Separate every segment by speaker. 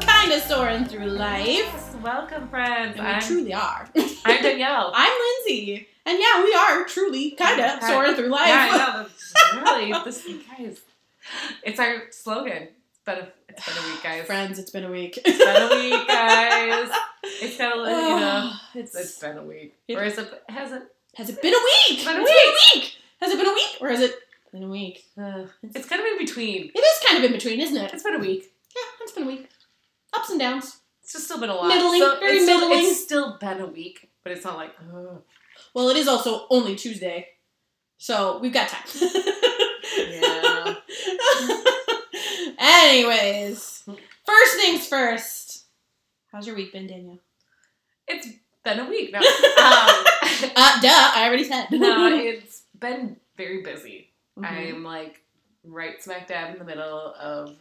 Speaker 1: kind of soaring through life.
Speaker 2: Yes, welcome, friends.
Speaker 1: And we
Speaker 2: I'm,
Speaker 1: truly are.
Speaker 2: I'm Danielle.
Speaker 1: I'm Lindsay. And yeah, we are truly kind of
Speaker 2: Kinda.
Speaker 1: soaring through life.
Speaker 2: yeah, I know. That's really, this guys. It's our slogan. It's been a, it's been a week, guys.
Speaker 1: Friends, it's been a week.
Speaker 2: It's been a week, guys. It's been a little, you know.
Speaker 1: Oh, it's,
Speaker 2: It's been a week.
Speaker 1: It-
Speaker 2: or is it? Has it?
Speaker 1: has it been a week?
Speaker 2: It's been a
Speaker 1: It's been a week. Has it been a week or has it been a week?
Speaker 2: Uh, it's kind of in between.
Speaker 1: It is kind of in between, isn't it?
Speaker 2: It's been a week.
Speaker 1: Yeah, it's been a week. Ups and downs.
Speaker 2: It's just still been a lot.
Speaker 1: Middling,
Speaker 2: So
Speaker 1: very
Speaker 2: it's still-
Speaker 1: middling.
Speaker 2: it's still been a week, but it's not like. oh, Ugh.
Speaker 1: Well, it is also only Tuesday, so we've got time.
Speaker 2: Yeah.
Speaker 1: Anyways, first things first. How's your week been, Danielle?
Speaker 2: it's been a week. No. Um,
Speaker 1: Uh, duh, I already said.
Speaker 2: no, it's been very busy.
Speaker 1: Mhm.
Speaker 2: I'm like right smack dab in the middle of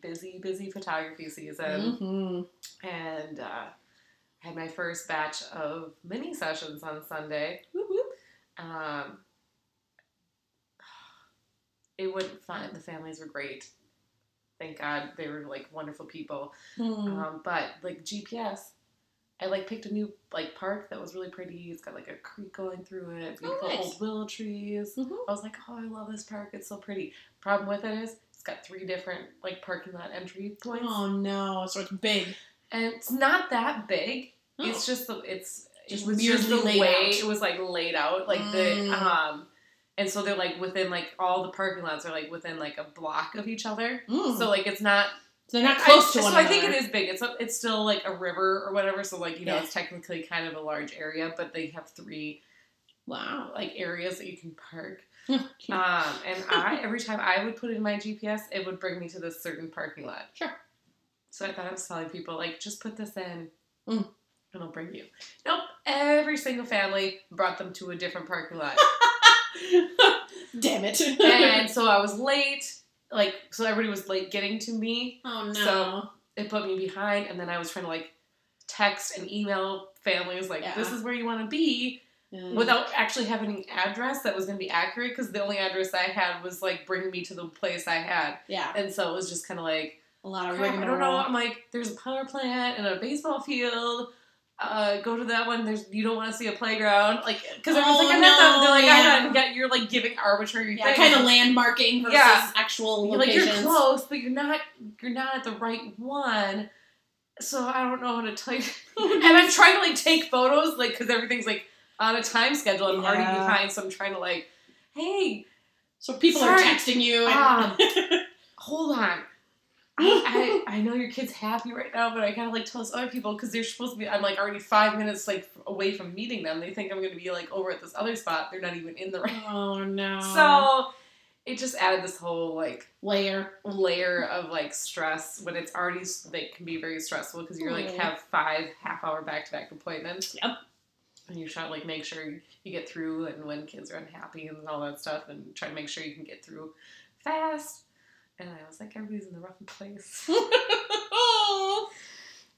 Speaker 2: busy, busy photography season,
Speaker 1: Mhm.
Speaker 2: and uh, I had my first batch of mini sessions on Sunday.
Speaker 1: Whoop, whoop.
Speaker 2: Um, it went fun. The families were great. Thank God they were like wonderful people.
Speaker 1: Mm.
Speaker 2: Um, but like GPS, I like picked a new like park that was really pretty. It's got like a creek going through it, beautiful
Speaker 1: nice.
Speaker 2: old willow trees.
Speaker 1: Mhm.
Speaker 2: I was like, oh, I love this park. It's so pretty. Problem with it is it's got three different like parking lot entry points,
Speaker 1: Oh no, so it's big.
Speaker 2: and it's not that big.
Speaker 1: Oh.
Speaker 2: It's just the it's
Speaker 1: Just
Speaker 2: it was just the
Speaker 1: weirdly laid
Speaker 2: way
Speaker 1: out.
Speaker 2: it was like laid out, like
Speaker 1: Mm.
Speaker 2: the um, and so they're like within like all the parking lots are like within like a block of each other.
Speaker 1: Mm.
Speaker 2: So like it's not
Speaker 1: So they're not close
Speaker 2: I,
Speaker 1: to one
Speaker 2: So
Speaker 1: another.
Speaker 2: I think it is big. It's a, it's still like a river or whatever. So like you know
Speaker 1: Yeah.
Speaker 2: it's technically kind of a large area, but they have three
Speaker 1: Wow.
Speaker 2: like areas that you can park.
Speaker 1: Oh, Cute.
Speaker 2: Um, and I every time I would put in my GPS, it would bring me to this certain parking lot.
Speaker 1: Sure.
Speaker 2: So I thought I was telling people like, just put this in, and
Speaker 1: Mm.
Speaker 2: it'll bring you. Nope. Every single family brought them to a different parking lot,
Speaker 1: Damn it.
Speaker 2: and so I was late. Like, so everybody was late getting to me.
Speaker 1: oh no.
Speaker 2: So- It put me behind, and then I was trying to like text and email families like,
Speaker 1: Yeah.
Speaker 2: this is where you want to be,
Speaker 1: Yeah.
Speaker 2: without actually having an address that was going to be accurate because the only address I had was like bring me to the place I had.
Speaker 1: yeah,
Speaker 2: And so it was just kind of like,
Speaker 1: a lot of
Speaker 2: crap, I
Speaker 1: rigmarole.
Speaker 2: don't know. I'm like, there's a power plant and a baseball field. Uh, go to that one. There's you don't want to see a playground, like because everyone's
Speaker 1: Oh,
Speaker 2: like, I'm not done. They're like,
Speaker 1: no,
Speaker 2: I'm not get. You're like giving arbitrary
Speaker 1: Yeah,
Speaker 2: things.
Speaker 1: kind of landmarking versus
Speaker 2: Yeah.
Speaker 1: actual
Speaker 2: You're like
Speaker 1: locations.
Speaker 2: you're close, but you're not. You're not at the right one. So I don't know how to tell you. and I'm trying to like take photos, like because everything's like on a time schedule. I'm already
Speaker 1: Yeah.
Speaker 2: behind, so I'm trying to like, hey,
Speaker 1: So people are
Speaker 2: Sorry.
Speaker 1: texting you.
Speaker 2: Um, hold on. I, I, I know your kid's happy right now, but I gotta like tell this other people because they're supposed to be. I'm like already five minutes like away from meeting them. They think I'm gonna be like over at this other spot. They're not even in the right.
Speaker 1: oh no.
Speaker 2: So it just added this whole like
Speaker 1: layer.
Speaker 2: layer of like stress when it's already that can be very stressful because you're like
Speaker 1: Mhm.
Speaker 2: have five half hour back to back appointments.
Speaker 1: Yep.
Speaker 2: And you're trying to like make sure you get through and when kids are unhappy and all that stuff and try to make sure you can get through fast. And I was like, everybody's in the wrong place.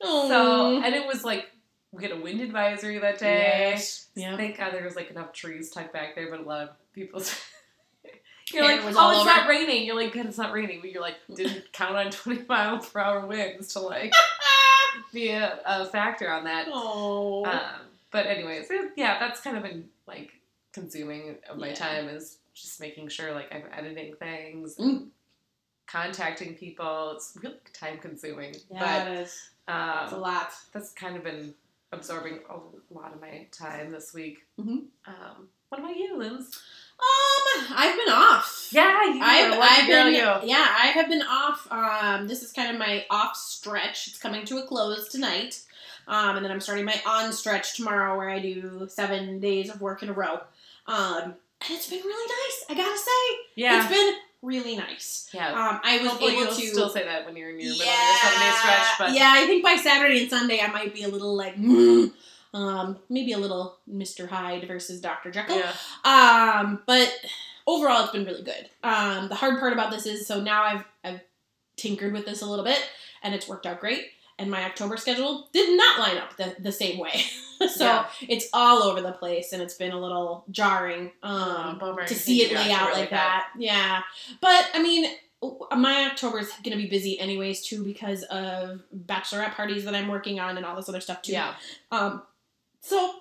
Speaker 1: Oh.
Speaker 2: so and it was like we had a wind advisory that day.
Speaker 1: Mm-hmm. Yes. Yeah.
Speaker 2: Thank God there was like enough trees tucked back there, but a lot of people. you're
Speaker 1: Yeah,
Speaker 2: like,
Speaker 1: it
Speaker 2: oh,
Speaker 1: was
Speaker 2: it's
Speaker 1: all over."
Speaker 2: not raining. You're like, good, it's not raining. But you're like, didn't count on 20 mile per hour winds to like be a, a factor on that.
Speaker 1: Oh.
Speaker 2: Um, but anyways, it- yeah, that's kind of been like consuming of my
Speaker 1: Yeah.
Speaker 2: time is just making sure like I'm editing things,
Speaker 1: Mm.
Speaker 2: contacting people. It's really time consuming,
Speaker 1: yeah, it is.
Speaker 2: but
Speaker 1: It's a
Speaker 2: um,
Speaker 1: lot.
Speaker 2: that's kind of been absorbing a lot of my time this week.
Speaker 1: Mhm.
Speaker 2: Um, what about you, Linz?
Speaker 1: Um, I've been off.
Speaker 2: Yeah, you
Speaker 1: I've, I've been
Speaker 2: you.
Speaker 1: yeah I have been off. Um, this is kind of my off stretch. It's coming to a close tonight, um, and then I'm starting my on stretch tomorrow, where I do seven days of work in a row. Um, and it's been really nice. I gotta say, it's
Speaker 2: Yeah,
Speaker 1: been really nice.
Speaker 2: yeah.
Speaker 1: Um, I was
Speaker 2: Hopefully
Speaker 1: able
Speaker 2: you'll
Speaker 1: to
Speaker 2: still say that when you're in your middle of your seven day
Speaker 1: yeah,
Speaker 2: stretch, but
Speaker 1: yeah. I think by Saturday and Sunday I might be a little like, mm, um, maybe a little Mr. Hyde versus Dr. Jekyll.
Speaker 2: yeah.
Speaker 1: Um, but overall, it's been really good. Um, the hard part about this is so now I've I've tinkered with this a little bit, and it's worked out great. And my October schedule did not line up the, the same way, so
Speaker 2: Yeah.
Speaker 1: it's all over the place, and it's been a little jarring. Um,
Speaker 2: Oh, bummer.
Speaker 1: to
Speaker 2: You
Speaker 1: see
Speaker 2: think
Speaker 1: it
Speaker 2: you
Speaker 1: lay
Speaker 2: got
Speaker 1: out
Speaker 2: really
Speaker 1: like
Speaker 2: bad.
Speaker 1: that. Yeah. But I mean, oh, my October is going to be busy anyways too because of bachelorette parties that I'm working on and all this other stuff too.
Speaker 2: Yeah.
Speaker 1: Um, so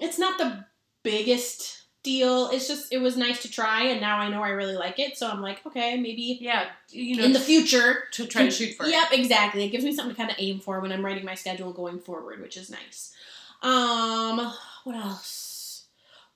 Speaker 1: it's not the biggest deal. It's just it was nice to try, and now I know I really like it. So I'm like, okay, maybe
Speaker 2: Yeah. You know,
Speaker 1: in the future.
Speaker 2: to try to shoot for. it.
Speaker 1: Yep, exactly. It gives me something to kind of aim for when I'm writing my schedule going forward, which is nice. Um, what else?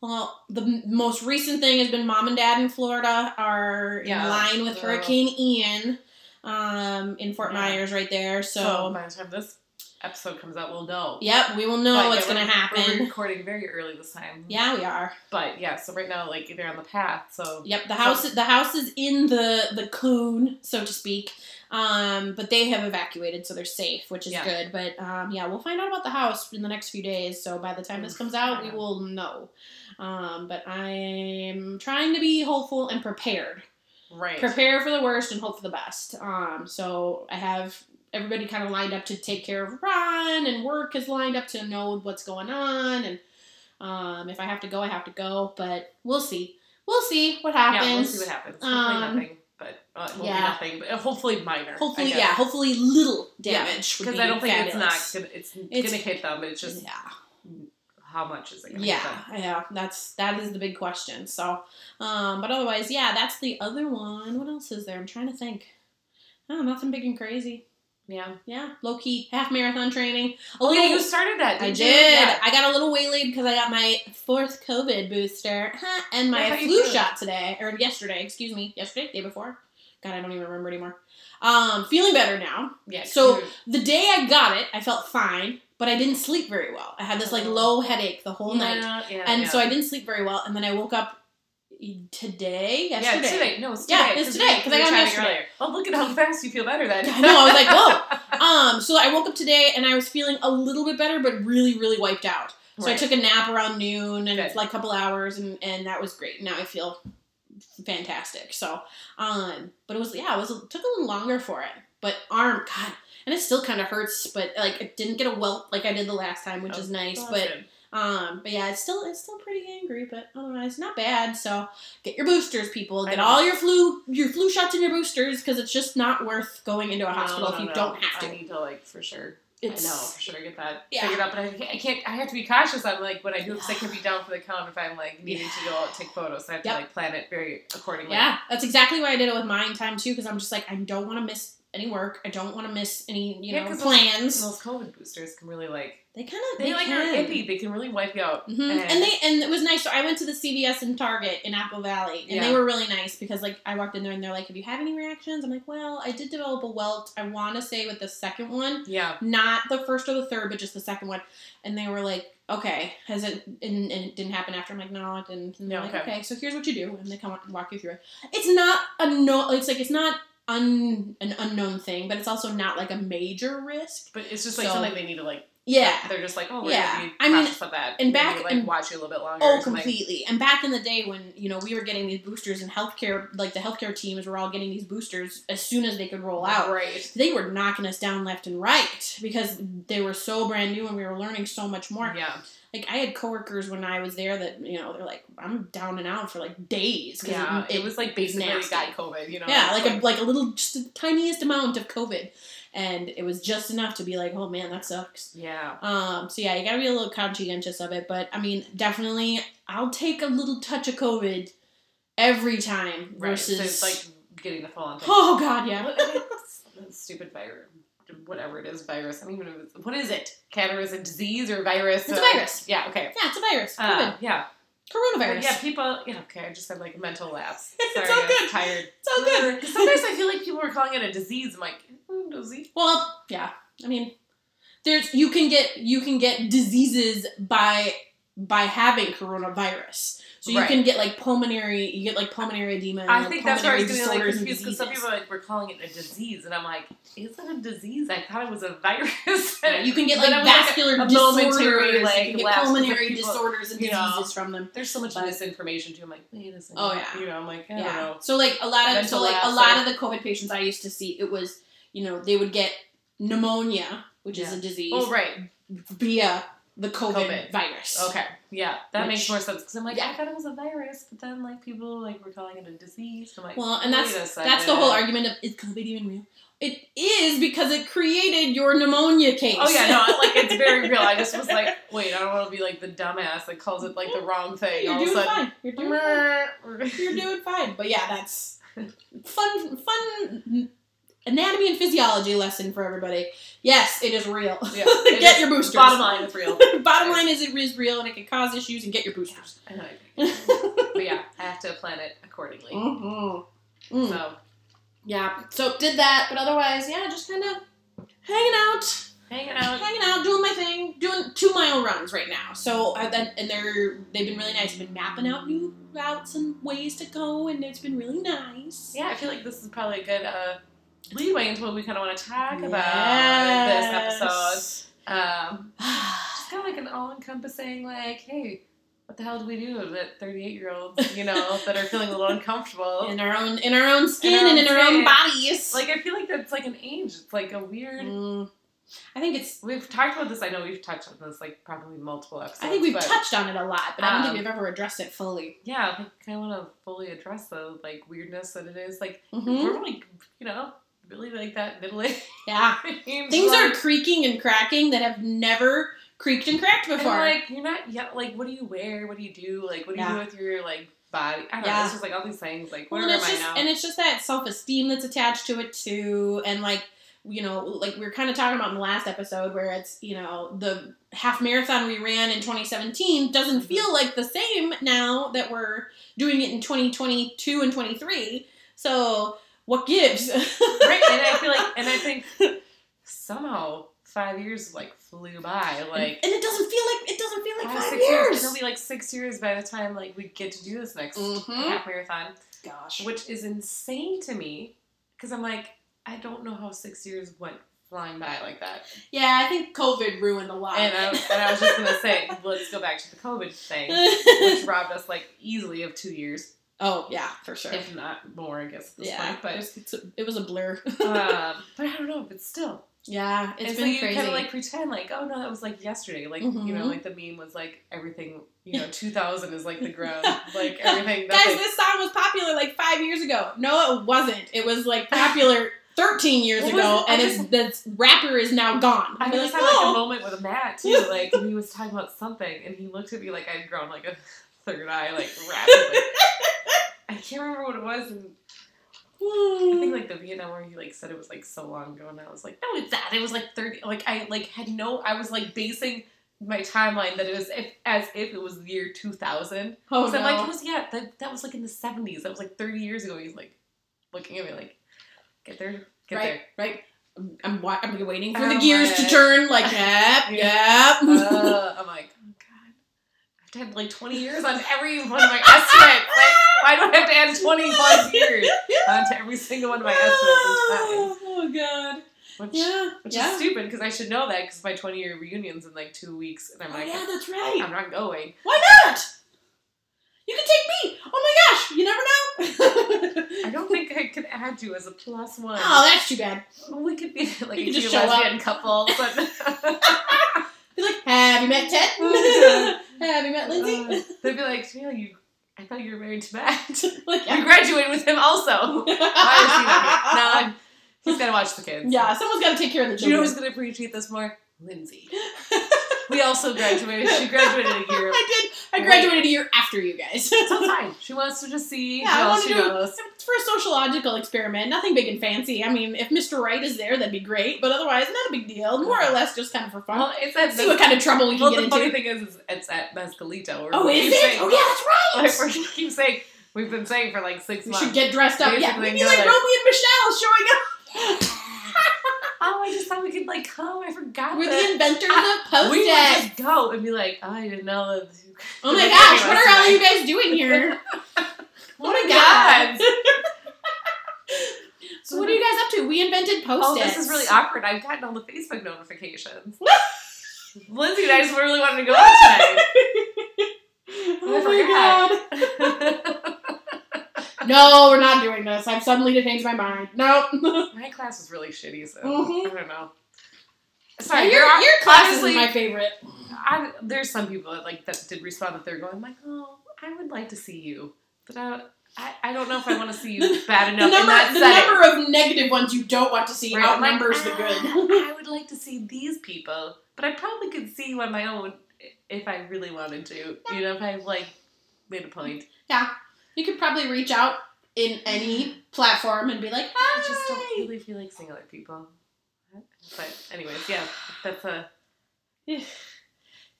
Speaker 1: Well, the m- most recent thing has been mom and dad in Florida are
Speaker 2: Yeah,
Speaker 1: in line with
Speaker 2: so-
Speaker 1: Hurricane Ian um, in Fort
Speaker 2: Yeah.
Speaker 1: Myers right there. So,
Speaker 2: So by the time this episode comes out, we'll know.
Speaker 1: yep, we will know
Speaker 2: But,
Speaker 1: what's
Speaker 2: yeah,
Speaker 1: going
Speaker 2: we're-
Speaker 1: to
Speaker 2: We're
Speaker 1: happen.
Speaker 2: recording very early this time.
Speaker 1: Yeah, we are.
Speaker 2: But yeah, so right now, like they're on the path. So
Speaker 1: Yep, the house the house is in the the coon, so to speak. Um, but they have evacuated, so they're safe, which is
Speaker 2: Yeah.
Speaker 1: good. But um, yeah, we'll find out about the house in the next few days. So by the time this
Speaker 2: Oof,
Speaker 1: comes out, we
Speaker 2: yeah.
Speaker 1: will know. Um, but I'm trying to be hopeful and prepared.
Speaker 2: right.
Speaker 1: Prepare for the worst and hope for the best. Um, so I have everybody kind of lined up to take care of Ron, and work is lined up to know what's going on. And um, if I have to go, I have to go. But we'll see. We'll see what happens.
Speaker 2: Yeah, we'll see what happens. Hopefully
Speaker 1: Um,
Speaker 2: nothing, but uh, it won't be
Speaker 1: yeah.
Speaker 2: nothing. But hopefully minor. I
Speaker 1: Hopefully,
Speaker 2: guess.
Speaker 1: yeah. Hopefully, little damage.
Speaker 2: because
Speaker 1: would be
Speaker 2: I don't think
Speaker 1: fabulous.
Speaker 2: it's not. Gonna, it's,
Speaker 1: It's-
Speaker 2: gonna hit them. It's just how much is it?
Speaker 1: yeah,
Speaker 2: Gonna
Speaker 1: yeah,
Speaker 2: Hit
Speaker 1: yeah. That's that is the big question. So, um, but otherwise, yeah, that's the other one. What else is there? I'm trying to think. Oh, nothing big and crazy.
Speaker 2: them? Yeah.
Speaker 1: Yeah, low key half marathon training. A
Speaker 2: Oh
Speaker 1: little.
Speaker 2: yeah, you started that.
Speaker 1: I
Speaker 2: Didn't
Speaker 1: did.
Speaker 2: You? Yeah.
Speaker 1: I got a little waylaid because I got my fourth COVID booster huh, and
Speaker 2: Yeah,
Speaker 1: my
Speaker 2: how you
Speaker 1: flu
Speaker 2: feeling?
Speaker 1: shot today or yesterday. Excuse me, yesterday, day before. God, I don't even remember anymore. Um, feeling better now.
Speaker 2: Yeah, 'cause
Speaker 1: So-
Speaker 2: you-
Speaker 1: The day I got it, I felt fine, but I didn't sleep very well. I had this like low headache the whole
Speaker 2: Oh. yeah,
Speaker 1: night.
Speaker 2: Yeah,
Speaker 1: And
Speaker 2: yeah.
Speaker 1: so I didn't sleep very well. And then I woke up e, today, yesterday.
Speaker 2: Yeah, today. No, it's today.
Speaker 1: Yeah, it's today, 'cause I
Speaker 2: we
Speaker 1: got
Speaker 2: tried it
Speaker 1: yesterday.
Speaker 2: earlier. Oh, look at how fast you feel better then.
Speaker 1: I know, I was like, whoa. Um, so I woke up today and I was feeling a little bit better, but really, really wiped out. So I
Speaker 2: Right.
Speaker 1: took a nap around noon and it's
Speaker 2: Good.
Speaker 1: like a couple hours and, and that was great. Now I feel fantastic. So um but it was yeah, it was it took a little longer for it. But arm god and it still kinda hurts, but like it didn't get a welt like I did the last time, which
Speaker 2: Oh,
Speaker 1: is nice.
Speaker 2: Well, that's
Speaker 1: but
Speaker 2: good.
Speaker 1: um but yeah, it's still it's still pretty angry, but otherwise not bad. So get your boosters, people.
Speaker 2: I
Speaker 1: Get
Speaker 2: know.
Speaker 1: all your flu your flu shots and your boosters because it's just not worth going into a
Speaker 2: No,
Speaker 1: hospital
Speaker 2: no,
Speaker 1: if you
Speaker 2: no.
Speaker 1: don't have to.
Speaker 2: I need to like for sure.
Speaker 1: it's
Speaker 2: I know for sure get that
Speaker 1: Yeah.
Speaker 2: figured out, but I can't, I can't. I have to be cautious on like what I do because I can be down for the count if I'm like needing to go out and take photos. So I have
Speaker 1: Yep.
Speaker 2: to like plan it very accordingly.
Speaker 1: Yeah, that's exactly why I did it with mine time too, because I'm just like I don't want to miss any work. I don't want to miss any you
Speaker 2: Yeah,
Speaker 1: know
Speaker 2: 'cause
Speaker 1: plans.
Speaker 2: Those, those COVID boosters can really like
Speaker 1: they kind of
Speaker 2: they, like are
Speaker 1: can.
Speaker 2: iffy. They can really wipe you out.
Speaker 1: Mhm. And, they and it was nice. So I went to the CVS and Target in Apple Valley, and they
Speaker 2: Yeah.
Speaker 1: were really nice because like I walked in there and they're like, "Have you had any reactions?" I'm like, "Well, I did develop a welt. I want to say with the second one,
Speaker 2: yeah.
Speaker 1: not the first or the third, but just the second one." And they were like, "Okay, has it?" And, and it didn't happen after. I'm like, "No, it didn't." And they're
Speaker 2: Yeah,
Speaker 1: like,
Speaker 2: okay.
Speaker 1: "Okay, so here's what you do," and they come and walk you through it. It's not a no. It's like it's not un, an unknown thing, but it's also not like a major risk.
Speaker 2: But it's just like
Speaker 1: So-
Speaker 2: something they need to like.
Speaker 1: Yeah.
Speaker 2: They're just like, oh, we're
Speaker 1: Yeah.
Speaker 2: gonna be
Speaker 1: I mean,
Speaker 2: cautious of that.
Speaker 1: and
Speaker 2: Maybe,
Speaker 1: back
Speaker 2: like
Speaker 1: in-
Speaker 2: watch you a little bit longer.
Speaker 1: Oh,
Speaker 2: or something.
Speaker 1: completely. And back in the day when, you know, we were getting these boosters and healthcare, like the healthcare teams were all getting these boosters as soon as they could roll out.
Speaker 2: Right.
Speaker 1: They were knocking us down left and right because they were so brand new and we were learning so much more.
Speaker 2: Yeah.
Speaker 1: Like, I had coworkers when I was there that, you know, they're like, I'm down and out for like days. 'cause
Speaker 2: Yeah. It, was like basically
Speaker 1: nasty.
Speaker 2: got COVID. You know.
Speaker 1: yeah,
Speaker 2: It's
Speaker 1: like a like a little just the tiniest amount of COVID, and it was just enough to be like, oh man, that sucks.
Speaker 2: Yeah.
Speaker 1: Um, so yeah, you gotta be a little conscientious of it, but I mean, definitely, I'll take a little touch of COVID every time
Speaker 2: Right.
Speaker 1: versus
Speaker 2: So it's like getting the full on. thing.
Speaker 1: oh god, yeah,
Speaker 2: What- I mean, it's that stupid virus, whatever it is, virus. I don't even know. if it's- What is it? Cancer is a disease or virus?
Speaker 1: It's a
Speaker 2: Uh,
Speaker 1: virus.
Speaker 2: Yeah. Okay.
Speaker 1: yeah, it's a virus,
Speaker 2: Uh,
Speaker 1: COVID,
Speaker 2: yeah.
Speaker 1: coronavirus.
Speaker 2: But yeah, people. Yeah, okay. I just had like a mental lapse.
Speaker 1: It's
Speaker 2: Sorry,
Speaker 1: all
Speaker 2: I'm
Speaker 1: good.
Speaker 2: Tired.
Speaker 1: It's all good.
Speaker 2: Sometimes I feel like people are calling it a disease. I'm like, mm, disease.
Speaker 1: Well, yeah. I mean, there's you can get you can get diseases by by having coronavirus. So you
Speaker 2: Right.
Speaker 1: can get like pulmonary, you get like pulmonary edema. And
Speaker 2: I
Speaker 1: like,
Speaker 2: think that's where I
Speaker 1: pulmonary
Speaker 2: was getting like
Speaker 1: disorders and
Speaker 2: confused because some
Speaker 1: diseases.
Speaker 2: people like were calling it a disease, and I'm like, is it a disease? I thought it was a virus.
Speaker 1: Yeah, you can get
Speaker 2: Then
Speaker 1: like
Speaker 2: I'm like,
Speaker 1: vascular
Speaker 2: a momentary,
Speaker 1: disorders,
Speaker 2: like,
Speaker 1: you can get
Speaker 2: lapse of
Speaker 1: pulmonary
Speaker 2: people-
Speaker 1: disorders and
Speaker 2: you know.
Speaker 1: diseases from them.
Speaker 2: There's so much
Speaker 1: But-
Speaker 2: misinformation too. I'm like, wait a second.
Speaker 1: Oh, yeah.
Speaker 2: You know, I'm like, I don't
Speaker 1: Yeah.
Speaker 2: know.
Speaker 1: So like a lot of so
Speaker 2: Mental
Speaker 1: like a
Speaker 2: lapse
Speaker 1: lot
Speaker 2: or-
Speaker 1: of the COVID patients I used to see, it was you know they would get pneumonia, which is
Speaker 2: Yeah.
Speaker 1: a disease,
Speaker 2: Oh right.
Speaker 1: via the COVID,
Speaker 2: COVID.
Speaker 1: virus.
Speaker 2: Okay. Yeah, that
Speaker 1: Which-
Speaker 2: makes more sense because I'm like,
Speaker 1: Yeah.
Speaker 2: I thought it was a virus, but then like people like were calling it a disease. I'm like,
Speaker 1: Well, and that's
Speaker 2: wait a second.
Speaker 1: that's the whole argument of is COVID even real? It is because it created your pneumonia case.
Speaker 2: Oh yeah, no, I- like it's very real. I just was like, wait, I don't want to be like the dumbass that calls it like the wrong thing.
Speaker 1: You're
Speaker 2: All of a
Speaker 1: doing
Speaker 2: sudden,
Speaker 1: fine. You're doing fine. You're doing fine. But yeah, that's fun fun anatomy and physiology lesson for everybody. Yes, it is real.
Speaker 2: yeah, it
Speaker 1: Get
Speaker 2: is-
Speaker 1: your boosters.
Speaker 2: Bottom line, it's real.
Speaker 1: Bottom line is it is real and it can cause issues and get your boosters.
Speaker 2: I know. but yeah, I have to plan it accordingly.
Speaker 1: Mm-hmm. Mm.
Speaker 2: So
Speaker 1: Yeah. So did that, but otherwise, yeah, just kind of hanging out.
Speaker 2: hanging out.
Speaker 1: hanging out, doing my thing, doing two mile runs right now. So I then and they're they've been really nice. I've been mapping out new routes and ways to go, and it's been really nice.
Speaker 2: Yeah, I feel like this is probably a good uh, leeway into what we kind of want to talk about this episode. Um, it's kind of like an all-encompassing, like, hey, what the hell do we do with 38-year-olds, you know, that are feeling a little uncomfortable?
Speaker 1: In our own in our own skin
Speaker 2: our own
Speaker 1: and in our own
Speaker 2: skin.
Speaker 1: bodies.
Speaker 2: Like, I feel like that's like an age. It's like a weird.
Speaker 1: Mm. I think it's.
Speaker 2: We've talked about this. I know we've touched on this like probably multiple episodes.
Speaker 1: I think we've
Speaker 2: but,
Speaker 1: touched on it a lot, but I don't think
Speaker 2: Um,
Speaker 1: we've ever addressed it fully.
Speaker 2: Yeah, I kind of want to fully address the like weirdness that it is. Like
Speaker 1: hmm
Speaker 2: we're like you know really like that middle age.
Speaker 1: Yeah, things are creaking and cracking that have never creaked and cracked
Speaker 2: And,
Speaker 1: before.
Speaker 2: like you're not yet like what do you wear? What do you do? Like what do you
Speaker 1: Yeah.
Speaker 2: do with your like body? I don't know.
Speaker 1: Yeah.
Speaker 2: It's just like all these things. Like
Speaker 1: Well,
Speaker 2: where
Speaker 1: and
Speaker 2: am
Speaker 1: it's just
Speaker 2: I now?
Speaker 1: and it's just that self esteem that's attached to it too, and like you know, like we were kind of talking about in the last episode where it's you know the half marathon we ran in 2017
Speaker 2: Mm-hmm.
Speaker 1: doesn't feel like the same now that we're doing it in 2022 and 23. So what gives?
Speaker 2: right? And I feel like and I think somehow five years like flew by. Like
Speaker 1: and it doesn't feel like it doesn't feel like five,
Speaker 2: six
Speaker 1: years.
Speaker 2: It'll be like six years by the time like we get to do this next
Speaker 1: Mhm.
Speaker 2: half marathon,
Speaker 1: Gosh,
Speaker 2: which is insane to me because I'm like I don't know how six years went flying by like that.
Speaker 1: yeah, I think COVID ruined a lot.
Speaker 2: And I,
Speaker 1: of
Speaker 2: and I was just gonna say let's go back to the COVID thing,
Speaker 1: it.
Speaker 2: which robbed us like easily of two years,
Speaker 1: oh yeah, for sure.
Speaker 2: if not more, I guess at this
Speaker 1: yeah,
Speaker 2: point. But
Speaker 1: it, was, it's a- it was a blur.
Speaker 2: um, but I don't know, but still,
Speaker 1: Yeah,
Speaker 2: it's,
Speaker 1: been
Speaker 2: like you
Speaker 1: crazy.
Speaker 2: kind of like pretend like oh no that was like yesterday like you know
Speaker 1: Mhm.
Speaker 2: like the meme was like everything you know 2000 is like the ground like everything
Speaker 1: Guys,
Speaker 2: nothing-
Speaker 1: this song was popular like five years ago. No, it wasn't. It was like popular 13 years
Speaker 2: What was
Speaker 1: ago,
Speaker 2: it? I
Speaker 1: and it's, the rapper is now gone. "Oh,
Speaker 2: I
Speaker 1: We're
Speaker 2: just had like a moment with Matt too, like and he was talking about something, and he looked at me like I'd grown like a third eye, like rapidly. I can't remember what it was, and I
Speaker 1: "Oh."
Speaker 2: think like the Vietnam War, he like said it was like so long ago, and I was like, no, it's that. It was like thirty. Like I like had no. I was like basing my timeline that it was if, as if it was the year two thousand.
Speaker 1: oh
Speaker 2: so
Speaker 1: no.
Speaker 2: I'm like, it was yeah, that, that was like in the seventies. That was like thirty years ago. He's like looking at me like, get there, get
Speaker 1: right,
Speaker 2: there.
Speaker 1: right. I'm- I'm, wa- I'm waiting for the
Speaker 2: I'm
Speaker 1: gears to
Speaker 2: like-
Speaker 1: turn. Like, yep, yep.
Speaker 2: uh, I'm like, oh god, I've had like 20 years on every one of my estimates. Like, why do I have to add 20 plus years onto every single one of my estimates?
Speaker 1: oh, oh,
Speaker 2: in
Speaker 1: god.
Speaker 2: time? Which,
Speaker 1: Yeah,
Speaker 2: which
Speaker 1: yeah.
Speaker 2: is stupid because I should know that because my 20 year reunion's in like two weeks, and I'm
Speaker 1: Oh
Speaker 2: like,
Speaker 1: yeah, that's right.
Speaker 2: I'm not going.
Speaker 1: Why not? You can take me. Oh my gosh, you never know.
Speaker 2: I don't think I could add you as a plus one.
Speaker 1: oh, that's too bad.
Speaker 2: we could be like
Speaker 1: You
Speaker 2: a
Speaker 1: could
Speaker 2: cute
Speaker 1: just show up.
Speaker 2: lesbian couple, but
Speaker 1: Be like, have you met Ted?
Speaker 2: Oh,
Speaker 1: have you met Lindsay?
Speaker 2: Uh, they'd be like, Taylor, you. I thought you were married to Matt.
Speaker 1: like,
Speaker 2: You graduated with him also. Why is he not here? No, he's gotta watch the kids.
Speaker 1: Yeah, someone's got to take care of the
Speaker 2: Do you know
Speaker 1: children.
Speaker 2: who's gonna appreciate this more? Lindsay. We also graduated. She graduated a year.
Speaker 1: I did. I graduated a year after you guys.
Speaker 2: It's all fine. She wants to just see
Speaker 1: Yeah, I
Speaker 2: how
Speaker 1: wanna
Speaker 2: she
Speaker 1: do-
Speaker 2: goes.
Speaker 1: It's for a sociological experiment, nothing big and fancy. I mean, if Mr. Right is there, that'd be great, but otherwise, not a big deal. More or less, just kind of for fun.
Speaker 2: Well, it's at
Speaker 1: See what kind of trouble we can
Speaker 2: well,
Speaker 1: get
Speaker 2: the funny
Speaker 1: into.
Speaker 2: thing is, is it's at Mescalito. Where
Speaker 1: Oh,
Speaker 2: we
Speaker 1: is
Speaker 2: keep
Speaker 1: it?
Speaker 2: saying-
Speaker 1: Oh, yeah, that's
Speaker 2: Like,
Speaker 1: right.
Speaker 2: we keep saying we've been saying for like six
Speaker 1: We
Speaker 2: months.
Speaker 1: should get dressed up. Yeah,
Speaker 2: Basically,
Speaker 1: we'd be
Speaker 2: go
Speaker 1: like
Speaker 2: like-
Speaker 1: Roby and Michelle showing up.
Speaker 2: oh, I just thought we could like come. I forgot.
Speaker 1: We're
Speaker 2: that.
Speaker 1: the inventors of post
Speaker 2: we would
Speaker 1: it.
Speaker 2: just go and be like, oh, I didn't know that.
Speaker 1: Oh my gosh, what are all you guys doing here?
Speaker 2: What
Speaker 1: Oh
Speaker 2: a
Speaker 1: my
Speaker 2: god!
Speaker 1: God. So what are you guys up to? We invented post-its.
Speaker 2: Oh, this is really awkward. I've gotten all the Facebook notifications. Lindsay and I just really wanted to go out
Speaker 1: Oh
Speaker 2: I
Speaker 1: my
Speaker 2: tonight.
Speaker 1: god. No, we're not doing this. I've suddenly changed my mind. Nope.
Speaker 2: my class was really shitty, so
Speaker 1: Mhm.
Speaker 2: I don't know. Sorry,
Speaker 1: your,
Speaker 2: you're,
Speaker 1: your class
Speaker 2: honestly-
Speaker 1: is my favorite.
Speaker 2: I, there's some people that like that did respond that they're going like, oh, I would like to see you, but I, I, I don't know if I want to see you bad
Speaker 1: The
Speaker 2: enough. in
Speaker 1: number,
Speaker 2: that
Speaker 1: the
Speaker 2: setting."
Speaker 1: number of negative ones you don't want to see
Speaker 2: Right, I'm like,
Speaker 1: outnumbers the
Speaker 2: "Ah,
Speaker 1: good.
Speaker 2: I would like to see these people, but I probably could see you on my own i- if I really wanted to. You know, if I like made a point.
Speaker 1: You could probably reach out in any platform and be like,
Speaker 2: I
Speaker 1: "Hi."
Speaker 2: just don't really feel like seeing other people. But anyways, yeah, that's a
Speaker 1: Ugh.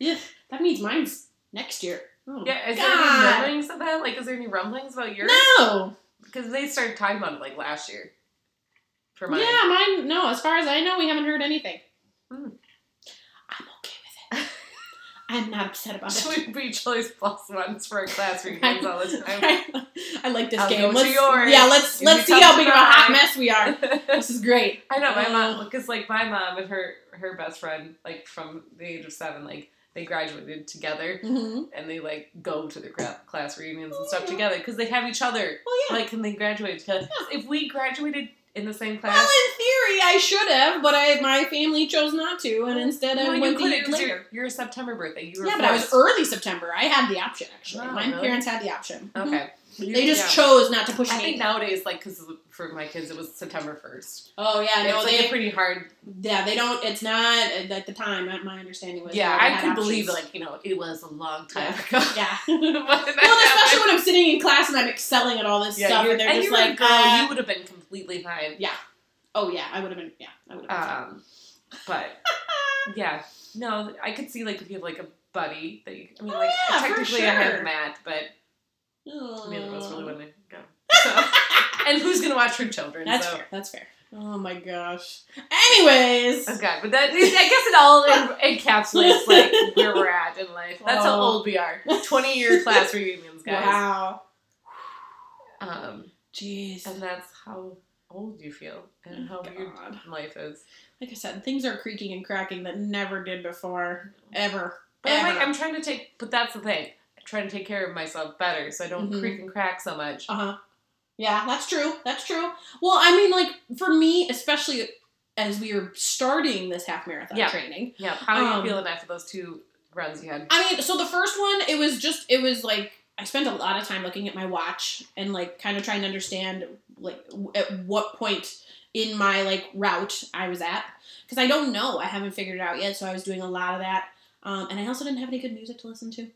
Speaker 1: Ugh, that means mine's next year. Oh,
Speaker 2: yeah. Is there
Speaker 1: God.
Speaker 2: any rumblings of that? Like, is there any rumblings about yours?
Speaker 1: No.
Speaker 2: Because they started talking about it like last year. For mine.
Speaker 1: Yeah, mine. No, as far as I know, we haven't heard anything.
Speaker 2: Hmm.
Speaker 1: I'm okay with it. I'm not upset about it.
Speaker 2: Should we choice plus ones for our class reunions all the time?
Speaker 1: I, like this
Speaker 2: I'll
Speaker 1: game.
Speaker 2: go to
Speaker 1: let's,
Speaker 2: yours.
Speaker 1: Yeah, let's
Speaker 2: You
Speaker 1: let's see
Speaker 2: become
Speaker 1: how big of a hot
Speaker 2: mine.
Speaker 1: mess we are. This is great.
Speaker 2: I know my mom
Speaker 1: Ugh.
Speaker 2: because like my mom and her her best friend like from the age of seven like they graduated together
Speaker 1: hmm
Speaker 2: and they like go to their gra- class reunions and
Speaker 1: Oh.
Speaker 2: stuff together because they have each other
Speaker 1: Well, yeah.
Speaker 2: like and they graduated together. If we graduated in the same
Speaker 1: well,
Speaker 2: class,
Speaker 1: in theory, I should have, but I my family chose not to, and instead
Speaker 2: no,
Speaker 1: I
Speaker 2: you
Speaker 1: went the
Speaker 2: couldn't
Speaker 1: year
Speaker 2: 'cause
Speaker 1: later.
Speaker 2: You're, you're a September birthday. You were
Speaker 1: Yeah, but I was
Speaker 2: forced.
Speaker 1: early September. I had the option actually.
Speaker 2: Wow,
Speaker 1: My
Speaker 2: really?
Speaker 1: parents had the option.
Speaker 2: okay.
Speaker 1: They just
Speaker 2: Yeah.
Speaker 1: chose not to push
Speaker 2: I
Speaker 1: me.
Speaker 2: think nowadays, like, because for my kids, it was September first.
Speaker 1: oh yeah, no,
Speaker 2: it's like
Speaker 1: they
Speaker 2: a pretty hard.
Speaker 1: yeah they don't. It's not at the time. uh, My understanding was
Speaker 2: Yeah,
Speaker 1: they
Speaker 2: I
Speaker 1: had
Speaker 2: could
Speaker 1: options.
Speaker 2: believe like you know it was a long time ago.
Speaker 1: yeah.
Speaker 2: When that
Speaker 1: Well, especially
Speaker 2: happened.
Speaker 1: when I'm sitting in class and I'm excelling at all this stuff,
Speaker 2: you're-
Speaker 1: and they're
Speaker 2: and
Speaker 1: just
Speaker 2: you were a
Speaker 1: like,
Speaker 2: girl,
Speaker 1: uh,
Speaker 2: "Oh, you would have been completely fine.
Speaker 1: "Oh yeah, I would have been. Yeah, I would have." been
Speaker 2: Um, but yeah, no, I could see like if you have like a buddy that you. I mean,
Speaker 1: Oh,
Speaker 2: like
Speaker 1: yeah, for
Speaker 2: technically I
Speaker 1: sure.
Speaker 2: have Matt, but
Speaker 1: fine.
Speaker 2: neither of us really wouldn't go. So, and who's gonna watch her children?
Speaker 1: That's
Speaker 2: so.
Speaker 1: fair. That's fair. Oh my gosh. Anyways,
Speaker 2: Oh god, but that I guess it all en- encapsulates like where we're at in life. That's how
Speaker 1: Oh.
Speaker 2: old we are. Twenty year class reunions, guys.
Speaker 1: wow.
Speaker 2: Um,
Speaker 1: Jeez. Oh
Speaker 2: and that's how old you feel and how weird
Speaker 1: God.
Speaker 2: life is.
Speaker 1: Like I said, things are creaking and cracking that never did before, ever.
Speaker 2: But I'm like,
Speaker 1: Ever.
Speaker 2: I'm trying to take, but that's the thing. I'm trying to take care of myself better so I don't
Speaker 1: Mhm.
Speaker 2: creak and crack so much.
Speaker 1: Uh huh. Yeah, that's true. That's true. Well, I mean, like for me, especially as we were starting this half marathon
Speaker 2: Yeah.
Speaker 1: training.
Speaker 2: Yeah, how are
Speaker 1: Um,
Speaker 2: you feeling after those two runs you had?
Speaker 1: I mean, so the first one, it was just, it was like I spent a lot of time looking at my watch and like kind of trying to understand like w- at what point in my like route I was at because I don't know. I haven't figured it out yet, so I was doing a lot of that, um, and I also didn't have any good music to listen to.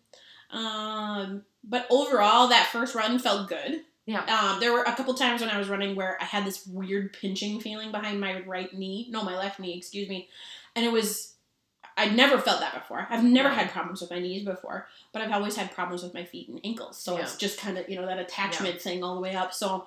Speaker 1: Um, but overall, that first run felt good.
Speaker 2: Yeah.
Speaker 1: Um, there were a couple times when I was running where I had this weird pinching feeling behind my right knee. No, my left knee, excuse me. And it was, I'd never felt that before. I've never
Speaker 2: Yeah.
Speaker 1: had problems with my knees before, but I've always had problems with my feet and ankles. So it's just kind of, you know, that attachment thing all the way up. So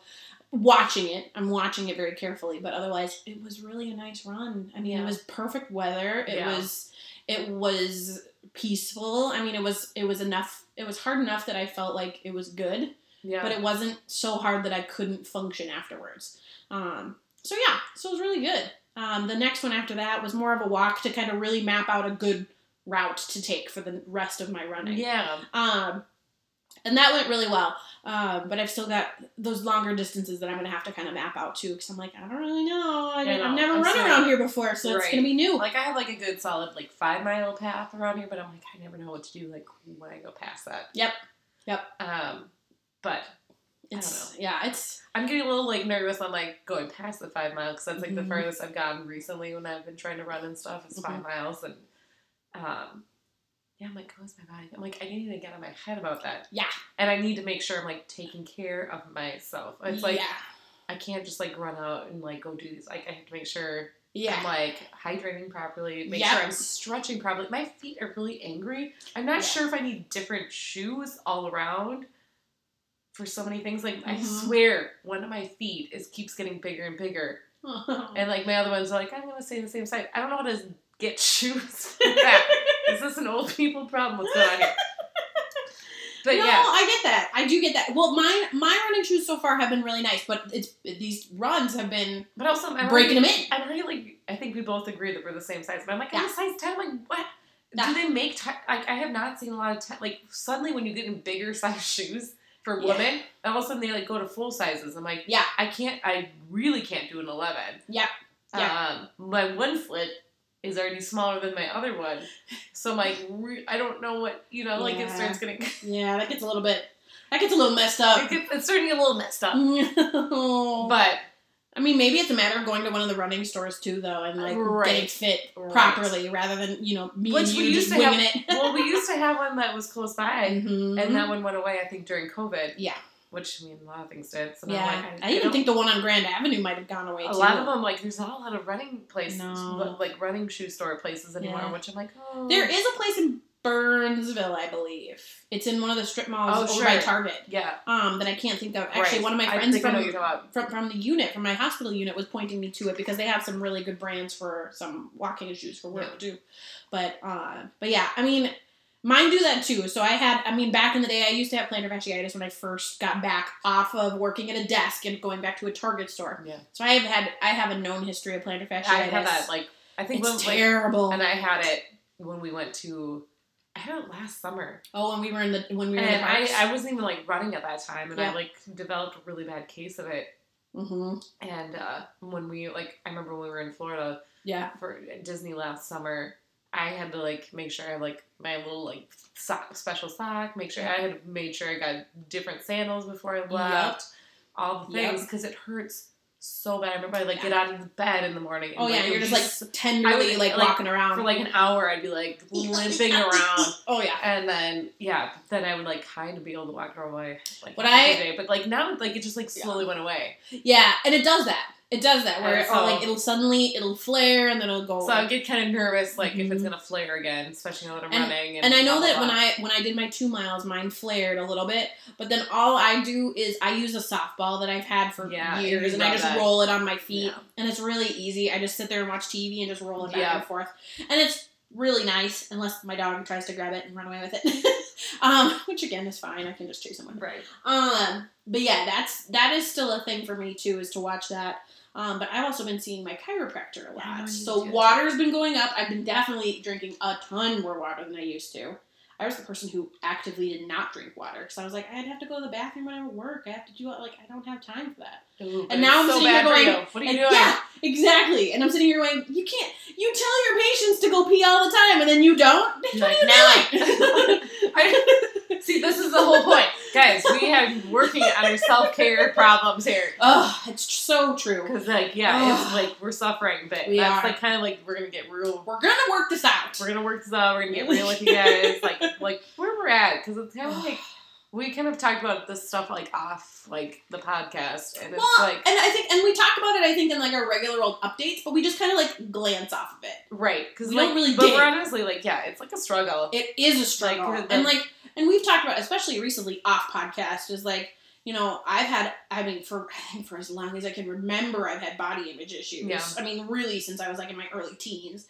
Speaker 1: watching it, I'm watching it very carefully, but otherwise it was really a nice run. I mean, it
Speaker 2: Yeah.
Speaker 1: was perfect weather. It
Speaker 2: Yeah.
Speaker 1: was, it was peaceful. I mean, it was, it was enough. It was hard enough that I felt like it was good
Speaker 2: Yeah.
Speaker 1: but it wasn't so hard that I couldn't function afterwards. Um, so yeah, so it was really good. Um, the next one after that was more of a walk to kind of really map out a good route to take for the rest of my running.
Speaker 2: yeah.
Speaker 1: Um, and that went really well. Um, but I've still got those longer distances that I'm gonna have to kind of map out too, because I'm like, I don't really know. I
Speaker 2: I
Speaker 1: didn't-
Speaker 2: know.
Speaker 1: I've never
Speaker 2: I'm
Speaker 1: run
Speaker 2: sorry.
Speaker 1: around here before, so it's
Speaker 2: Right.
Speaker 1: gonna be new.
Speaker 2: Like I have like a good solid like five mile path around here, but I'm like I never know what to do like when I go past that.
Speaker 1: Yep. Yep.
Speaker 2: Um, but
Speaker 1: It's yeah, it's
Speaker 2: I'm getting a little like nervous on like going past the five mile because that's like
Speaker 1: Mhm.
Speaker 2: the furthest I've gotten recently when I've been trying to run and stuff. It's
Speaker 1: Mm-hmm.
Speaker 2: five miles and um, yeah, I'm like, goes my body. I'm like, I need to get on my head about that.
Speaker 1: Yeah.
Speaker 2: and I need to make sure I'm like taking care of myself. It's like
Speaker 1: yeah,
Speaker 2: I can't just like run out and like go do these. Like I have to make sure
Speaker 1: yeah.
Speaker 2: I'm like hydrating properly, make
Speaker 1: Yep.
Speaker 2: sure I'm stretching properly. My feet are really angry. I'm not
Speaker 1: Yeah.
Speaker 2: sure if I need different shoes all around for so many things. Like I
Speaker 1: Mhm.
Speaker 2: swear, one of my feet is keeps getting bigger and bigger, and like my other ones are like I'm gonna stay the same size. I don't know how to get shoes. for that. is this an old people problem? What's going on here? But
Speaker 1: no,
Speaker 2: yeah,
Speaker 1: I get that. I do get that. Well, mine my running shoes so far have been really nice, but it's these runs have been
Speaker 2: but also I'm
Speaker 1: breaking
Speaker 2: already-
Speaker 1: them in.
Speaker 2: I'm really like I think we both agree that we're the same size, but I'm like I'm
Speaker 1: Yeah.
Speaker 2: a size ten. I'm like what?
Speaker 1: Yeah.
Speaker 2: Do they make ti like I have not seen a lot of ten. Like suddenly when you get in bigger size shoes for
Speaker 1: Yeah.
Speaker 2: women, all of a sudden they like go to full sizes. I'm like
Speaker 1: Yeah.
Speaker 2: I can't. I really can't do an eleven.
Speaker 1: Yeah. Yeah.
Speaker 2: Um, my one foot is already smaller than my other one. So I'm like, re- I don't know what you know. Like it
Speaker 1: Yeah.
Speaker 2: starts getting,
Speaker 1: Yeah, that gets a little bit. That gets a little messed up.
Speaker 2: it gets, it's starting to get a little messed up.
Speaker 1: No.
Speaker 2: But
Speaker 1: I mean, maybe it's a matter of going to one of the running stores too, though, and like
Speaker 2: Right.
Speaker 1: getting fit
Speaker 2: Right.
Speaker 1: properly rather than you know me
Speaker 2: Which
Speaker 1: and you
Speaker 2: we used
Speaker 1: just
Speaker 2: to have-
Speaker 1: winging it.
Speaker 2: well, we used to have one that was close by,
Speaker 1: Mhm.
Speaker 2: and that one went away. I think during COVID,
Speaker 1: yeah,
Speaker 2: which I mean a lot of things did. So now,
Speaker 1: yeah.
Speaker 2: like,
Speaker 1: I,
Speaker 2: I
Speaker 1: even
Speaker 2: don't-
Speaker 1: think the one on Grand Avenue might have gone away.
Speaker 2: a
Speaker 1: too.
Speaker 2: lot of them like there's not a lot of running places,
Speaker 1: No.
Speaker 2: but, like running shoe store places anymore.
Speaker 1: Yeah.
Speaker 2: Which I'm like, oh,
Speaker 1: There is a place in Burnsville, I believe. It's in one of the strip malls
Speaker 2: Oh,
Speaker 1: over
Speaker 2: sure.
Speaker 1: by Target.
Speaker 2: yeah.
Speaker 1: Um, that I can't think of. Actually,
Speaker 2: right.
Speaker 1: one of my
Speaker 2: I
Speaker 1: friends
Speaker 2: think I know
Speaker 1: from,
Speaker 2: what you're talking about.
Speaker 1: from from the unit, from my hospital unit, was pointing me to it because they have some really good brands for some walking shoes for work too. But uh, but yeah, I mean, mine do that too. So I had, I mean, back in the day, I used to have plantar fasciitis when I first got back off of working at a desk and going back to a Target store.
Speaker 2: Yeah.
Speaker 1: So I have had, I have a known history of plantar fasciitis.
Speaker 2: I had that like I think
Speaker 1: it's
Speaker 2: when, like,
Speaker 1: terrible.
Speaker 2: and I had it when we went to. I had it last summer,
Speaker 1: oh, when we were in the when we were in
Speaker 2: and
Speaker 1: the parks.
Speaker 2: I, I wasn't even like running at that time, and
Speaker 1: Yeah.
Speaker 2: I like developed a really bad case of it.
Speaker 1: mm-hmm.
Speaker 2: And uh, when we like, I remember when we were in Florida
Speaker 1: Yeah.
Speaker 2: for Disney last summer, I had to like make sure I had like my little like sock special sock. Make sure I had made sure I got different sandals before I left. All the
Speaker 1: Yep.
Speaker 2: things because it hurts so bad. I remember I like get out of the bed in the morning. And,
Speaker 1: Oh yeah,
Speaker 2: it
Speaker 1: you're
Speaker 2: would
Speaker 1: just
Speaker 2: be
Speaker 1: like
Speaker 2: so-
Speaker 1: tenderly
Speaker 2: would,
Speaker 1: like,
Speaker 2: like,
Speaker 1: walking around
Speaker 2: for like an hour. I'd be like limping around.
Speaker 1: Oh yeah.
Speaker 2: And then yeah, then I would like kind of be able to walk around my like
Speaker 1: What
Speaker 2: every
Speaker 1: I-
Speaker 2: day. but like now like it just like slowly went away.
Speaker 1: Yeah, and it does that. It does that where
Speaker 2: And
Speaker 1: it, all,
Speaker 2: so-
Speaker 1: like it'll suddenly it'll flare and then it'll go.
Speaker 2: So
Speaker 1: away.
Speaker 2: I get kind of nervous like if it's
Speaker 1: Mhm.
Speaker 2: gonna flare again, especially now that I'm
Speaker 1: And-
Speaker 2: running. And,
Speaker 1: and I know
Speaker 2: blah,
Speaker 1: that
Speaker 2: blah,
Speaker 1: when
Speaker 2: blah.
Speaker 1: I when I did my two miles, mine flared a little bit. But then all I do is I use a softball that I've had for
Speaker 2: Yeah, you
Speaker 1: years, and I
Speaker 2: love
Speaker 1: just
Speaker 2: that.
Speaker 1: roll it on my feet,
Speaker 2: Yeah.
Speaker 1: and it's really easy. I just sit there and watch TV and just roll it back
Speaker 2: Yeah.
Speaker 1: and forth, and it's really nice. Unless my dog tries to grab it and run away with it, um, which again is fine. I can just chase him with it.
Speaker 2: right.
Speaker 1: Um, but yeah, that's that is still a thing for me too, is to watch that. Um, but I've also been seeing my chiropractor a
Speaker 2: I know
Speaker 1: lot.
Speaker 2: you
Speaker 1: So
Speaker 2: did.
Speaker 1: water's been going up. I've been definitely drinking a ton more water than I used to. I was the person who actively did not drink water because I was like, I'd have to go to the bathroom when I work. I have to do it. Like, I don't have time for that.
Speaker 2: Ooh,
Speaker 1: And now I'm
Speaker 2: it's so
Speaker 1: sitting here
Speaker 2: bad for
Speaker 1: going,
Speaker 2: you. What are you
Speaker 1: And
Speaker 2: doing?
Speaker 1: yeah, exactly. And I'm sitting here going, you can't. You tell your patients to go pee all the time, and then you don't. Bitch,
Speaker 2: You're
Speaker 1: what
Speaker 2: like,
Speaker 1: are you
Speaker 2: now
Speaker 1: doing?
Speaker 2: I- See, this is the whole point, guys. We have working on our self care problems here.
Speaker 1: Ugh, it's tr- so true.
Speaker 2: Because like yeah,
Speaker 1: Ugh.
Speaker 2: it's like we're suffering, but
Speaker 1: We
Speaker 2: that's
Speaker 1: are.
Speaker 2: like kind of like we're gonna get real.
Speaker 1: We're gonna work this out.
Speaker 2: We're gonna work this out. We're gonna get real with you guys, like like where we're at, because it's kind of like we kind of talked about this stuff like off like the podcast, and it's
Speaker 1: Well,
Speaker 2: like
Speaker 1: and I think, and we talk about it, I think, in like our regular old updates, but we just kind of like glance off of it.
Speaker 2: right because
Speaker 1: we
Speaker 2: like,
Speaker 1: don't really
Speaker 2: but
Speaker 1: dig.
Speaker 2: we're honestly like yeah, it's like a struggle.
Speaker 1: It is a struggle,
Speaker 2: Like, the-
Speaker 1: and like, and we've talked about, especially recently, off podcast is like, you know, I've had, I mean, for I think for as long as I can remember, I've had body image issues.
Speaker 2: Yeah.
Speaker 1: I mean, really, since I was like in my early teens,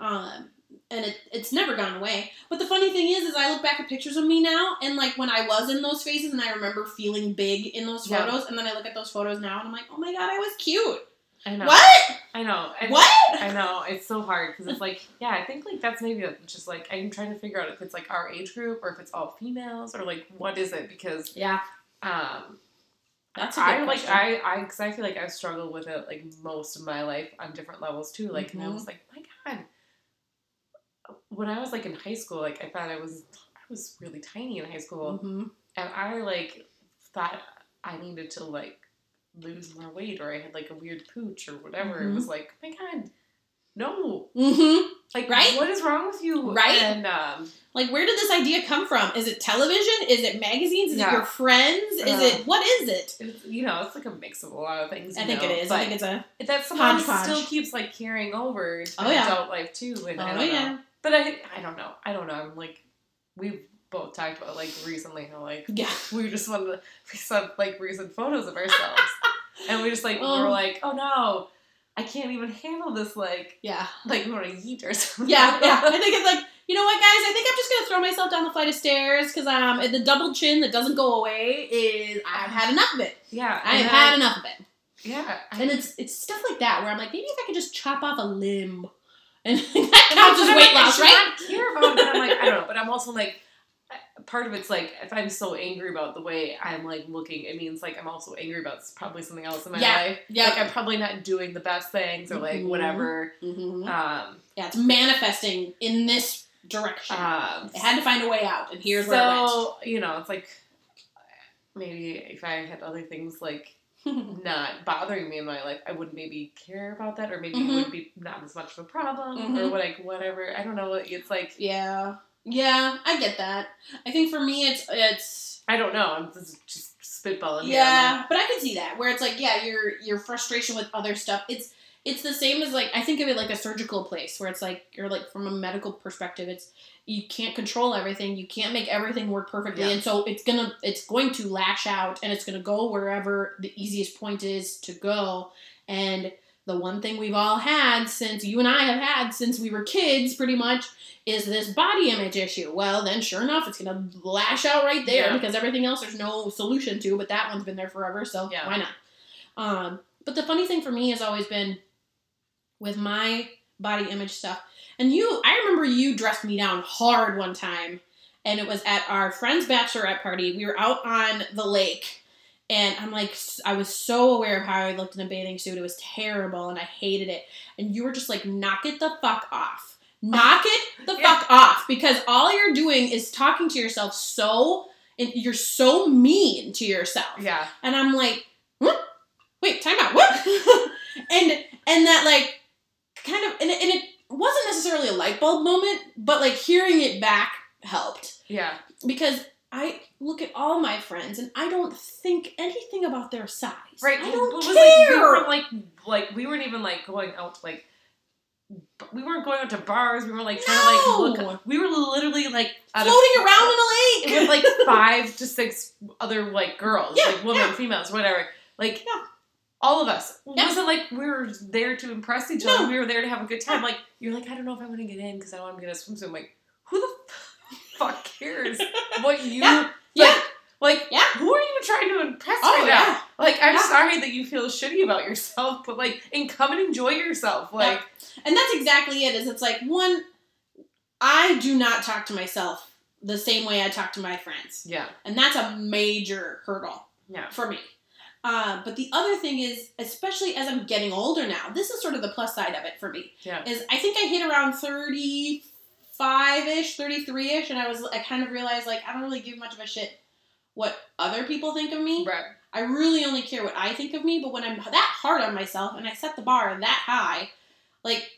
Speaker 1: um, and it, it's never gone away. But the funny thing is, is I look back at pictures of me now, and like when I was in those phases, and I remember feeling big in those
Speaker 2: Yeah.
Speaker 1: photos, and then I look at those photos now, and I'm like, oh my god, I was cute.
Speaker 2: I know.
Speaker 1: What?
Speaker 2: I know. And
Speaker 1: What?
Speaker 2: I know. It's so hard because it's like yeah, I think like that's maybe just like I'm trying to figure out if it's like our age group or if it's all females or like what is it because
Speaker 1: Yeah,
Speaker 2: um
Speaker 1: that's a good
Speaker 2: I like
Speaker 1: question.
Speaker 2: I I because I feel like I've struggled with it like most of my life on different levels too. Like and I
Speaker 1: Mhm.
Speaker 2: was like, my God, when I was like in high school, like I thought I was I was really tiny in high school,
Speaker 1: Mhm.
Speaker 2: and I like thought I needed to like lose more weight or I had like a weird pooch or whatever. It
Speaker 1: Mhm.
Speaker 2: was like, "Oh my God, no,
Speaker 1: Mhm.
Speaker 2: like
Speaker 1: Right?
Speaker 2: What is wrong with you?
Speaker 1: Right?
Speaker 2: And um,
Speaker 1: Like, where did this idea come from? Is it television? Is it magazines? Is
Speaker 2: Yeah.
Speaker 1: it your friends? Is
Speaker 2: Uh,
Speaker 1: it what is it?
Speaker 2: it's, you know, it's like a mix of a lot of things.
Speaker 1: I
Speaker 2: you
Speaker 1: think
Speaker 2: know,
Speaker 1: it is.
Speaker 2: but-
Speaker 1: I think it's a.
Speaker 2: that somehow
Speaker 1: Hodgepodge.
Speaker 2: still keeps like carrying over to
Speaker 1: Oh, yeah.
Speaker 2: adult life too. And I
Speaker 1: Oh,
Speaker 2: don't
Speaker 1: yeah.
Speaker 2: know. But I I don't know. I don't know. I'm like we both talked about like recently how like
Speaker 1: Yeah.
Speaker 2: we just wanted to, we saw like recent photos of ourselves and we just like we were
Speaker 1: Um.
Speaker 2: like oh no I can't even handle this like
Speaker 1: Yeah.
Speaker 2: like we want to eat or something
Speaker 1: Yeah. Yeah. I think it's like you know what, guys. I think I'm just gonna throw myself down the flight of stairs because um the double chin that doesn't go away is I've had enough of it.
Speaker 2: yeah
Speaker 1: I
Speaker 2: and
Speaker 1: have
Speaker 2: then-
Speaker 1: had enough of it.
Speaker 2: yeah I-
Speaker 1: And it's it's stuff like that where I'm like maybe if I could just chop off a limb, and
Speaker 2: And
Speaker 1: that
Speaker 2: that's
Speaker 1: counts as
Speaker 2: what
Speaker 1: weight
Speaker 2: I'm like,
Speaker 1: loss,
Speaker 2: I
Speaker 1: right?
Speaker 2: should not care about it. But I'm like, I don't know. But I'm also like, I- part of it's like if I'm so angry about the way I'm like looking, it means like I'm also angry about s- probably something else in my
Speaker 1: Yeah,
Speaker 2: life.
Speaker 1: yeah.
Speaker 2: like I'm probably not doing the best things or like
Speaker 1: Mhm.
Speaker 2: whatever.
Speaker 1: Mhm.
Speaker 2: Um,
Speaker 1: Yeah, it's manifesting in this direction.
Speaker 2: um,
Speaker 1: it had to find a way out, and here's
Speaker 2: so
Speaker 1: where it went.
Speaker 2: you know, it's like maybe if I had other things like not bothering me in my life, I would maybe care about that, or maybe
Speaker 1: Mhm.
Speaker 2: it would be not as much of a problem, or
Speaker 1: Mhm.
Speaker 2: what, like whatever. I don't know. It's like
Speaker 1: Yeah, yeah, I get that. I think for me, it's it's
Speaker 2: I don't know. I'm just, just spitballing. here.
Speaker 1: yeah, but I can see that where it's like yeah, your your frustration with other stuff. It's it's the same as like I think of it like a surgical place where it's like you're like from a medical perspective, it's you can't control everything, you can't make everything work perfectly,
Speaker 2: Yeah.
Speaker 1: and so it's gonna it's going to lash out and it's gonna go wherever the easiest point is to go, and the one thing we've all had since you and I have had since we were kids, pretty much, is this body image issue. Well, then sure enough, it's gonna lash out right there
Speaker 2: Yeah.
Speaker 1: because everything else there's no solution to, but that one's been there forever, so
Speaker 2: Yeah.
Speaker 1: why not? Um, but the funny thing for me has always been with my body image stuff, and you, I remember you dressed me down hard one time, and it was at our friend's bachelorette party. We were out on the lake. And I'm like, s- I was so aware of how I looked in a bathing suit. It was terrible and I hated it. And you were just like, knock it the fuck off. Knock it the
Speaker 2: Yeah.
Speaker 1: fuck off. Because all you're doing is talking to yourself so, and you're so mean to yourself.
Speaker 2: yeah,
Speaker 1: And I'm like, what? Wait, time out. What? and and that like kind of and it, and it wasn't necessarily a light bulb moment, but like hearing it back helped
Speaker 2: yeah.
Speaker 1: because I look at all my friends and I don't think anything about their size.
Speaker 2: Right.
Speaker 1: I
Speaker 2: it
Speaker 1: don't
Speaker 2: was
Speaker 1: care.
Speaker 2: Like, we were like, like we weren't even like going out like. b- We weren't going out to bars. We were like trying to like
Speaker 1: No.
Speaker 2: look. We were literally like out of-
Speaker 1: Floating around in a lake.
Speaker 2: with like five to six other like girls,
Speaker 1: Yeah,
Speaker 2: like women,
Speaker 1: yeah.
Speaker 2: females, whatever. Like
Speaker 1: Yeah.
Speaker 2: all of us. It
Speaker 1: Yeah.
Speaker 2: wasn't like we were there to impress each
Speaker 1: No.
Speaker 2: other. We were there to have a good time. Like you're like, I don't know if I want to get in because I want to get a swimsuit. I'm like, who the f- fuck cares what you
Speaker 1: Yeah.
Speaker 2: like?
Speaker 1: Yeah.
Speaker 2: Like
Speaker 1: Yeah.
Speaker 2: who are you trying to impress
Speaker 1: Oh,
Speaker 2: right
Speaker 1: yeah.
Speaker 2: now? Like I'm
Speaker 1: Yeah.
Speaker 2: sorry that you feel shitty about yourself, but like and come and enjoy yourself. Like
Speaker 1: And that's exactly it. Is it's like one, I do not talk to myself the same way I talk to my friends,
Speaker 2: yeah,
Speaker 1: and that's a major hurdle.
Speaker 2: yeah,
Speaker 1: for me. Uh, but the other thing is, especially as I'm getting older now, this is sort of the plus side of it for me.
Speaker 2: Yeah.
Speaker 1: Is I think I hit around 35 ish, 33 ish, and I was, I kind of realized like, I don't really give much of a shit what other people think of me.
Speaker 2: right,
Speaker 1: I really only care what I think of me, but when I'm that hard on myself and I set the bar that high, like,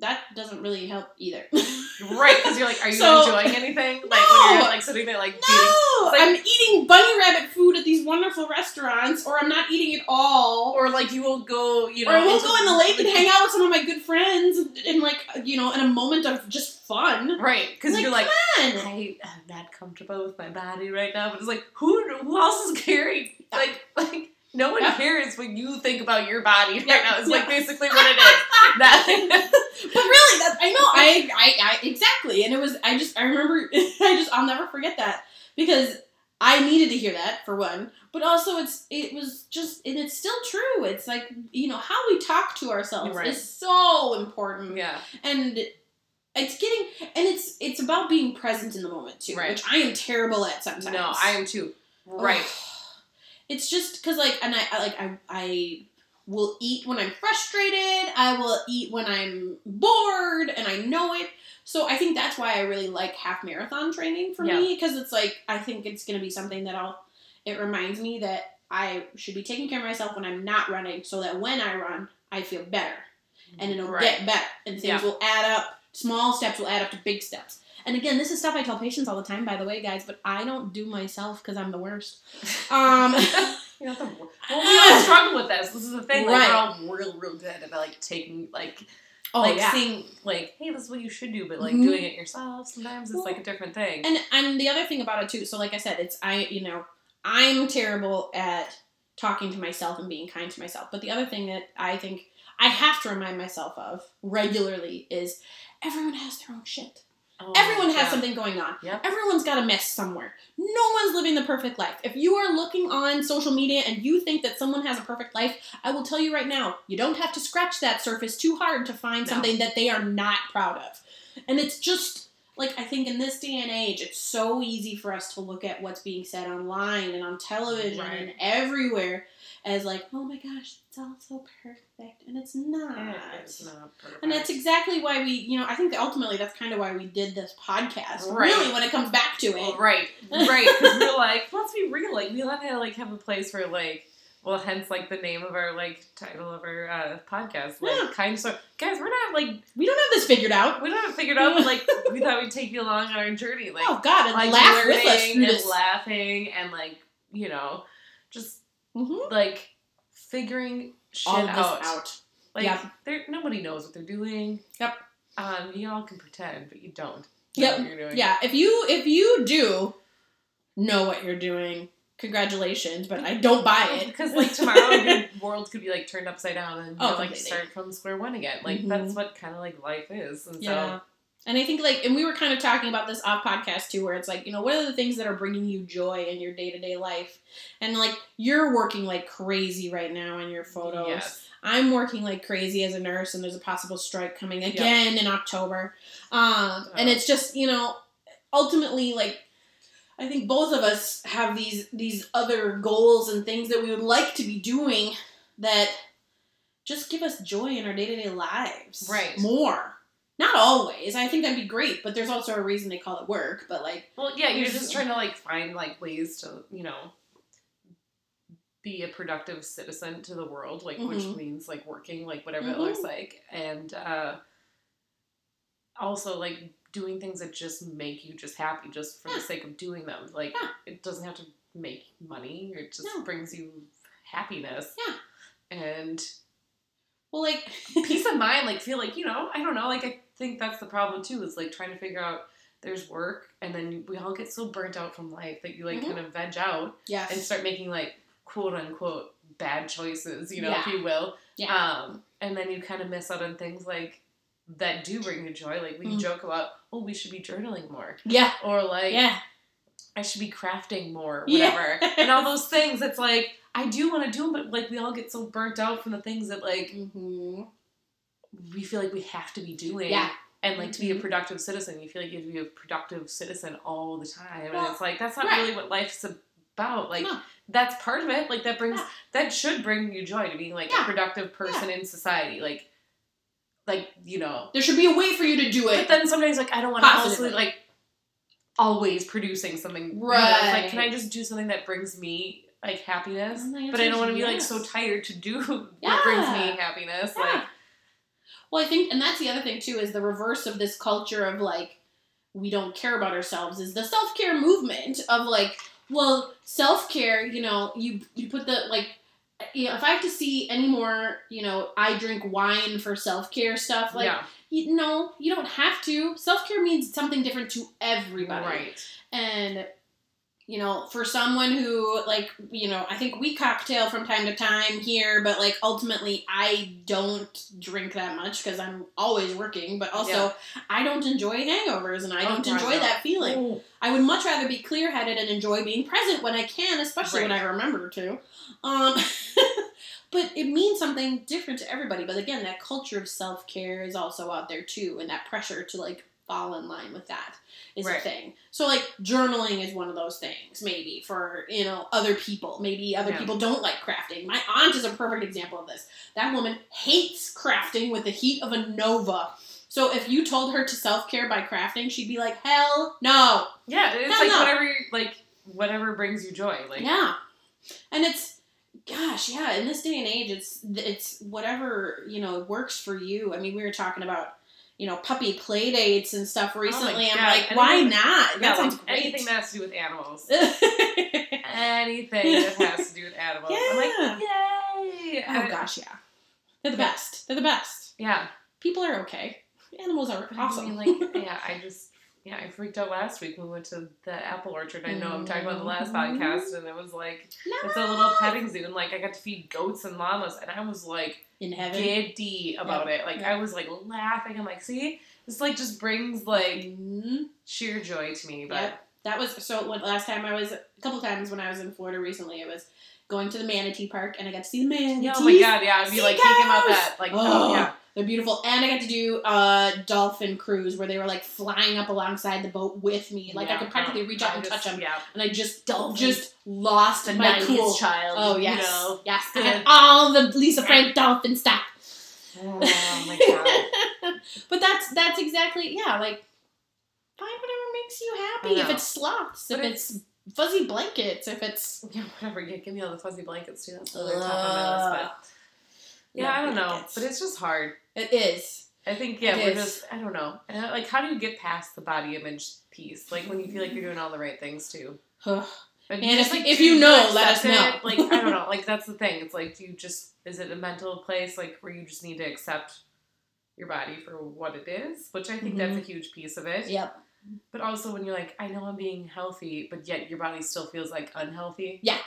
Speaker 1: that doesn't really help either. no!
Speaker 2: right. Because you're like, are you
Speaker 1: So-
Speaker 2: enjoying anything? Like when
Speaker 1: No.
Speaker 2: you're like sitting there like beating like-
Speaker 1: I'm eating bunny rabbit food at these wonderful restaurants, or I'm not eating at all,
Speaker 2: or like you will go, you know,
Speaker 1: or I will
Speaker 2: into-
Speaker 1: go in the lake and hang out with some of my good friends and, and, like you know in a moment of just fun.
Speaker 2: Right, because
Speaker 1: Like,
Speaker 2: you're like,
Speaker 1: Fun.
Speaker 2: I am not comfortable with my body right now. But it's like, who who else is caring? Like, like no one
Speaker 1: Yeah.
Speaker 2: cares what you think about your body right
Speaker 1: Yeah.
Speaker 2: now. It's like
Speaker 1: Yeah.
Speaker 2: basically what it is. Nothing.
Speaker 1: But really, that I know I, I I exactly, and it was I just I remember I just I'll never forget that because I needed to hear that for one, but also it's it was just and it's still true. It's like you know how we talk to ourselves
Speaker 2: Right.
Speaker 1: is so important.
Speaker 2: yeah,
Speaker 1: and it's getting and it's it's about being present in the moment too
Speaker 2: Right.
Speaker 1: which i am terrible at sometimes
Speaker 2: no, I am too. Right.
Speaker 1: it's just because like and I, I like i i will eat when i'm frustrated i will eat when i'm bored and i know it so i think that's why i really like half marathon training for
Speaker 2: Yeah.
Speaker 1: me because it's like i think it's going to be something that i'll it reminds me that i should be taking care of myself when i'm not running so that when i run i feel better and it'll
Speaker 2: Right.
Speaker 1: get better and things
Speaker 2: Yeah.
Speaker 1: will add up small steps will add up to big steps and again this is stuff i tell patients all the time by the way guys but i don't do myself because i'm the worst um
Speaker 2: You're not the wor- well, we all struggle with this. This is the thing. Like,
Speaker 1: Right.
Speaker 2: we're all real, real good about like taking, like,
Speaker 1: oh
Speaker 2: like
Speaker 1: yeah
Speaker 2: seeing, like, hey, this is what you should do, but like
Speaker 1: Mhm.
Speaker 2: doing it yourself sometimes it's like a different thing.
Speaker 1: and and the other thing about it too so like i said it's i you know i'm terrible at talking to myself and being kind to myself but the other thing that i think i have to remind myself of regularly is everyone has their own shit
Speaker 2: Oh,
Speaker 1: Everyone has
Speaker 2: yeah.
Speaker 1: something going on.
Speaker 2: Yep.
Speaker 1: Everyone's got a mess somewhere. No one's living the perfect life. If you are looking on social media and you think that someone has a perfect life, I will tell you right now, you don't have to scratch that surface too hard to find
Speaker 2: No.
Speaker 1: something that they are not proud of. And it's just like I think in this day and age, it's so easy for us to look at what's being said online and on television
Speaker 2: Right.
Speaker 1: and everywhere as like, oh my gosh, it's all so perfect, and Ah, it's not.
Speaker 2: It's not perfect.
Speaker 1: And that's exactly why we, you know, I think that ultimately that's kind of why we did this podcast.
Speaker 2: Right.
Speaker 1: Really, when it comes back to
Speaker 2: Well,
Speaker 1: it,
Speaker 2: right, right. Because we're like, let's be real. Like, we love to like have a place where like, well, hence like the name of our like title of our uh, podcast, like
Speaker 1: Yeah.
Speaker 2: kind of. So, guys, we're not like
Speaker 1: we don't have this figured out.
Speaker 2: we don't figured out. But, like, we thought we'd take you along on our journey, like,
Speaker 1: oh God, and
Speaker 2: like
Speaker 1: laugh
Speaker 2: learning
Speaker 1: with us through
Speaker 2: and
Speaker 1: this.
Speaker 2: laughing and like you know, just
Speaker 1: Mhm.
Speaker 2: like figuring shit
Speaker 1: All of this
Speaker 2: out.
Speaker 1: out.
Speaker 2: Like,
Speaker 1: Yeah.
Speaker 2: there nobody knows what they're doing.
Speaker 1: Yep.
Speaker 2: Um, y'all can pretend, but you don't. know
Speaker 1: Yep.
Speaker 2: what you're doing.
Speaker 1: Yeah, if you if you do know what you're doing, congratulations. But I don't buy it.
Speaker 2: Because Um, like tomorrow your world could be like turned upside down and you
Speaker 1: Oh,
Speaker 2: know, like
Speaker 1: completely.
Speaker 2: start from square one again. Like
Speaker 1: Mhm.
Speaker 2: that's what kind of like life is. And
Speaker 1: Yeah.
Speaker 2: so
Speaker 1: And I think like, and we were kind of talking about this off podcast too, where it's like, you know, what are the things that are bringing you joy in your day to day life? And like, you're working like crazy right now in your photos.
Speaker 2: Yes.
Speaker 1: I'm working like crazy as a nurse, and there's a possible strike coming again in October. Um, And
Speaker 2: Oh.
Speaker 1: it's just you know, ultimately, like I think both of us have these these other goals and things that we would like to be doing that just give us joy in our day to day lives,
Speaker 2: Right.
Speaker 1: More, not always. I think that'd be great, but there's also a reason they call it work. But like,
Speaker 2: Well, yeah, you're
Speaker 1: There's-
Speaker 2: just trying to like find like ways to you know be a productive citizen to the world, like
Speaker 1: Mhm.
Speaker 2: which means like working, like whatever
Speaker 1: Mhm.
Speaker 2: it looks like, and uh, also like doing things that just make you just happy, just for the
Speaker 1: Yeah.
Speaker 2: sake of doing them. Like
Speaker 1: Yeah.
Speaker 2: it doesn't have to make money; it just
Speaker 1: No.
Speaker 2: brings you happiness.
Speaker 1: Yeah.
Speaker 2: and
Speaker 1: well, like,
Speaker 2: peace of mind like feel like you know i don't know like i think that's the problem too is like trying to figure out there's work and then we all get so burnt out from life that you like
Speaker 1: Mhm.
Speaker 2: kind of veg out
Speaker 1: yes,
Speaker 2: and start making like quote unquote bad choices you know if
Speaker 1: Yeah.
Speaker 2: you will
Speaker 1: Yeah.
Speaker 2: um and then you kind of miss out on things like that do bring you joy like we
Speaker 1: Mm.
Speaker 2: joke about oh we should be journaling more
Speaker 1: yeah,
Speaker 2: or like
Speaker 1: yeah,
Speaker 2: i should be crafting more or
Speaker 1: Yeah.
Speaker 2: whatever and all those things it's like i do want to do them but like we all get so burnt out from the things that like Mm-hmm.
Speaker 1: hmm
Speaker 2: we feel like we have to be doing.
Speaker 1: Yeah.
Speaker 2: And like to be a
Speaker 1: Mhm.
Speaker 2: productive citizen, you feel like you have to be a productive citizen all the time.
Speaker 1: Well,
Speaker 2: and it's like that's not
Speaker 1: right.
Speaker 2: really what life's about. Like
Speaker 1: No.
Speaker 2: that's part of it. Like that brings
Speaker 1: Yeah.
Speaker 2: that should bring you joy to being like
Speaker 1: Yeah.
Speaker 2: a productive person in society. Like like, you know.
Speaker 1: there should be a way for you to do
Speaker 2: But
Speaker 1: it.
Speaker 2: then sometimes like I don't want to also
Speaker 1: Positively.
Speaker 2: like always producing something. you know, it's like can I
Speaker 1: Right.
Speaker 2: just do something that brings me like happiness?
Speaker 1: Oh my
Speaker 2: But I don't
Speaker 1: gosh,
Speaker 2: want to be like
Speaker 1: yes.
Speaker 2: so tired to do what brings
Speaker 1: Yeah.
Speaker 2: me happiness.
Speaker 1: Yeah.
Speaker 2: Like
Speaker 1: Well, I think, and that's the other thing too, is the reverse of this culture of like, we don't care about ourselves is the self care movement of like, well, self care, you know, you you put the like, you know, if I have to see any more, you know, I drink wine for self care stuff, like,
Speaker 2: yeah.
Speaker 1: you, no, you don't have to. Self care means something different to everybody,
Speaker 2: Right.
Speaker 1: and you know for someone who like you know i think we cocktail from time to time here but like ultimately i don't drink that much because i'm always working but also
Speaker 2: Yeah.
Speaker 1: i don't enjoy hangovers and i
Speaker 2: Oh,
Speaker 1: don't
Speaker 2: God,
Speaker 1: enjoy
Speaker 2: no.
Speaker 1: that feeling
Speaker 2: Oh,
Speaker 1: i would much rather be clear-headed and enjoy being present when i can especially when
Speaker 2: Right.
Speaker 1: i remember to um but it means something different to everybody but again that culture of self-care is also out there too and that pressure to like fall in line with that is a
Speaker 2: Right.
Speaker 1: thing. So like journaling is one of those things maybe for you know other people. Maybe other
Speaker 2: Yeah.
Speaker 1: people don't like crafting. My aunt is a perfect example of this. That woman hates crafting with the heat of a nova. So if you told her to self care by crafting, she'd be like, "Hell no!"
Speaker 2: Yeah, it's
Speaker 1: Hell
Speaker 2: like
Speaker 1: no.
Speaker 2: whatever like whatever brings you joy. Like
Speaker 1: yeah, and it's gosh, yeah. In this day and age, it's it's whatever you know works for you. I mean, we were talking about. You know, puppy play dates and stuff recently. I'm
Speaker 2: Oh God.
Speaker 1: like,
Speaker 2: And
Speaker 1: why
Speaker 2: then-
Speaker 1: not?
Speaker 2: yeah,
Speaker 1: that
Speaker 2: like,
Speaker 1: sounds great.
Speaker 2: anything that has to do with animals.
Speaker 1: yeah.
Speaker 2: anything that has to do with animals. I'm like, yay!
Speaker 1: Oh
Speaker 2: I-
Speaker 1: gosh, yeah. They're the best. They're the best.
Speaker 2: Yeah.
Speaker 1: People are okay. Animals are
Speaker 2: I
Speaker 1: awesome.
Speaker 2: mean, like yeah, I just yeah, I freaked out last week when we went to the apple orchard. I know I'm talking about the last
Speaker 1: Mhm.
Speaker 2: podcast and it was like
Speaker 1: No.
Speaker 2: it's a little petting zoo and like I got to feed goats and llamas and I was like
Speaker 1: in heaven.
Speaker 2: giddy about it. Like
Speaker 1: Yeah.
Speaker 2: I was like laughing. I'm like, see? This like just brings like
Speaker 1: Mhm.
Speaker 2: sheer joy to me, but
Speaker 1: Yep. That was so. When, last time I was a couple times when I was in Florida recently, it was going to the manatee park and I got to see the manatees.
Speaker 2: Yeah, oh my oh god, yeah, I'd be like thinking about
Speaker 1: Seagulls!
Speaker 2: that. Like,
Speaker 1: Oh.
Speaker 2: oh, yeah.
Speaker 1: They're beautiful. And I got to do a dolphin cruise where they were like flying up alongside the boat with me. Like I
Speaker 2: Yeah,
Speaker 1: could practically reach out and touch them.
Speaker 2: Yeah.
Speaker 1: And I just
Speaker 3: Dolphins.
Speaker 1: just lost
Speaker 3: The
Speaker 1: my
Speaker 3: 90s
Speaker 1: cool.
Speaker 3: child.
Speaker 1: Oh yes,
Speaker 2: you know.
Speaker 1: yes. I
Speaker 2: Good.
Speaker 1: had all the Lisa Frank dolphin stuff.
Speaker 2: Oh my god.
Speaker 1: But that's that's exactly yeah. Like find whatever makes you happy.
Speaker 2: I
Speaker 1: If
Speaker 2: know.
Speaker 1: it's sloths, if
Speaker 2: But
Speaker 1: it's, fuzzy blankets, if it's
Speaker 2: yeah, whatever. Yeah, give me all the fuzzy blankets too. That's another top of my list. But yeah, I don't know. But it's just hard.
Speaker 1: it is.
Speaker 2: I think yeah,
Speaker 1: It
Speaker 2: we're
Speaker 1: is.
Speaker 2: just I don't know. And, uh, like, how do you get past the body image piece? Like when you feel like you're doing all the right things too.
Speaker 1: Ugh.
Speaker 2: But
Speaker 1: And
Speaker 2: just,
Speaker 1: if-
Speaker 2: like,
Speaker 1: if
Speaker 2: do
Speaker 1: you know, let
Speaker 2: accept
Speaker 1: us know.
Speaker 2: it? Like I don't know. Like that's the thing. It's like do you just is it a mental place like where you just need to accept your body for what it is, which I think
Speaker 1: Mm-hmm.
Speaker 2: that's a huge piece of it.
Speaker 1: Yep.
Speaker 2: But also when you're like, I know I'm being healthy, but yet your body still feels like unhealthy.
Speaker 1: Yeah.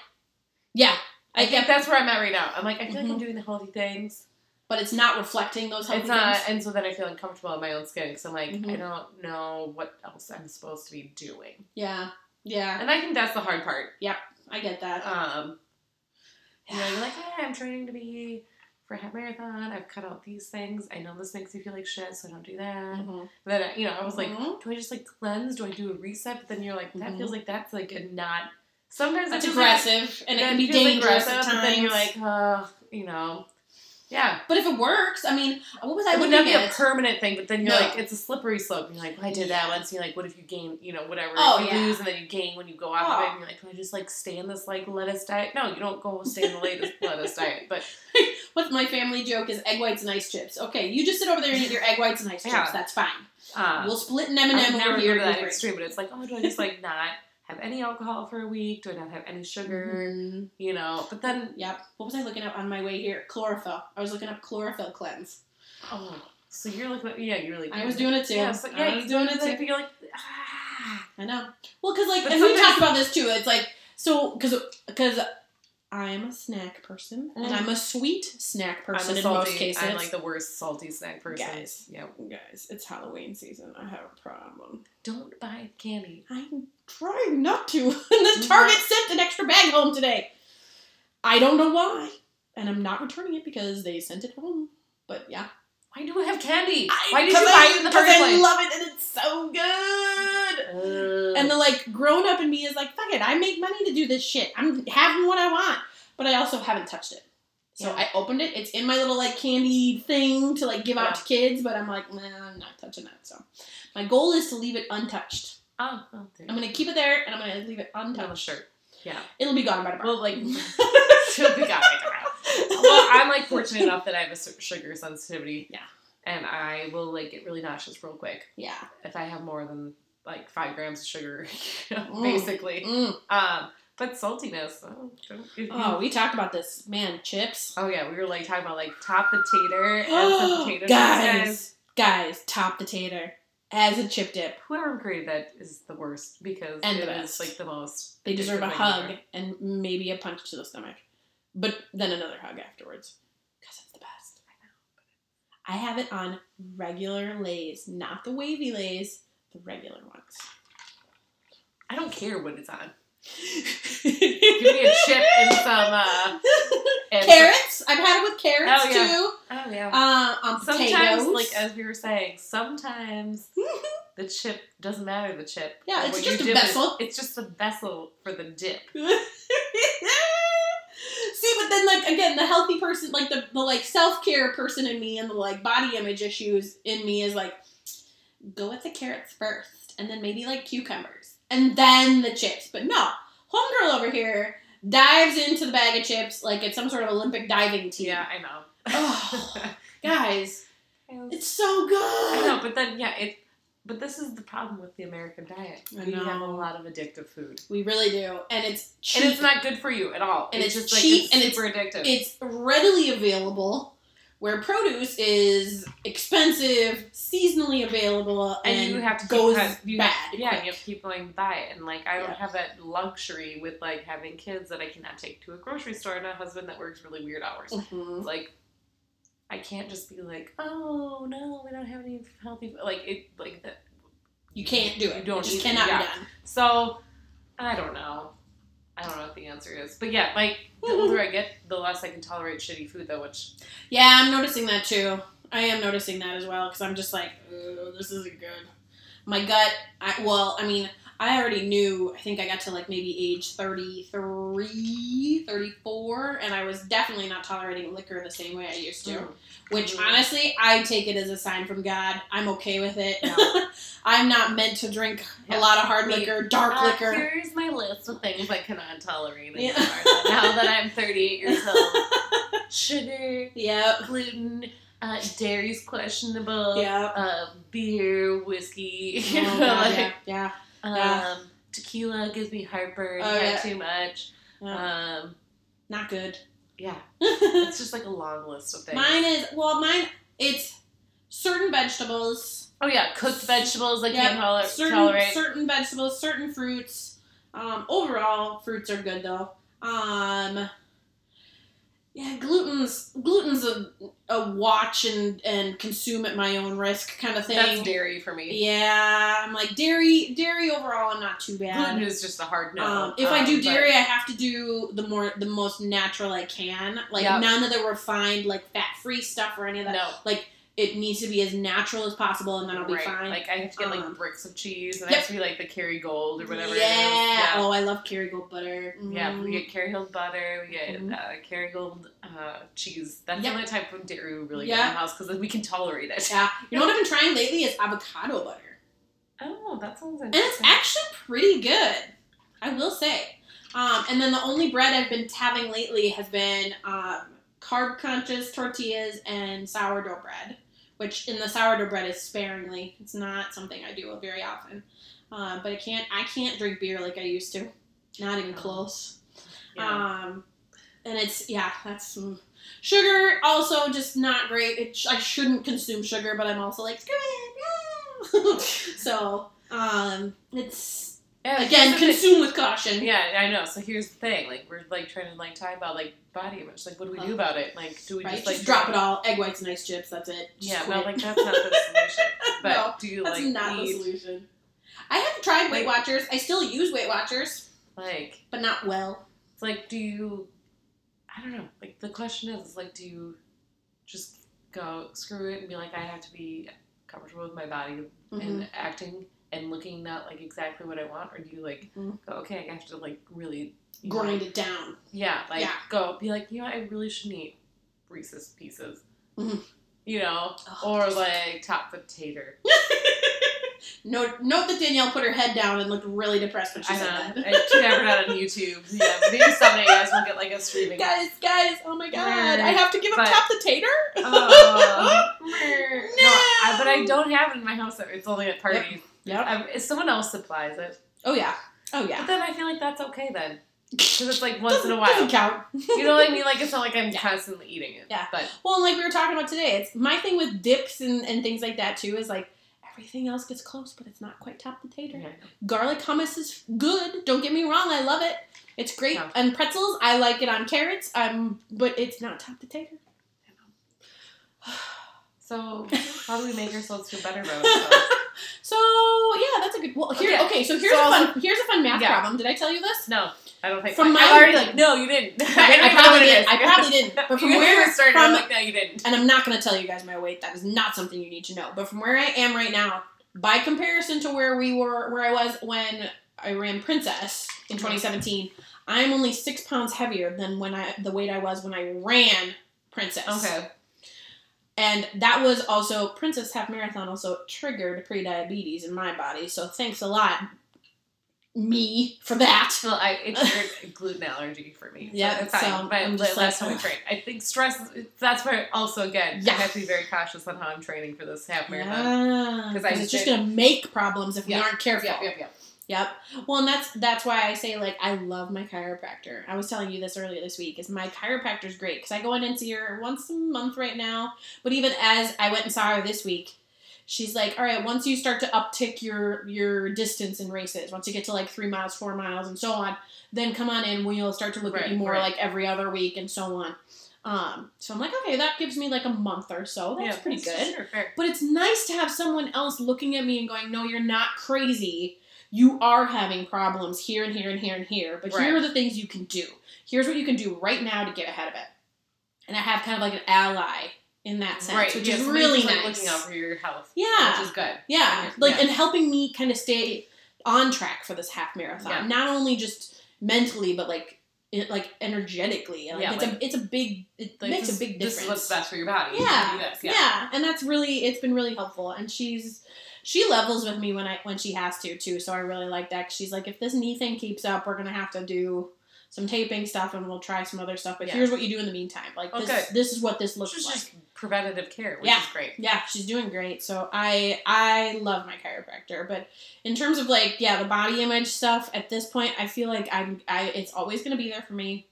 Speaker 2: I,
Speaker 1: I
Speaker 2: think
Speaker 1: get
Speaker 2: that's where I'm at right now. I'm like, I feel like
Speaker 1: Mhm.
Speaker 2: I'm doing the healthy things.
Speaker 1: but it's not reflecting those healthy
Speaker 2: it's not,
Speaker 1: things.
Speaker 2: and so then I feel uncomfortable in my own skin because I'm like, I
Speaker 1: Mhm.
Speaker 2: don't know what else I'm supposed to be doing.
Speaker 1: Yeah. Yeah.
Speaker 2: And I think that's the hard part.
Speaker 1: I get that.
Speaker 2: Um, you know, you're like, hey, I'm training to be for a half marathon. I've cut out these things. I know this makes you feel like shit, so don't do that.
Speaker 1: Mhm.
Speaker 2: Then you know, I was like,
Speaker 1: Mhm.
Speaker 2: do I just like cleanse? Do I do a reset? But then you're like, that
Speaker 1: Mhm.
Speaker 2: feels like that's like a not. Sometimes
Speaker 1: That's
Speaker 2: it feels like-
Speaker 1: aggressive and it
Speaker 2: that
Speaker 1: can be
Speaker 2: feels
Speaker 1: dangerous
Speaker 2: aggressive,
Speaker 1: at
Speaker 2: but
Speaker 1: times.
Speaker 2: then you're like, uh, you know, yeah.
Speaker 1: But if it works, I mean, what was
Speaker 2: It
Speaker 1: I
Speaker 2: would
Speaker 1: looking
Speaker 2: not be a
Speaker 1: at?
Speaker 2: permanent thing, but then you're
Speaker 1: No.
Speaker 2: like, it's a slippery slope. And you're like, well, I did that once. And you're like, what if you gain, you know, whatever.
Speaker 1: Oh,
Speaker 2: if you
Speaker 1: yeah.
Speaker 2: lose and then you gain when you go off of
Speaker 1: Oh.
Speaker 2: it. And you're like, can I just like stay in this like lettuce diet? No, you don't go stay in the latest lettuce diet. But
Speaker 1: What my family joke is egg whites and ice chips. Okay, you just sit over there and eat your egg whites and ice
Speaker 2: Yeah.
Speaker 1: chips. That's fine.
Speaker 2: um,
Speaker 1: We'll split an
Speaker 2: I would
Speaker 1: M&M
Speaker 2: never
Speaker 1: over
Speaker 2: go
Speaker 1: here.
Speaker 2: to that
Speaker 1: You're
Speaker 2: extreme. But it's like, oh, do I just like not have any alcohol for a week? Do I not have any
Speaker 1: great.
Speaker 2: sugar?
Speaker 1: Mhm.
Speaker 2: You know, but then,
Speaker 1: Yep. What was I looking up on my way here? Chlorophyll. I was looking up chlorophyll cleanse.
Speaker 2: oh, so you're looking at, yeah, you're like,
Speaker 1: I was doing it too.
Speaker 2: Yeah, so,
Speaker 1: I
Speaker 2: yeah,
Speaker 1: was
Speaker 2: you're
Speaker 1: doing it
Speaker 2: It's
Speaker 1: too.
Speaker 2: like, but you're like, ah.
Speaker 1: I know. Well, because like,
Speaker 2: But
Speaker 1: and we
Speaker 2: sometimes-
Speaker 1: talked about this too. It's like so because because I'm a snack person and
Speaker 2: Mm.
Speaker 1: I'm a sweet snack person
Speaker 2: I'm
Speaker 1: in
Speaker 2: salty,
Speaker 1: most cases.
Speaker 2: I'm like the worst salty snack person.
Speaker 1: Guys.
Speaker 2: Yeah.
Speaker 1: Guys, it's Halloween season. I have a problem.
Speaker 2: Don't buy candy.
Speaker 1: I'm trying not to. and
Speaker 2: Mm-hmm.
Speaker 1: the Target sent an extra bag home today. I don't know why, and I'm not returning it because they sent it home. But yeah,
Speaker 2: Why do I have candy?
Speaker 1: I-
Speaker 2: Why did you
Speaker 1: 'cause
Speaker 2: buy
Speaker 1: I-
Speaker 2: it in the
Speaker 1: 'cause
Speaker 2: first
Speaker 1: I
Speaker 2: place?
Speaker 1: love it and it's so good. And the like grown up in me is like, fuck it, I make money to do this shit. I'm having what I want. But I also haven't touched it. So
Speaker 2: Yeah.
Speaker 1: I opened it. It's in my little like candy thing to like give
Speaker 2: Yeah.
Speaker 1: out to kids, but I'm like, nah, I'm not touching that. So my goal is to leave it untouched.
Speaker 2: oh, oh, there
Speaker 1: I'm gonna keep it there and I'm gonna leave
Speaker 2: it
Speaker 1: it
Speaker 2: on the
Speaker 1: untouched.
Speaker 2: shirt. Yeah.
Speaker 1: It'll be gone by tomorrow.
Speaker 2: Well, like, she'll be gone right around. Well, I'm like fortunate enough that I have a su- sugar sensitivity.
Speaker 1: Yeah.
Speaker 2: And I will like get really nauseous real quick
Speaker 1: yeah.
Speaker 2: if I have more than like five grams of sugar, you know,
Speaker 1: Mm.
Speaker 2: basically.
Speaker 1: Mm.
Speaker 2: Um, but saltiness. Oh, don't- if you-
Speaker 1: Oh, we talked about this. Man, chips.
Speaker 2: Oh yeah, we were like talking about like top potato and some potato chips.
Speaker 1: guys, guys, top the tater as a chip dip.
Speaker 2: Whoever created that is the worst because
Speaker 1: And
Speaker 2: it
Speaker 1: the
Speaker 2: is
Speaker 1: best.
Speaker 2: like the most.
Speaker 1: They deserve a
Speaker 2: addictive thing
Speaker 1: hug
Speaker 2: ever.
Speaker 1: and maybe a punch to the stomach, but then another hug afterwards because it's the best. I have it on regular lays, not the wavy lays, the regular
Speaker 2: I don't care what it's on. Give
Speaker 1: ones.
Speaker 2: me a chip and some uh, and
Speaker 1: carrots. I've had it with carrots
Speaker 2: Oh, yeah.
Speaker 1: too.
Speaker 2: Some, oh yeah.
Speaker 1: Uh, on potatoes.
Speaker 2: Sometimes, like as we were saying, sometimes the chip doesn't matter. The chip.
Speaker 1: Yeah, it's
Speaker 2: What you
Speaker 1: just a
Speaker 2: dip is-
Speaker 1: vessel.
Speaker 2: it's just a vessel for the dip.
Speaker 1: See, but then like again, the healthy person, like the, the like self care person in me, and the like body image issues in me is like, go with the carrots first, and then maybe like cucumbers, and then the chips. But no, homegirl over here dives into the bag of chips like it's some sort of Olympic diving team.
Speaker 2: Yeah, I know.
Speaker 1: Oh, guys, it's so good.
Speaker 2: I know, but then yeah, it. But this is the problem with the American diet.
Speaker 1: I
Speaker 2: We have a
Speaker 1: know.
Speaker 2: lot of addictive food.
Speaker 1: We really do, and it's cheap.
Speaker 2: And it's not good for you at all.
Speaker 1: And
Speaker 2: it's,
Speaker 1: it's
Speaker 2: just
Speaker 1: cheap
Speaker 2: like it's
Speaker 1: and it's-
Speaker 2: super addictive.
Speaker 1: It's readily available, where produce is expensive, seasonally available, and,
Speaker 2: and you have to keep
Speaker 1: goes
Speaker 2: cut- you
Speaker 1: bad.
Speaker 2: Have, yeah, and you have to keep going by it. And like I don't
Speaker 1: Yeah.
Speaker 2: have that luxury with like having kids that I cannot take to a grocery store and a husband that works really weird hours.
Speaker 1: Mhm.
Speaker 2: Like I can't just be like, oh no, we don't have any healthy food. like it like that.
Speaker 1: You can't do it.
Speaker 2: You don't
Speaker 1: it just
Speaker 2: need to,
Speaker 1: cannot be
Speaker 2: yeah.
Speaker 1: done.
Speaker 2: So I don't know. I don't know what the answer is, but yeah, like the older I get, the less I can tolerate shitty food though, which
Speaker 1: Yeah, I'm noticing that too. I am noticing that as well because I'm just like, "Ugh, this isn't good. My gut, I, well, I mean, I already knew, I think I got to like maybe age 33, 34, and I was definitely not tolerating liquor the same way I used to. Which
Speaker 2: Mhm.
Speaker 1: honestly, I take it as a sign from God. I'm okay with it.
Speaker 2: Yeah.
Speaker 1: I'm not meant to drink
Speaker 2: Yeah.
Speaker 1: a lot of hard
Speaker 2: Me-
Speaker 1: liquor, dark
Speaker 2: Uh,
Speaker 1: liquor.
Speaker 2: Here's my list of things I cannot tolerate
Speaker 1: Yeah.
Speaker 2: anymore. now that I'm 38 years old, sugar,
Speaker 1: Yep.
Speaker 2: gluten, uh, dairy's questionable.
Speaker 1: Yep.
Speaker 2: Uh, beer, whiskey,
Speaker 1: Oh, God,
Speaker 2: like,
Speaker 1: yeah, yeah,
Speaker 2: um,
Speaker 1: yeah.
Speaker 2: tequila gives me heartburn.
Speaker 1: Oh,
Speaker 2: had
Speaker 1: yeah.
Speaker 2: too much.
Speaker 1: yeah.
Speaker 2: Um,
Speaker 1: not good.
Speaker 2: yeah,
Speaker 1: mine
Speaker 2: it's just like a long list of things.
Speaker 1: is well, mine it's certain vegetables,
Speaker 2: oh yeah, cooked vegetables I
Speaker 1: Yeah,
Speaker 2: can't toler-
Speaker 1: certain
Speaker 2: tolerate.
Speaker 1: certain vegetables, certain fruits. Um, overall, fruits are good though. Um, yeah, gluten's gluten's a, a watch and and consume at my own risk kind of thing.
Speaker 2: That's dairy for me.
Speaker 1: Yeah, I'm like dairy. Dairy overall, I'm not too bad.
Speaker 2: Gluten is just a hard no.
Speaker 1: um, if I do
Speaker 2: but-
Speaker 1: dairy, I have to do the more the most natural I can. Like
Speaker 2: Yep.
Speaker 1: none of the refined, like fat free stuff or any of that.
Speaker 2: no,
Speaker 1: It needs to be as natural as possible, and then I'll be
Speaker 2: right.
Speaker 1: fine.
Speaker 2: Like I have to get like
Speaker 1: Um,
Speaker 2: bricks of cheese, and it
Speaker 1: yep.
Speaker 2: has to be like the Kerrygold or whatever.
Speaker 1: yeah.
Speaker 2: It is. yeah.
Speaker 1: Oh, I love Kerrygold butter.
Speaker 2: Yeah,
Speaker 1: Mm.
Speaker 2: we get Kerrygold butter, we get
Speaker 1: Mhm.
Speaker 2: uh, Kerrygold uh, cheese. That's
Speaker 1: Yep.
Speaker 2: the only type of dairy we really get
Speaker 1: Yeah.
Speaker 2: in the house because we can tolerate it.
Speaker 1: Yeah. You know what I've been trying lately is avocado butter,
Speaker 2: Oh, that sounds
Speaker 1: and it's
Speaker 2: interesting.
Speaker 1: actually pretty good. I will say. Um, and then the only bread I've been having lately has been um, carb conscious tortillas and sourdough bread, which in the sourdough bread is sparingly. It's not something I do very often. Uh, but I can't I can't drink beer like I used to. Not even close.
Speaker 2: Yeah.
Speaker 1: Um, and it's yeah, that's mm. sugar. Also, just not great. It sh- I shouldn't consume sugar, but I'm also like screw it. yeah." so um, it's
Speaker 2: Yeah,
Speaker 1: again
Speaker 2: here's the
Speaker 1: consume with caution.
Speaker 2: thing- Yeah, I know. So here's the thing: like we're like trying to like talk about like body image. Like, what do we do about it? Like, do we
Speaker 1: Uh-huh. Right,
Speaker 2: just
Speaker 1: just,
Speaker 2: like
Speaker 1: drop it all. Egg whites and ice chips. That's it. Just
Speaker 2: Yeah,
Speaker 1: quit.
Speaker 2: well, like that's not the solution. But
Speaker 1: No,
Speaker 2: do you
Speaker 1: that's
Speaker 2: like
Speaker 1: not the
Speaker 2: eat,
Speaker 1: solution. I have tried Weight Watchers. I still use Weight Watchers,
Speaker 2: like
Speaker 1: but not well.
Speaker 2: It's like, do you? I don't know. Like the question is, is like, do you just go screw it and be like, I have to be comfortable with my body
Speaker 1: Mhm.
Speaker 2: and acting and looking not like exactly what I want, or do you like
Speaker 1: Mhm.
Speaker 2: go, okay, I have to like really you know,
Speaker 1: Grind it down.
Speaker 2: Yeah, like
Speaker 1: Yeah.
Speaker 2: go be like, you know, what, I really shouldn't eat Reese's pieces.
Speaker 1: Mhm.
Speaker 2: You know,
Speaker 1: Ugh.
Speaker 2: or like top the tater.
Speaker 1: Note, note that Danielle put her head down and looked really depressed when she
Speaker 2: I
Speaker 1: said
Speaker 2: know.
Speaker 1: that.
Speaker 2: I tune everyone out on YouTube. Yeah, maybe someday you guys will get like a streaming.
Speaker 1: Guys, guys, oh my god. I have to give up
Speaker 2: But-
Speaker 1: top the tater?
Speaker 2: Oh. no, Um, I, but I don't have it in my house. It's only at parties.
Speaker 1: Yep.
Speaker 2: Um, if someone else supplies it,
Speaker 1: Oh yeah. Oh yeah.
Speaker 2: but then I feel like that's okay then, because it's like once in a
Speaker 1: Doesn't
Speaker 2: while.
Speaker 1: count.
Speaker 2: You know what I mean? Like it's not like I'm
Speaker 1: Yeah.
Speaker 2: constantly eating it.
Speaker 1: Yeah.
Speaker 2: But
Speaker 1: Well, and like we were talking about today, it's my thing with dips and, and things like that too is like everything else gets close, but it's not quite top the tater.
Speaker 2: yeah.
Speaker 1: Garlic hummus is good. Don't get me wrong, I love it. It's great.
Speaker 2: Yeah.
Speaker 1: And pretzels, I like it on carrots. Um, but it's not top the tater.
Speaker 2: So how do we make ourselves feel better about ourselves?
Speaker 1: So yeah, that's a good. Well, here,
Speaker 2: Okay.
Speaker 1: okay. so here's
Speaker 2: So
Speaker 1: a
Speaker 2: I'll-
Speaker 1: fun. Here's a fun math
Speaker 2: Yeah.
Speaker 1: problem. Did I tell you this?
Speaker 2: No, I don't think.
Speaker 1: From
Speaker 2: I'm
Speaker 1: my-
Speaker 2: already like no, you didn't.
Speaker 1: I, probably did. I probably didn't. But from where
Speaker 2: started,
Speaker 1: from
Speaker 2: I'm like no, you didn't.
Speaker 1: and I'm not going to tell you guys my weight. That is not something you need to know. But from where I am right now, by comparison to where we were, where I was when I ran Princess in
Speaker 2: Mhm.
Speaker 1: 2017, I'm only six pounds heavier than when I the weight I was when I ran Princess.
Speaker 2: Okay.
Speaker 1: And that was also Princess Half Marathon also triggered pre-diabetes in my body. So thanks a lot, me, for that.
Speaker 2: Well, I it triggered gluten allergy for me.
Speaker 1: Yeah,
Speaker 2: so it's fine.
Speaker 1: so
Speaker 2: but
Speaker 1: I'm
Speaker 2: la-
Speaker 1: just
Speaker 2: last
Speaker 1: like,
Speaker 2: time I trained, I think stress. is- That's where also again,
Speaker 1: Yeah.
Speaker 2: I have to be very cautious on how I'm training for this half marathon.
Speaker 1: Yeah,
Speaker 2: 'Cause I
Speaker 1: because it's just
Speaker 2: did-
Speaker 1: gonna make problems if
Speaker 2: Yeah.
Speaker 1: we aren't careful.
Speaker 2: yep, yep.
Speaker 1: Yep. Well, and that's that's why I say like I love my chiropractor. I was telling you this earlier this week. Is my chiropractor's great because I go in and see her once a month right now. But even as I went and saw her this week, she's like, "All right, once you start to uptick your your distance in races, once you get to like three miles, four miles, and so on, then come on in. We'll start to look at
Speaker 2: Right,
Speaker 1: you more
Speaker 2: right.
Speaker 1: like every other week and so on." Um, so I'm like, okay, that gives me like a month or so. That's
Speaker 2: Yeah,
Speaker 1: pretty good.
Speaker 2: Sure, fair.
Speaker 1: But it's nice to have someone else looking at me and going, "No, you're not crazy. You are having problems here and here and here and here. But
Speaker 2: Right.
Speaker 1: here are the things you can do. Here's what you can do right now to get ahead of it." And I have kind of like an ally in that sense,
Speaker 2: right,
Speaker 1: which
Speaker 2: yeah,
Speaker 1: is
Speaker 2: somebody's
Speaker 1: really
Speaker 2: just, like,
Speaker 1: nice.
Speaker 2: looking out for your health,
Speaker 1: yeah,
Speaker 2: which is good.
Speaker 1: yeah,
Speaker 2: Yeah.
Speaker 1: like and helping me kind of stay on track for this half marathon.
Speaker 2: Yeah.
Speaker 1: Not only just mentally, but like it, like energetically. And, Like,
Speaker 2: Yeah,
Speaker 1: it's
Speaker 2: like-
Speaker 1: a it's a big it
Speaker 2: Like,
Speaker 1: makes
Speaker 2: this,
Speaker 1: a big
Speaker 2: this
Speaker 1: difference.
Speaker 2: is what's best for your body. You
Speaker 1: Yeah,
Speaker 2: can do this,
Speaker 1: yeah.
Speaker 2: yeah.
Speaker 1: and that's really it's been really helpful. And she's she levels with me when I when she has to too. So I really like that. 'Cause She's like, if this knee thing keeps up, we're gonna have to do some taping stuff, and we'll try some other stuff. But
Speaker 2: Yeah.
Speaker 1: here's what you do in the meantime. Like
Speaker 2: Oh,
Speaker 1: this,
Speaker 2: good.
Speaker 1: this is what this looks
Speaker 2: Which is
Speaker 1: like.
Speaker 2: just preventative care, which
Speaker 1: Yeah.
Speaker 2: is great.
Speaker 1: Yeah, she's doing great. So I I love my chiropractor, but in terms of like yeah, the body image stuff at this point, I feel like I'm I it's always going to be there for me.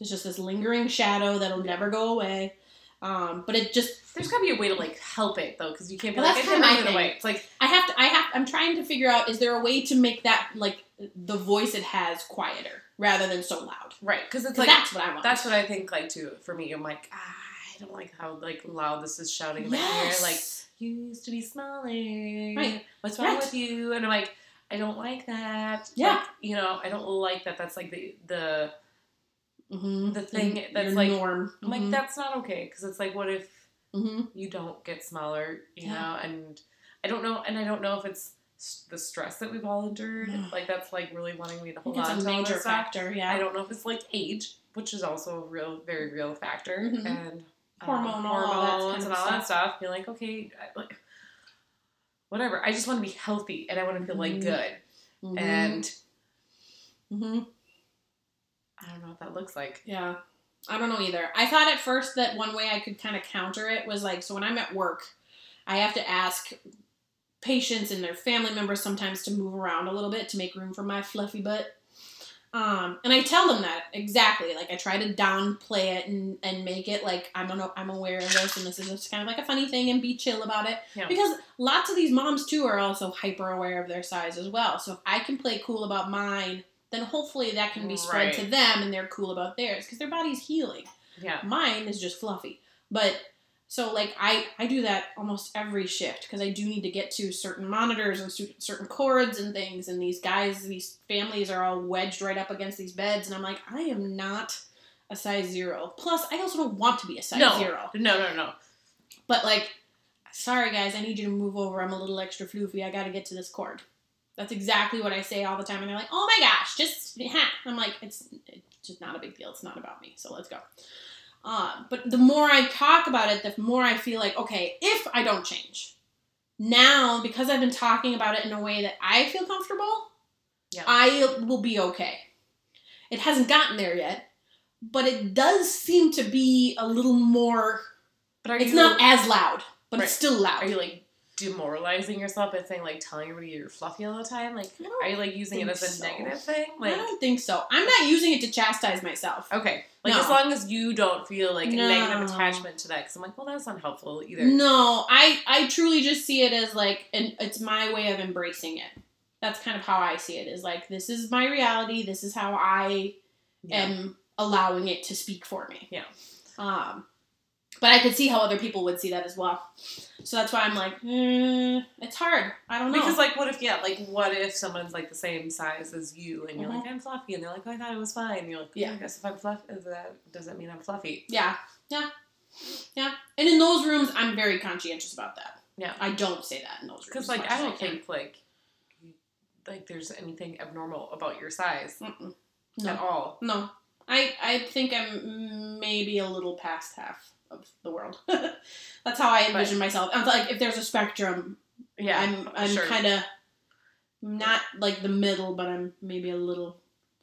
Speaker 1: It's just this lingering shadow that'll never go away. Um, but it just
Speaker 2: There's got to be a way to like help it though, because you can't be
Speaker 1: Well,
Speaker 2: like
Speaker 1: that's
Speaker 2: I
Speaker 1: kinda
Speaker 2: didn't
Speaker 1: my
Speaker 2: really
Speaker 1: thing.
Speaker 2: wait. It's like
Speaker 1: I have to I have I'm trying to figure out is there a way to make that like the voice it has quieter rather than so loud.
Speaker 2: right, because it's like
Speaker 1: 'Cause that's what I want.
Speaker 2: That's what I think, like, too, for me. I'm like, ah, I don't like how, like, loud this is shouting in my ear.
Speaker 1: yes.
Speaker 2: Like, you used to be smaller.
Speaker 1: Right.
Speaker 2: What's wrong
Speaker 1: Right.
Speaker 2: with you? And I'm like, I don't like that.
Speaker 1: Yeah.
Speaker 2: Like, you know, I don't like that. That's, like, the, the
Speaker 1: Mhm.
Speaker 2: the thing
Speaker 1: Your
Speaker 2: that's like-
Speaker 1: norm. Mm-hmm.
Speaker 2: I'm like, that's not okay. Because it's like, what if
Speaker 1: hmm
Speaker 2: you don't get smaller, you
Speaker 1: Yeah.
Speaker 2: know? And I don't know, and I don't know if it's s- the stress that we've all endured.
Speaker 1: Mm.
Speaker 2: Like, that's, like, really wanting me to
Speaker 1: I think
Speaker 2: hold on
Speaker 1: it's a
Speaker 2: to all
Speaker 1: major
Speaker 2: this stuff.
Speaker 1: factor.
Speaker 2: I
Speaker 1: Yeah.
Speaker 2: don't know if it's like age, which is also a real, very real factor,
Speaker 1: Mhm.
Speaker 2: and um,
Speaker 1: Hormonal, all that
Speaker 2: hormones,
Speaker 1: kind
Speaker 2: and
Speaker 1: of
Speaker 2: all that stuff. You're like, okay, I- like, whatever. I just want to be healthy, and I want to feel like
Speaker 1: Mhm.
Speaker 2: good, and
Speaker 1: hmm
Speaker 2: I don't know what that looks like.
Speaker 1: Yeah. I don't know either. I thought at first that one way I could kind of counter it was like, so when I'm at work, I have to ask patients and their family members sometimes to move around a little bit to make room for my fluffy butt. Um, and I tell them that exactly. Like I try to downplay it and, and make it like I'm an, I'm aware of this and this is just kind of like a funny thing and be chill about it.
Speaker 2: Yeah.
Speaker 1: Because lots of these moms too are also hyper aware of their size as well. So if I can play cool about mine, then hopefully that can be spread to
Speaker 2: Right.
Speaker 1: them and they're cool about theirs because their body's healing.
Speaker 2: Yeah,
Speaker 1: Mine is just fluffy. But so like I I do that almost every shift because I do need to get to certain monitors and cer- certain cords and things and these guys these families are all wedged right up against these beds and I'm like I am not a size 0. Plus I also don't want to be a size
Speaker 2: no,
Speaker 1: 0.
Speaker 2: no, no, no.
Speaker 1: But like, sorry guys, I need you to move over. I'm a little extra floofy. I got to get to this cord. That's exactly what I say all the time, and they're like, "Oh my gosh, just ha." I'm like, "It's it's just not a big deal. It's not about me. So let's go." Um, but the more I talk about it, the more I feel like, okay, if I don't change now, because I've been talking about it in a way that I feel comfortable,
Speaker 2: Yeah.
Speaker 1: I will be okay. It hasn't gotten there yet, but it does seem to be a little more
Speaker 2: But are
Speaker 1: it's
Speaker 2: you
Speaker 1: not as loud, but
Speaker 2: Right.
Speaker 1: it's still loud.
Speaker 2: are you like demoralizing yourself by saying like telling everybody you're fluffy all the time? Like,
Speaker 1: I don't
Speaker 2: are you like using it
Speaker 1: think
Speaker 2: as a
Speaker 1: so.
Speaker 2: negative thing?
Speaker 1: I
Speaker 2: Like,
Speaker 1: don't think so. I'm not using it to chastise myself.
Speaker 2: okay, like
Speaker 1: No.
Speaker 2: as long as you don't feel like
Speaker 1: No.
Speaker 2: a negative attachment to that, because I'm like, well, that's not helpful either.
Speaker 1: No, I I truly just see it as like an it's my way of embracing it. That's kind of how I see it. Is like this is my reality. This is how I
Speaker 2: Yeah.
Speaker 1: am allowing it to speak for me.
Speaker 2: Yeah.
Speaker 1: Um, but I could see how other people would see that as well. So that's why I'm like, mm, it's hard. I don't know.
Speaker 2: Because like, what if yeah, like, what if someone's like the same size as you, and you're like, I'm fluffy, and they're like, oh, I thought it was fine. And you're like, yeah,
Speaker 1: Mm-hmm. Yeah.
Speaker 2: I guess if I'm fluffy, that doesn't mean I'm fluffy.
Speaker 1: Yeah, yeah, yeah. And in those rooms, I'm very conscientious about that.
Speaker 2: Yeah.
Speaker 1: I don't say that in those rooms.
Speaker 2: Because
Speaker 1: as
Speaker 2: like,
Speaker 1: much
Speaker 2: I
Speaker 1: as
Speaker 2: don't
Speaker 1: can.
Speaker 2: think like, like there's anything abnormal about your size
Speaker 1: Mm-mm.
Speaker 2: at
Speaker 1: No,
Speaker 2: all.
Speaker 1: no. I I think I'm maybe a little past half of the world. That's how I envision myself. I'm like, if there's a spectrum,
Speaker 2: Yeah,
Speaker 1: I'm I'm
Speaker 2: sure.
Speaker 1: kind of not like the middle, but I'm maybe a little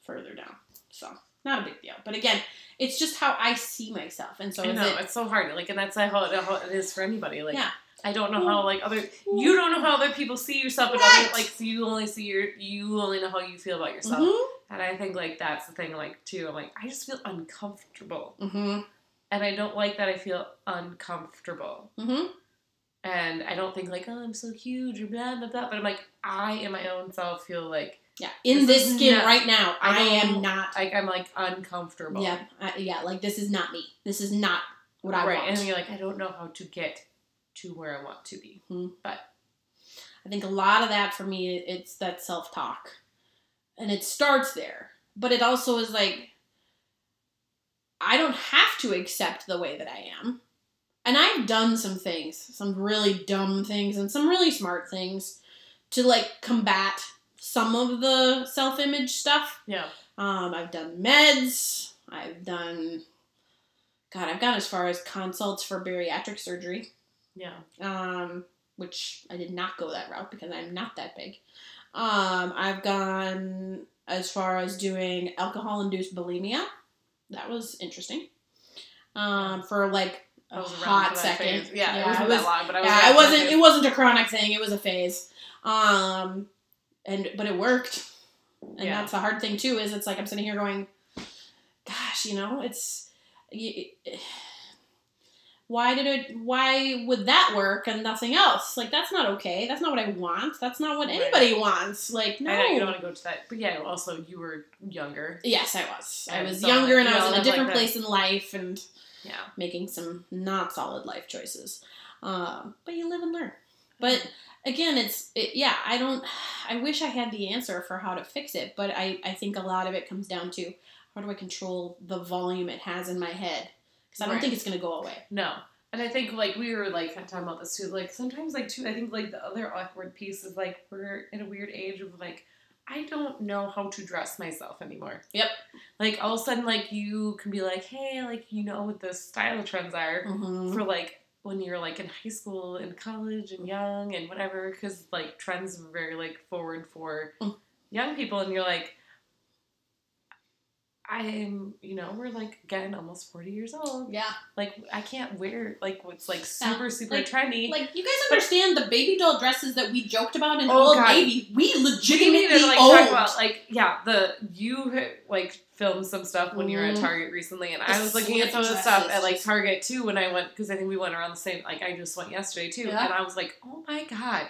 Speaker 1: further down. So not a big deal. But again, it's just how I see myself, and so
Speaker 2: I
Speaker 1: is
Speaker 2: know
Speaker 1: it.
Speaker 2: it's so hard. Like, and that's how it, how it is for anybody. Like,
Speaker 1: Yeah.
Speaker 2: I don't know how like other you don't know how other people see yourself, and
Speaker 1: Right.
Speaker 2: other, like so you only see your you only know how you feel about yourself.
Speaker 1: Mm-hmm.
Speaker 2: And I think like that's the thing. Like too, I'm like I just feel uncomfortable.
Speaker 1: Mm-hmm.
Speaker 2: and I don't like that I feel uncomfortable.
Speaker 1: Mm-hmm.
Speaker 2: And I don't think like, oh, I'm so huge or blah blah blah. But I'm like, I in my own self feel like,
Speaker 1: Yeah, in
Speaker 2: This
Speaker 1: this,
Speaker 2: is
Speaker 1: skin
Speaker 2: not-
Speaker 1: right now, I,
Speaker 2: I
Speaker 1: am
Speaker 2: don't-
Speaker 1: not.
Speaker 2: like I'm like uncomfortable.
Speaker 1: Yeah, I, yeah, like this is not me. This is not what I
Speaker 2: right.
Speaker 1: want.
Speaker 2: And you're like, I don't know how to get to where I want to be.
Speaker 1: I think a lot of that for me, it's that self talk, and it starts there. But it also is like, I don't have to accept the way that I am. And I've done some things, some really dumb things and some really smart things to like combat some of the self image stuff.
Speaker 2: Yeah.
Speaker 1: Um, I've done meds. I've done, God, I've gone as far as consults for bariatric surgery,
Speaker 2: Yeah.
Speaker 1: um, which I did not go that route because I'm not that big. Um, I've gone as far as doing alcohol induced bulimia. That was interesting. Um, for like a
Speaker 2: That was around
Speaker 1: hot
Speaker 2: that
Speaker 1: second.
Speaker 2: phase. Yeah, it wasn't
Speaker 1: it was-
Speaker 2: that long, but I was
Speaker 1: yeah,
Speaker 2: around
Speaker 1: it wasn't.
Speaker 2: that
Speaker 1: It wasn't a chronic thing. It was a phase. Um, and but it worked, and
Speaker 2: Yeah.
Speaker 1: that's the hard thing too. Is it's like I'm sitting here going, "Gosh, you know, it's y- y- why did it? Why would that work and nothing else? Like that's not okay. That's not what I want. That's not what
Speaker 2: Right.
Speaker 1: anybody wants. Like no.
Speaker 2: I know you don't want to go to that, but yeah. Also, you were younger.
Speaker 1: Yes, I was. I
Speaker 2: And
Speaker 1: was
Speaker 2: so,
Speaker 1: younger and
Speaker 2: you
Speaker 1: I was
Speaker 2: know,
Speaker 1: in a
Speaker 2: like
Speaker 1: different
Speaker 2: that-
Speaker 1: place in life and
Speaker 2: Yeah.
Speaker 1: making some not solid life choices. Um, but you live and learn. But again, it's it, yeah. I don't. I wish I had the answer for how to fix it, but I I think a lot of it comes down to how do I control the volume it has in my head because I don't
Speaker 2: Right.
Speaker 1: think it's going to go away.
Speaker 2: No. And I think like we were like kind of talking about this too. Like sometimes like too, I think like the other awkward piece is like we're in a weird age of like I don't know how to dress myself anymore.
Speaker 1: Yep.
Speaker 2: Like all of a sudden like you can be like, hey, like you know what the style trends are
Speaker 1: Mm-hmm.
Speaker 2: for like when you're like in high school and college and young and whatever because like trends were very like forward for
Speaker 1: Mm.
Speaker 2: young people and you're like i'm you know we're like again almost 40 years old
Speaker 1: Yeah,
Speaker 2: like I can't wear like what's like
Speaker 1: Yeah.
Speaker 2: super super
Speaker 1: Like-
Speaker 2: trendy.
Speaker 1: like you guys understand the baby doll dresses that we joked about in
Speaker 2: Oh,
Speaker 1: Old
Speaker 2: God.
Speaker 1: Navy. We
Speaker 2: We
Speaker 1: legitimately
Speaker 2: need to like
Speaker 1: owned
Speaker 2: talk about like yeah the you like filmed some stuff when you were at
Speaker 1: Mhm.
Speaker 2: Target recently, and
Speaker 1: The
Speaker 2: I was looking at
Speaker 1: slip
Speaker 2: some of the stuff at
Speaker 1: dresses.
Speaker 2: like Target too when I went because I think we went around the same like I just went yesterday too,
Speaker 1: Yeah.
Speaker 2: and I was like oh my god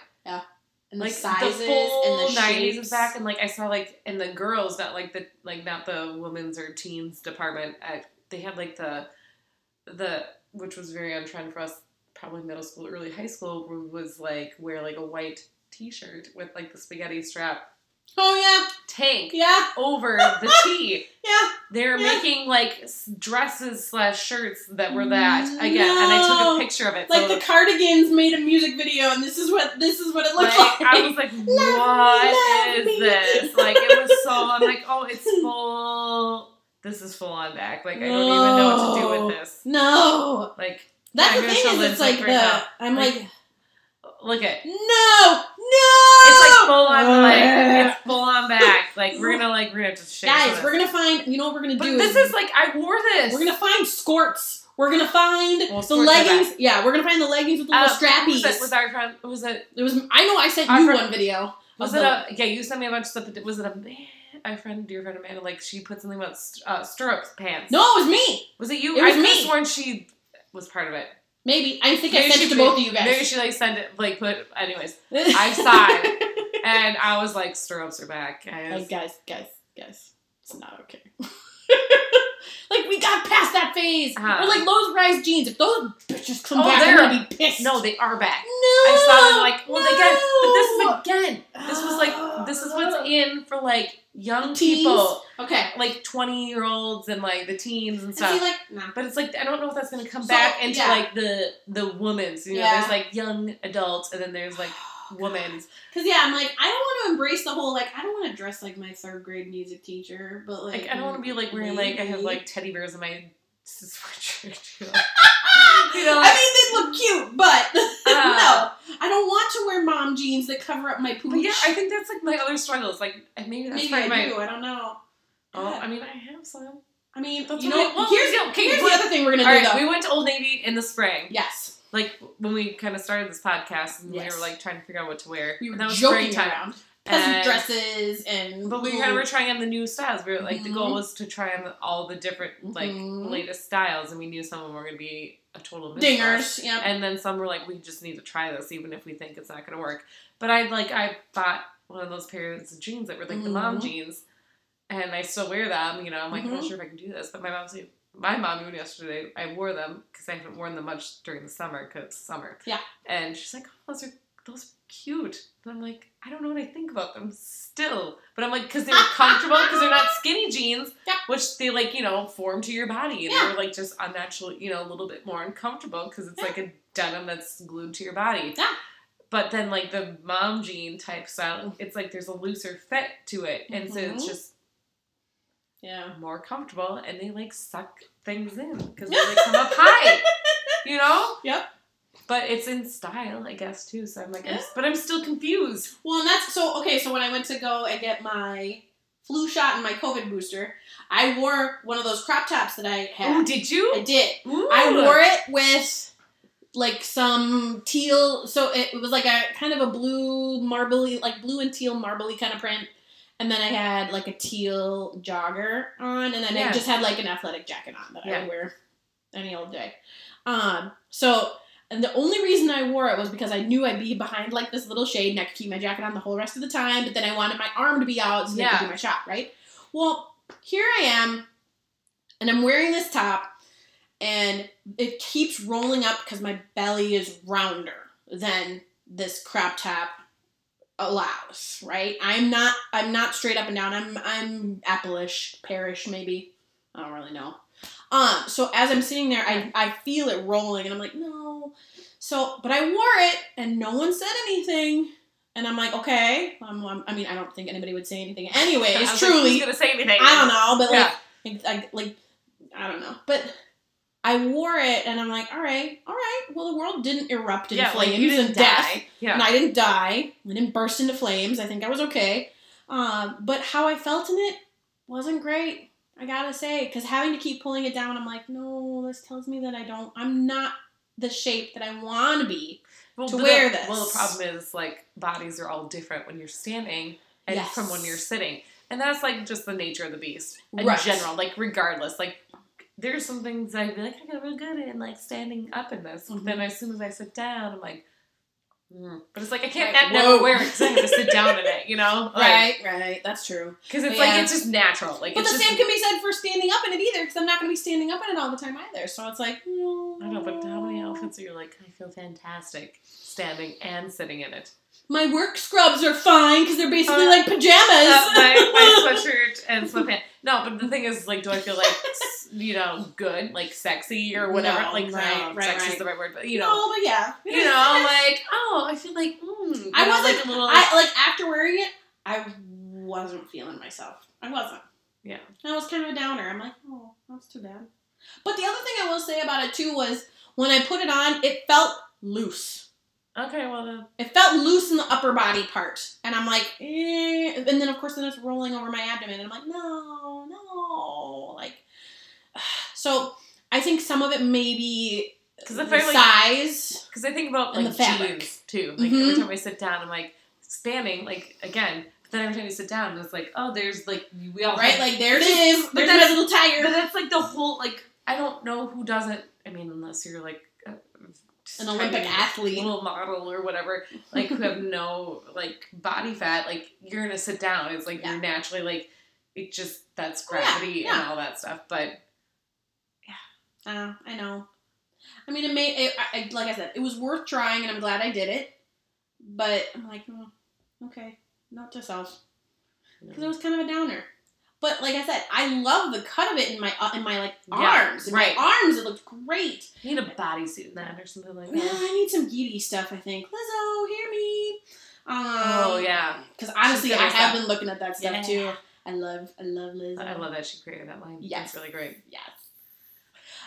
Speaker 1: and the
Speaker 2: like
Speaker 1: sizes
Speaker 2: the full
Speaker 1: and the shapes.
Speaker 2: is back, and like I saw like in the girls not like the like not the women's or teens department at they had like the the which was very on trend for us probably middle school early high school was like wear like a white t-shirt with like the spaghetti strap
Speaker 1: Oh
Speaker 2: tank
Speaker 1: yeah, yeah,
Speaker 2: over the tee.
Speaker 1: yeah.
Speaker 2: They're
Speaker 1: Yeah.
Speaker 2: making like s- dresses slash shirts that were that again, and I took
Speaker 1: Mm, No.
Speaker 2: a picture of it.
Speaker 1: Like
Speaker 2: so,
Speaker 1: the cardigans made a music video, and this is what this is what it
Speaker 2: like,
Speaker 1: looks
Speaker 2: I
Speaker 1: like.
Speaker 2: was like,
Speaker 1: me,
Speaker 2: what
Speaker 1: love
Speaker 2: is
Speaker 1: me."
Speaker 2: this? Like it was so. I'm like, oh, it's full. This is full on back. Like I don't even know what to do
Speaker 1: No.
Speaker 2: with this.
Speaker 1: no,
Speaker 2: Like
Speaker 1: that's
Speaker 2: Yeah, I'm
Speaker 1: the
Speaker 2: gonna
Speaker 1: thing
Speaker 2: show
Speaker 1: is,
Speaker 2: Liz,
Speaker 1: it's like
Speaker 2: like,
Speaker 1: the
Speaker 2: right now.
Speaker 1: I'm
Speaker 2: Like,
Speaker 1: like,
Speaker 2: look at.
Speaker 1: no, no.
Speaker 2: It's like full on like
Speaker 1: Ugh.
Speaker 2: it's full on back. Like we're gonna like we're gonna have to shake.
Speaker 1: guys,
Speaker 2: this.
Speaker 1: we're gonna find. You know what we're gonna
Speaker 2: But
Speaker 1: do?
Speaker 2: this is like I wore this.
Speaker 1: we're gonna find skorts. We're gonna find
Speaker 2: Well,
Speaker 1: the
Speaker 2: skorts are back.
Speaker 1: leggings. Yeah, we're gonna find the leggings with the
Speaker 2: Uh,
Speaker 1: little strappies.
Speaker 2: Was it was our friend? Was it
Speaker 1: It was. I know I sent
Speaker 2: Our
Speaker 1: you
Speaker 2: friend-
Speaker 1: one video.
Speaker 2: Was
Speaker 1: of
Speaker 2: it
Speaker 1: the-
Speaker 2: a yeah? You sent me a bunch of stuff. But was it a man? Our friend, dear friend Amanda, like she put something about st- uh, stirrups pants.
Speaker 1: No, it was me.
Speaker 2: was it you?
Speaker 1: it was
Speaker 2: I could
Speaker 1: me.
Speaker 2: have sworn she was part of it.
Speaker 1: Maybe I think I
Speaker 2: Maybe
Speaker 1: sent
Speaker 2: she
Speaker 1: it to
Speaker 2: put-
Speaker 1: both of you
Speaker 2: Maybe
Speaker 1: guys.
Speaker 2: she like sent it like put. Anyways, I saw it, and I was like, stirrups are back,
Speaker 1: Like,
Speaker 2: guys.
Speaker 1: guys, guys, guys, it's not okay. like we got past that phase.
Speaker 2: Uh-huh.
Speaker 1: Or like those rise jeans. If those bitches come
Speaker 2: Oh,
Speaker 1: back, I'm
Speaker 2: they're-
Speaker 1: gonna be pissed.
Speaker 2: No, they are back.
Speaker 1: no.
Speaker 2: I saw them like well
Speaker 1: no.
Speaker 2: they get, but this is again. This was like this is what's in for like young
Speaker 1: Teens.
Speaker 2: people,
Speaker 1: okay.
Speaker 2: like twenty year olds and like the teens and
Speaker 1: And
Speaker 2: stuff.
Speaker 1: see, like, nah.
Speaker 2: But it's like I don't know if that's gonna come
Speaker 1: So,
Speaker 2: back into
Speaker 1: yeah.
Speaker 2: like the the women's. You know,
Speaker 1: Yeah. Oh,
Speaker 2: there's like young adults, and then there's like women's.
Speaker 1: Cause yeah, I'm like, I don't want to embrace the whole like, I don't want to dress like my third grade music teacher, but like,
Speaker 2: Like I don't want to be like wearing like I have
Speaker 1: maybe.
Speaker 2: like teddy bears in my sweatshirt. you know?
Speaker 1: Ah!
Speaker 2: You know, like-
Speaker 1: I mean, they look cute, but
Speaker 2: Uh,
Speaker 1: no, I don't want to wear mom jeans that cover up my pooch.
Speaker 2: But yeah, I think that's like my other struggles. Like and maybe that's
Speaker 1: maybe
Speaker 2: part
Speaker 1: I
Speaker 2: of my.
Speaker 1: do. I don't know.
Speaker 2: Oh, I mean, I have some.
Speaker 1: I mean,
Speaker 2: That's
Speaker 1: you
Speaker 2: what
Speaker 1: know,
Speaker 2: I- well,
Speaker 1: here's,
Speaker 2: yeah, okay,
Speaker 1: here's
Speaker 2: but-
Speaker 1: the other thing we're gonna
Speaker 2: All
Speaker 1: do
Speaker 2: right,
Speaker 1: though.
Speaker 2: we went to Old Navy in the spring.
Speaker 1: yes,
Speaker 2: Like when we kind of started this podcast, and
Speaker 1: Yes.
Speaker 2: we were like trying to figure out what to wear.
Speaker 1: we were
Speaker 2: and that was
Speaker 1: joking
Speaker 2: springtime.
Speaker 1: around peasant
Speaker 2: And-
Speaker 1: dresses and.
Speaker 2: But we kind of were trying on the new styles. We were like, the
Speaker 1: Mhm.
Speaker 2: goal was to try on all the different, like,
Speaker 1: Mhm.
Speaker 2: latest styles, and we knew some of them were going to be a total miss for us.
Speaker 1: dingers. Yeah.
Speaker 2: And then some were like, we just need to try this, even if we think it's not going to work. But I like, I bought one of those pairs of jeans that were like the mom
Speaker 1: Mhm.
Speaker 2: jeans, and I still wear them. You know, I'm like, I'm
Speaker 1: Mhm.
Speaker 2: not sure if I can do this, but my mom's like, my mom even yesterday, I wore them because I haven't worn them much during the summer because it's summer.
Speaker 1: Yeah.
Speaker 2: And she's like, oh, those are those are cute. And I'm like, I don't know what I think about them still. But I'm like, because they were comfortable, because they're not skinny jeans,
Speaker 1: Yeah.
Speaker 2: which they like, you know, form to your body. And
Speaker 1: Yeah.
Speaker 2: they were like just unnatural, you know, a little bit more uncomfortable because it's
Speaker 1: Yeah.
Speaker 2: like a denim that's glued to your body.
Speaker 1: Yeah.
Speaker 2: But then like the mom jean type style, it's like there's a looser fit to it. And so it's
Speaker 1: Mhm.
Speaker 2: just
Speaker 1: Yeah.
Speaker 2: more comfortable and they like suck things in because they like come up high, you know?
Speaker 1: Yep.
Speaker 2: But it's in style, I guess, too. So I'm like, I'm, but I'm still confused.
Speaker 1: Well, and that's so okay. So when I went to go and get my flu shot and my COVID booster, I wore one of those crop tops that I
Speaker 2: Oh,
Speaker 1: had.
Speaker 2: did you?
Speaker 1: I did.
Speaker 2: Ooh.
Speaker 1: I wore it with like some teal. So it, it was like a kind of a blue marbly, like blue and teal marbly kind of print. And then I had like a teal jogger on, and then I
Speaker 2: Yeah.
Speaker 1: just had like an athletic jacket on that I
Speaker 2: Yeah.
Speaker 1: would wear any old day. Um, so and the only reason I wore it was because I knew I'd be behind like this little shade and I could keep my jacket on the whole rest of the time, but then I wanted my arm to be out so that I
Speaker 2: Yeah.
Speaker 1: could do my shot, right? Well, here I am, and I'm wearing this top, and it keeps rolling up because my belly is rounder than this crop top allows, right? I'm not I'm not straight up and down. I'm I'm apple-ish, pearish maybe. I don't really know. Um, so as I'm sitting there, I, I feel it rolling and I'm like, no. So, but I wore it and no one said anything. And I'm like, okay. Um, um, I mean, I don't think anybody would say anything anyway.
Speaker 2: I
Speaker 1: It's
Speaker 2: was like,
Speaker 1: truly.
Speaker 2: who's gonna say anything?
Speaker 1: I don't know, but
Speaker 2: Yeah.
Speaker 1: like, I, like, I don't know, but I wore it, and I'm like, all right, all right. Well, the world didn't erupt in
Speaker 2: Yeah,
Speaker 1: flames
Speaker 2: like, you didn't
Speaker 1: and
Speaker 2: die.
Speaker 1: death,
Speaker 2: Yeah.
Speaker 1: and I didn't die. I didn't burst into flames. I think I was okay. Um, but how I felt in it wasn't great. I gotta say, because having to keep pulling it down, I'm like, no, this tells me that I don't. I'm not the shape that I want to be.
Speaker 2: well,
Speaker 1: to
Speaker 2: but
Speaker 1: wear
Speaker 2: the,
Speaker 1: this.
Speaker 2: Well, the problem is like bodies are all different when you're standing and
Speaker 1: Yes.
Speaker 2: from when you're sitting, and that's like just the nature of the beast in
Speaker 1: Right.
Speaker 2: general. Like regardless, like there's some things that I'd be like, I got real good in like standing up in this. But
Speaker 1: Mm-hmm.
Speaker 2: then as soon as I sit down, I'm like, mm. but it's like I can't
Speaker 1: Like,
Speaker 2: not never
Speaker 1: whoa.
Speaker 2: wear it because I have to sit down in it, you know?
Speaker 1: right. That's true.
Speaker 2: Because it's
Speaker 1: Yeah.
Speaker 2: like it's just natural. Like
Speaker 1: But
Speaker 2: it's
Speaker 1: the
Speaker 2: just,
Speaker 1: same can be said for standing up in it either, because I'm not going to be standing up in it all the time either. So it's like, no.
Speaker 2: I don't know, but how many outfits are you like? I feel fantastic standing and sitting in it.
Speaker 1: My work scrubs are fine because they're basically
Speaker 2: Uh,
Speaker 1: like pajamas.
Speaker 2: Uh, my, my sweatshirt and sweatpants. No, but the thing is, like, do I feel like, s- you know, good, like sexy or whatever?
Speaker 1: No,
Speaker 2: like,
Speaker 1: right,
Speaker 2: no,
Speaker 1: right,
Speaker 2: sexy
Speaker 1: right.
Speaker 2: is the right word, but you know,
Speaker 1: no, Oh, but yeah,
Speaker 2: you know, like, oh, I feel like, mm, you
Speaker 1: I
Speaker 2: know,
Speaker 1: wasn't-
Speaker 2: like a little,
Speaker 1: I like after wearing it, I wasn't feeling myself. I wasn't.
Speaker 2: yeah,
Speaker 1: I was kind of a downer. I'm like, oh, that's too bad. But the other thing I will say about it too was when I put it on, it felt loose.
Speaker 2: okay, well, then,
Speaker 1: It felt loose in the upper body part, and I'm like, eh. and then of course then it's rolling over my abdomen, and I'm like, no, no, like. So I think some of it may be
Speaker 2: 'Cause
Speaker 1: the
Speaker 2: if I, like-
Speaker 1: size.
Speaker 2: because I think about
Speaker 1: And
Speaker 2: like
Speaker 1: the fabric.
Speaker 2: jeans too. Like
Speaker 1: Mhm.
Speaker 2: every time I sit down, I'm like standing, like again. But then every time you sit down, it's like, oh, there's like we all
Speaker 1: Right,
Speaker 2: have
Speaker 1: like there it is.
Speaker 2: But
Speaker 1: There's
Speaker 2: that's-
Speaker 1: my little
Speaker 2: But
Speaker 1: tiger.
Speaker 2: that's like the whole like I don't know who doesn't. I mean, unless you're like uh, a,
Speaker 1: An Olympic athlete.
Speaker 2: little model or whatever, like who have no like body fat, like you're gonna sit down. It's like
Speaker 1: Yeah.
Speaker 2: you're naturally like it just that's
Speaker 1: Oh, yeah,
Speaker 2: gravity and
Speaker 1: yeah.
Speaker 2: all that stuff. But
Speaker 1: Uh, I know. I mean, it may. It, I, I- like I said, it was worth trying, and I'm glad I did it. But I'm like, mm, okay, note to self. because it was kind of a downer. But like I said, I love the cut of it in my uh, in my like
Speaker 2: Yeah,
Speaker 1: arms. In
Speaker 2: right.
Speaker 1: my arms, it looked great.
Speaker 2: you need a bodysuit in that or something like
Speaker 1: Yeah,
Speaker 2: that.
Speaker 1: I need some Giddy stuff. I think Lizzo, hear me. Um,
Speaker 2: Oh yeah,
Speaker 1: Because honestly,
Speaker 2: She's
Speaker 1: I
Speaker 2: good with
Speaker 1: have
Speaker 2: that.
Speaker 1: been looking at that stuff
Speaker 2: Yeah.
Speaker 1: too. I love, I love Lizzo.
Speaker 2: I love that she created that line.
Speaker 1: Yes.
Speaker 2: it's really great.
Speaker 1: Yes.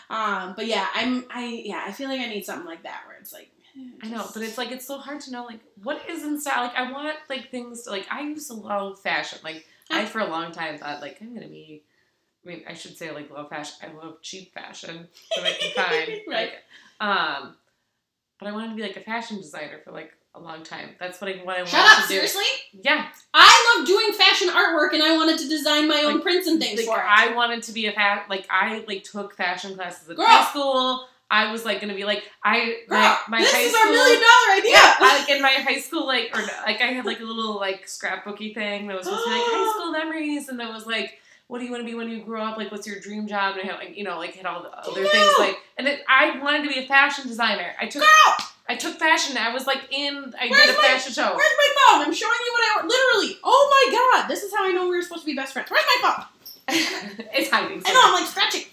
Speaker 1: Um, but yeah, I'm. I yeah, I feel like I need something like that where it's like. eh,
Speaker 2: I know,
Speaker 1: just-
Speaker 2: but it's like it's so hard to know like what is in style. Like I want like things to, like I used to love fashion. Like I for a long time thought like I'm gonna be. I mean, I should say like love fashion. I love cheap fashion that I can find.
Speaker 1: Right.
Speaker 2: Like, um, but I wanted to be like a fashion designer for like a long time. That's what I what I
Speaker 1: Shut
Speaker 2: wanted
Speaker 1: up!
Speaker 2: to
Speaker 1: Seriously,
Speaker 2: do. Yeah,
Speaker 1: I love doing fashion artwork, and I wanted to design my own
Speaker 2: Like,
Speaker 1: prints and things
Speaker 2: like,
Speaker 1: for it.
Speaker 2: I wanted to be a fa- like I like took fashion classes at
Speaker 1: Girl.
Speaker 2: high school. I was like gonna be like I
Speaker 1: Girl,
Speaker 2: my, my
Speaker 1: this
Speaker 2: high
Speaker 1: is
Speaker 2: school,
Speaker 1: our million dollar idea.
Speaker 2: Yeah, I, like in my high school, like or like I had like a little like scrapbooky thing that was supposed to be like high school memories, and that was like, what do you want to be when you grow up? Like, what's your dream job? And I had like you know like had all the other
Speaker 1: Girl!
Speaker 2: things like, and it, I wanted to be a fashion designer. I took I took fashion. I was like in. I
Speaker 1: Where's
Speaker 2: did a
Speaker 1: my-
Speaker 2: fashion show.
Speaker 1: Where's my phone? I'm showing you what I literally. Oh my god, this is how I know we were supposed to be best friends. Where's my phone?
Speaker 2: it's hiding.
Speaker 1: I know I'm like scratching.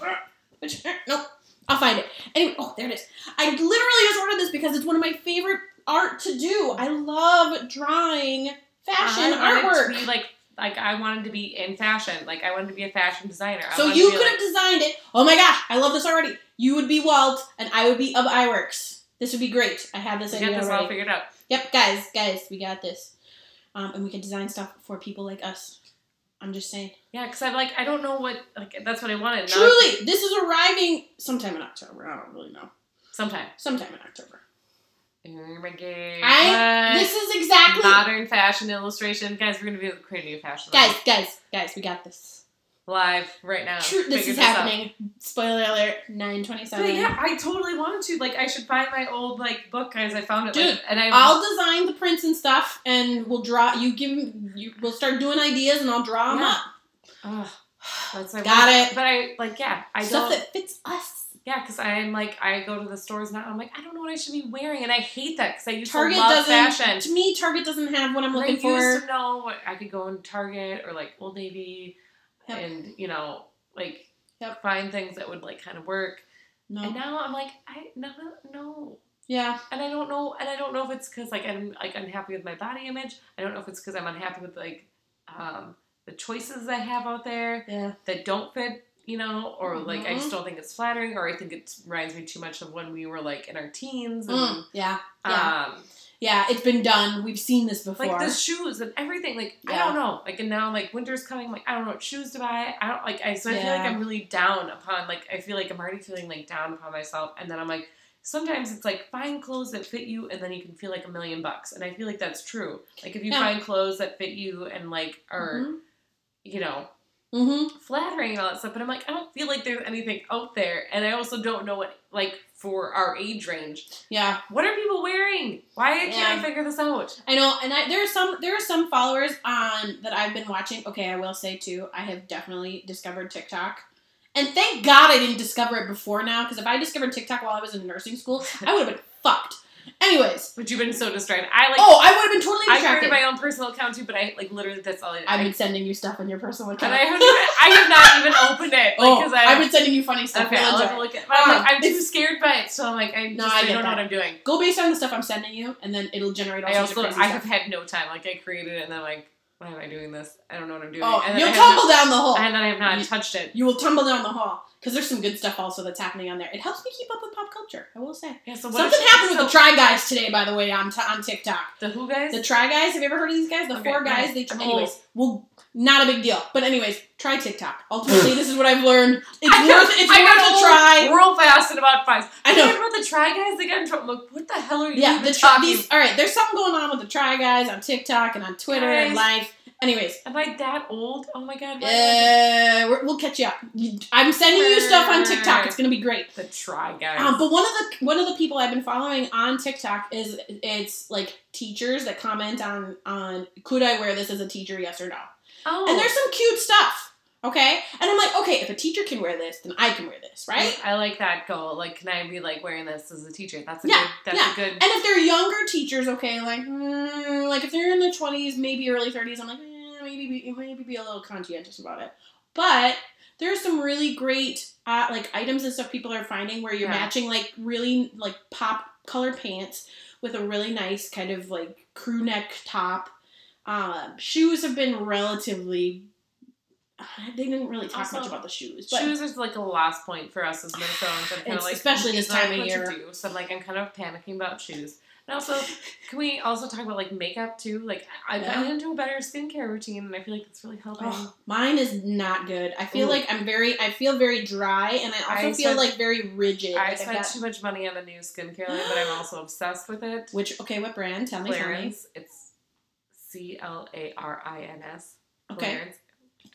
Speaker 1: Which uh, nope. I'll find it. Anyway, oh there it is. I literally just ordered this because it's one of my favorite art to do. I love drawing fashion
Speaker 2: Uh, I wanted
Speaker 1: artwork.
Speaker 2: To be like, like I wanted to be in fashion. Like I wanted to be a fashion designer. I
Speaker 1: so
Speaker 2: wanted
Speaker 1: you
Speaker 2: to be
Speaker 1: could have
Speaker 2: like-
Speaker 1: designed it. Oh my gosh, I love this already. You would be Walt and I would be of Iwerks. This would be great. I have this
Speaker 2: we
Speaker 1: idea
Speaker 2: got this all
Speaker 1: already.
Speaker 2: figured out.
Speaker 1: Yep, guys, guys, we got this. Um, and we can design stuff for people like us. I'm just saying.
Speaker 2: Yeah, because I'm like I don't know what like that's what I wanted. Now-
Speaker 1: Truly, this is arriving sometime in October. I don't really know.
Speaker 2: sometime.
Speaker 1: Sometime in October.
Speaker 2: Oh my god.
Speaker 1: I-
Speaker 2: What?
Speaker 1: This is exactly
Speaker 2: modern fashion illustration, guys. We're gonna be creating a fashion
Speaker 1: guys,
Speaker 2: line
Speaker 1: guys, guys. We got this.
Speaker 2: live right now.
Speaker 1: True, this
Speaker 2: Figure
Speaker 1: is
Speaker 2: out.
Speaker 1: happening. Spoiler alert: nine twenty-seven.
Speaker 2: But yeah, I totally wanted to. Like, I should find my old like book, guys. I found it, like-
Speaker 1: Dude,
Speaker 2: and I
Speaker 1: I'll design the prints and stuff, and we'll draw. You give. You, we'll start doing ideas, and I'll draw them
Speaker 2: Yeah.
Speaker 1: up.
Speaker 2: Ugh, that's what I
Speaker 1: Got
Speaker 2: wanted.
Speaker 1: it.
Speaker 2: But I like, yeah, I
Speaker 1: stuff
Speaker 2: don't.
Speaker 1: that fits us.
Speaker 2: yeah, because I'm like, I go to the stores now. I'm like, I don't know what I should be wearing, and I hate that because I used
Speaker 1: Target
Speaker 2: to love
Speaker 1: doesn't.
Speaker 2: fashion.
Speaker 1: To me, Target doesn't have what I'm
Speaker 2: And I
Speaker 1: looking
Speaker 2: used
Speaker 1: for.
Speaker 2: to know what I could go in Target or like Old Navy,
Speaker 1: Yep.
Speaker 2: and you know, like
Speaker 1: Yep.
Speaker 2: find things that would like kind of work.
Speaker 1: No.
Speaker 2: And now I'm like, I no, no, no.
Speaker 1: Yeah.
Speaker 2: And I don't know, and I don't know if it's because like I'm like unhappy with my body image. I don't know if it's because I'm unhappy with like um, the choices I have out there
Speaker 1: Yeah.
Speaker 2: that don't fit, you know, or like I
Speaker 1: Mhm.
Speaker 2: just don't think it's flattering, or I think it reminds me too much of when we were like in our teens. And,
Speaker 1: Mm, yeah. yeah.
Speaker 2: Um,
Speaker 1: Yeah. It's been done. We've seen this before.
Speaker 2: like the shoes and everything. Like I
Speaker 1: Yeah.
Speaker 2: don't know. Like and now like winter's coming. Like I don't know what shoes to buy. I don't like. I so I feel
Speaker 1: Yeah.
Speaker 2: like I'm really down upon. Like I feel like I'm already feeling like down upon myself. And then I'm like, sometimes it's like find clothes that fit you, and then you can feel like a million bucks. And I feel like that's true. Like if you
Speaker 1: Yeah. Mm-hmm.
Speaker 2: find clothes that fit you and like are you know
Speaker 1: hmm
Speaker 2: flattering and all that stuff. But I'm like I don't feel like there's anything out there, and I also don't know what like for our age range.
Speaker 1: Yeah.
Speaker 2: What are people wearing? Why can't
Speaker 1: Yeah.
Speaker 2: I figure this out?
Speaker 1: I know, and I, there are some there are some followers on that I've been watching. Okay, I will say too, I have definitely discovered TikTok, and thank God I didn't discover it before now. Because if I discovered TikTok while I was in nursing school, I would have been fucked. Anyways,
Speaker 2: But you've been so distracted. I like.
Speaker 1: oh, I would have been totally
Speaker 2: I created
Speaker 1: distracted.
Speaker 2: my own personal account too, but I like literally that's all I did.
Speaker 1: I've been sending you stuff on your personal
Speaker 2: and
Speaker 1: account.
Speaker 2: I have, I have not even opened it. Like,
Speaker 1: oh,
Speaker 2: 'cause
Speaker 1: I've
Speaker 2: I,
Speaker 1: been sending you funny stuff.
Speaker 2: okay,
Speaker 1: You'll
Speaker 2: I'll
Speaker 1: enjoy
Speaker 2: have to
Speaker 1: it.
Speaker 2: look at. But I'm, like,
Speaker 1: Um,
Speaker 2: I'm too scared by it, so I'm like, I,
Speaker 1: No,
Speaker 2: just,
Speaker 1: I
Speaker 2: I,
Speaker 1: get
Speaker 2: don't know
Speaker 1: that.
Speaker 2: what I'm doing.
Speaker 1: Go based on the stuff I'm sending you, and then it'll generate all
Speaker 2: I
Speaker 1: sorts of
Speaker 2: also
Speaker 1: crazy
Speaker 2: I have
Speaker 1: stuff.
Speaker 2: had no time. Like I created it, and then like, why am I doing this? I don't know what I'm doing.
Speaker 1: Oh,
Speaker 2: and then
Speaker 1: you'll
Speaker 2: I have
Speaker 1: tumble down the hole.
Speaker 2: not, and then I have not
Speaker 1: You-
Speaker 2: touched it.
Speaker 1: you will tumble down the hall because there's some good stuff also that's happening on there. It helps me keep up with pop culture. I will say
Speaker 2: Yeah, so what
Speaker 1: something
Speaker 2: is-
Speaker 1: happened with the
Speaker 2: so-
Speaker 1: Try Guys today, by the way, on t- on TikTok.
Speaker 2: the who guys.
Speaker 1: The Try Guys. Have you ever heard of these guys? The
Speaker 2: Okay,
Speaker 1: four
Speaker 2: no, Oh.
Speaker 1: guys. They
Speaker 2: I'm
Speaker 1: anyways. Well, not a big deal. But anyways, try TikTok. Ultimately, this is what I've learned. It's
Speaker 2: I got-
Speaker 1: worth it's
Speaker 2: I got
Speaker 1: worth a
Speaker 2: old
Speaker 1: try.
Speaker 2: real fast in about five.
Speaker 1: I
Speaker 2: You
Speaker 1: know.
Speaker 2: heard about the try guys. They got in trouble. Like, what the hell are you
Speaker 1: Yeah,
Speaker 2: even
Speaker 1: the try.
Speaker 2: talking?
Speaker 1: These, all right, there's something going on with the Try Guys on TikTok and on Twitter and life. Anyways.
Speaker 2: Am I that old? Oh my god. why am I
Speaker 1: Uh, we're, we'll catch you up. You- I'm sending you stuff on TikTok. It's gonna be great.
Speaker 2: The try guys.
Speaker 1: Um, but one of the one of the people I've been following on TikTok is it's like teachers that comment on on could I wear this as a teacher, yes or no?
Speaker 2: oh,
Speaker 1: And there's some cute stuff. Okay, and I'm like, okay, if a teacher can wear this, then I can wear this, right?
Speaker 2: I like that goal. Like, can I be like wearing this as a teacher? That's a
Speaker 1: Yeah,
Speaker 2: good. That's
Speaker 1: yeah.
Speaker 2: a good.
Speaker 1: And if they're younger teachers, okay, like mm, like if they're in their 20s, maybe early 30s, I'm like eh, maybe be, maybe be a little conscientious about it. But there's some really great uh, like items and stuff people are finding where you're
Speaker 2: Yeah.
Speaker 1: matching like really like pop colored pants with a really nice kind of like crew neck top. Um, shoes have been relatively. They didn't really talk
Speaker 2: Also,
Speaker 1: much about the shoes, but
Speaker 2: Shoes is like a lost point for us as Minnesotans. I'm kind
Speaker 1: It's-
Speaker 2: of like,
Speaker 1: especially this
Speaker 2: not
Speaker 1: time of
Speaker 2: what to
Speaker 1: year.
Speaker 2: do. So I'm like, I'm kind of panicking about shoes. And also, can we also talk about like makeup too? Like, I I
Speaker 1: Yeah.
Speaker 2: got into a better skincare routine, and I feel like that's really helping.
Speaker 1: Ugh, Oh, mine is not good. I feel
Speaker 2: Ooh.
Speaker 1: like I'm very, I feel very dry, and I also
Speaker 2: I
Speaker 1: feel
Speaker 2: spent-
Speaker 1: like very rigid.
Speaker 2: I
Speaker 1: Like, I've
Speaker 2: spent
Speaker 1: got-
Speaker 2: too much money on a new skincare line, but I'm also obsessed with it.
Speaker 1: which okay, what brand? Tell me, tell me.
Speaker 2: Clarins. It's C L A R I N S.
Speaker 1: Okay.
Speaker 2: Clarins.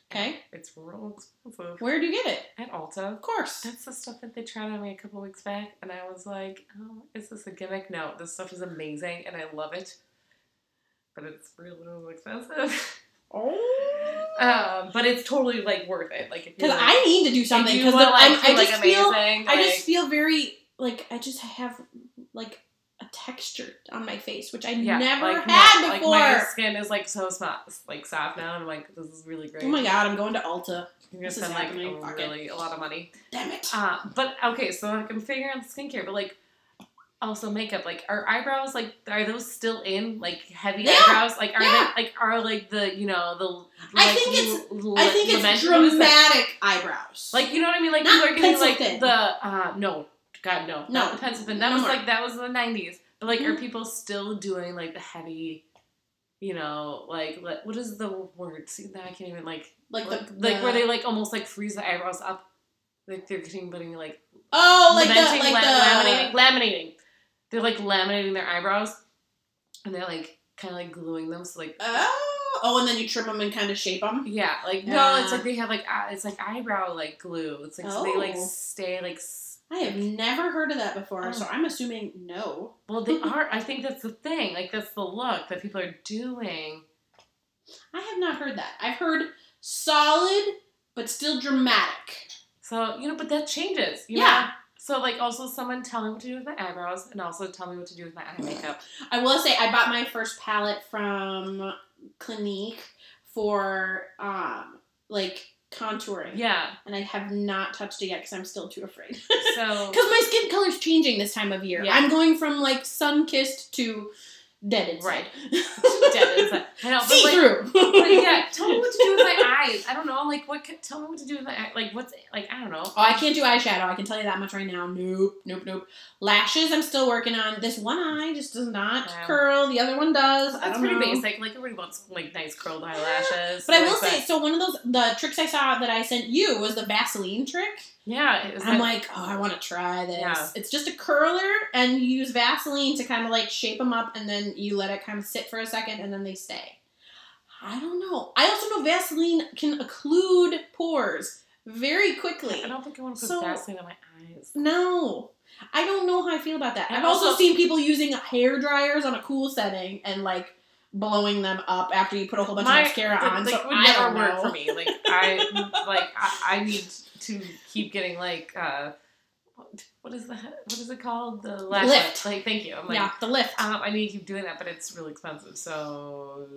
Speaker 1: Okay.
Speaker 2: It's real expensive.
Speaker 1: Where do you get it?
Speaker 2: At Ulta.
Speaker 1: Of course.
Speaker 2: That's the stuff that they tried on me a couple weeks back, and I was like, oh, is this a gimmick? No, this stuff is amazing, and I love it. But it's really, really expensive.
Speaker 1: Oh,
Speaker 2: um, but it's totally, like, worth it. Like, if you
Speaker 1: because I need to do something. Because
Speaker 2: like, feel,
Speaker 1: I, I just
Speaker 2: like,
Speaker 1: feel,
Speaker 2: amazing,
Speaker 1: I
Speaker 2: like-
Speaker 1: just feel very like I just have like a texture on my face, which I
Speaker 2: Yeah,
Speaker 1: never
Speaker 2: like,
Speaker 1: had
Speaker 2: no,
Speaker 1: before. Oh
Speaker 2: Like my skin is like so soft, like soft now, and I'm like, this is really great.
Speaker 1: oh my god, I'm going to Ulta.
Speaker 2: I'm gonna
Speaker 1: this is
Speaker 2: spend like
Speaker 1: happening.
Speaker 2: a
Speaker 1: Fuck it.
Speaker 2: really a lot of money.
Speaker 1: Damn it.
Speaker 2: Uh, but okay, so like I'm figuring out the skincare, but like also makeup. Like, are eyebrows like are those still in? Like heavy
Speaker 1: Yeah,
Speaker 2: eyebrows? Like are
Speaker 1: yeah.
Speaker 2: they like are like the you know the
Speaker 1: I
Speaker 2: like,
Speaker 1: think it's-
Speaker 2: l-
Speaker 1: I
Speaker 2: l-
Speaker 1: think it's
Speaker 2: lament- what is that?
Speaker 1: dramatic eyebrows.
Speaker 2: Like you know what I mean? Like
Speaker 1: Not
Speaker 2: people are getting
Speaker 1: pencil
Speaker 2: like
Speaker 1: thin.
Speaker 2: the uh no God no
Speaker 1: No.
Speaker 2: not the pencil thin. That
Speaker 1: No
Speaker 2: was
Speaker 1: more.
Speaker 2: like that was the nineties. But like are
Speaker 1: Mhm.
Speaker 2: people still doing like the heavy you know, like le- what is the word? See now I can't even like
Speaker 1: like the,
Speaker 2: like
Speaker 1: the-
Speaker 2: where they like almost like freeze the eyebrows up. Like they're getting putting like
Speaker 1: oh like the
Speaker 2: lamenting,
Speaker 1: like
Speaker 2: la-
Speaker 1: the
Speaker 2: laminating laminating. They're like laminating their eyebrows and they're like kinda like gluing them so like
Speaker 1: oh oh and then you trim them and kind of shape them.
Speaker 2: yeah, like no, it's
Speaker 1: Yeah.
Speaker 2: like they have like eye- it's like eyebrow like glue. It's like so they like
Speaker 1: Oh.
Speaker 2: stay like s-
Speaker 1: I have never heard of that before,
Speaker 2: Oh.
Speaker 1: so I'm assuming no.
Speaker 2: Well, they are. I think that's the thing. Like that's the look that people are doing.
Speaker 1: I have not heard that. I've heard solid but still dramatic.
Speaker 2: So you know, but that changes. You
Speaker 1: Yeah.
Speaker 2: Know? So like, also someone tell me what to do with my eyebrows, and also tell me what to do with my eye makeup.
Speaker 1: I will say I bought my first palette from Clinique for um like contouring.
Speaker 2: Yeah.
Speaker 1: And I have not touched it yet because I'm still too afraid.
Speaker 2: So
Speaker 1: Because my skin color's changing this time of year.
Speaker 2: Yeah.
Speaker 1: I'm going from like sun kissed to dead inside.
Speaker 2: right. Dead inside. I know. But
Speaker 1: See
Speaker 2: like,
Speaker 1: through.
Speaker 2: but yeah, tell me what to do with my eyes. I don't know. Like what? could- Tell me what to do with my eye. Like what's like I don't know.
Speaker 1: Oh, I can't do eyeshadow. I can tell you that much right now. Nope, nope, nope. Lashes, I'm still working on. This one eye just does not
Speaker 2: Wow.
Speaker 1: curl. The other one does. I
Speaker 2: That's
Speaker 1: don't
Speaker 2: pretty
Speaker 1: know.
Speaker 2: basic. Like everybody wants like nice curled eyelashes.
Speaker 1: But I
Speaker 2: like,
Speaker 1: will say, so one of those the tricks I saw that I sent you was the Vaseline trick.
Speaker 2: yeah. Is
Speaker 1: I'm
Speaker 2: that-
Speaker 1: like, oh, I want to try this.
Speaker 2: Yeah.
Speaker 1: It's just a curler, and you use Vaseline to kind of like shape them up, and then you let it kind of sit for a second, and then they stay. I don't know. I also know Vaseline can occlude pores very quickly.
Speaker 2: I don't think I want to put
Speaker 1: So-
Speaker 2: Vaseline on my eyes.
Speaker 1: No. I don't know how I feel about that.
Speaker 2: And
Speaker 1: I've also,
Speaker 2: also-
Speaker 1: seen people using hair dryers on a cool setting and like blowing them up after you put a whole bunch
Speaker 2: My-
Speaker 1: of mascara
Speaker 2: Like,
Speaker 1: on.
Speaker 2: like,
Speaker 1: so
Speaker 2: would
Speaker 1: I
Speaker 2: never
Speaker 1: don't
Speaker 2: work
Speaker 1: know.
Speaker 2: for me. Like I like I, I need to keep getting like uh what- what is that? What is it called? The lash
Speaker 1: Lift.
Speaker 2: lift. Like thank you. I'm like
Speaker 1: yeah, the lift.
Speaker 2: um, I need to keep doing that, but it's really expensive. So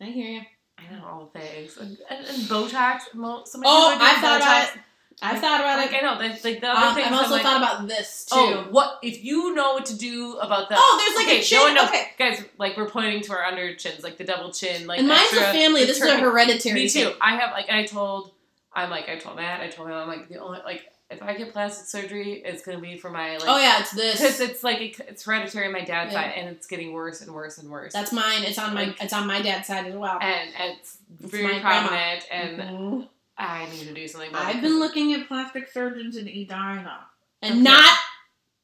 Speaker 1: I hear you.
Speaker 2: I know all the things and, and, and Botox. Mo- so many
Speaker 1: Oh,
Speaker 2: people are doing
Speaker 1: I've thought about
Speaker 2: Botox.
Speaker 1: it. I've thought about
Speaker 2: Like
Speaker 1: it.
Speaker 2: I know. That's like the other
Speaker 1: Um,
Speaker 2: thing.
Speaker 1: I've also
Speaker 2: like,
Speaker 1: thought about this too.
Speaker 2: Oh, what if you know what to do about that?
Speaker 1: Oh, there's, like, a
Speaker 2: okay,
Speaker 1: chin-
Speaker 2: No one knows.
Speaker 1: okay.
Speaker 2: guys, like we're pointing to our under chins, like the double chin, like
Speaker 1: and mine's
Speaker 2: extra,
Speaker 1: a family.
Speaker 2: the
Speaker 1: This is
Speaker 2: turkey-
Speaker 1: a hereditary.
Speaker 2: Me too.
Speaker 1: thing.
Speaker 2: I have like I told I'm like I told Matt, I told him I'm like the only like if I get plastic surgery, it's gonna be for my like
Speaker 1: oh yeah, it's
Speaker 2: because
Speaker 1: this.
Speaker 2: it's like it, it's hereditary on my dad's
Speaker 1: Yeah.
Speaker 2: side and it's getting worse and worse and worse.
Speaker 1: That's mine. It's on my.
Speaker 2: Like-
Speaker 1: It's on my dad's side as well.
Speaker 2: and it's
Speaker 1: It's
Speaker 2: very
Speaker 1: my grandma.
Speaker 2: prominent and
Speaker 1: Mhm.
Speaker 2: I need to do something about it.
Speaker 1: I've been looking at plastic surgeons in Edina, and
Speaker 2: Okay.
Speaker 1: not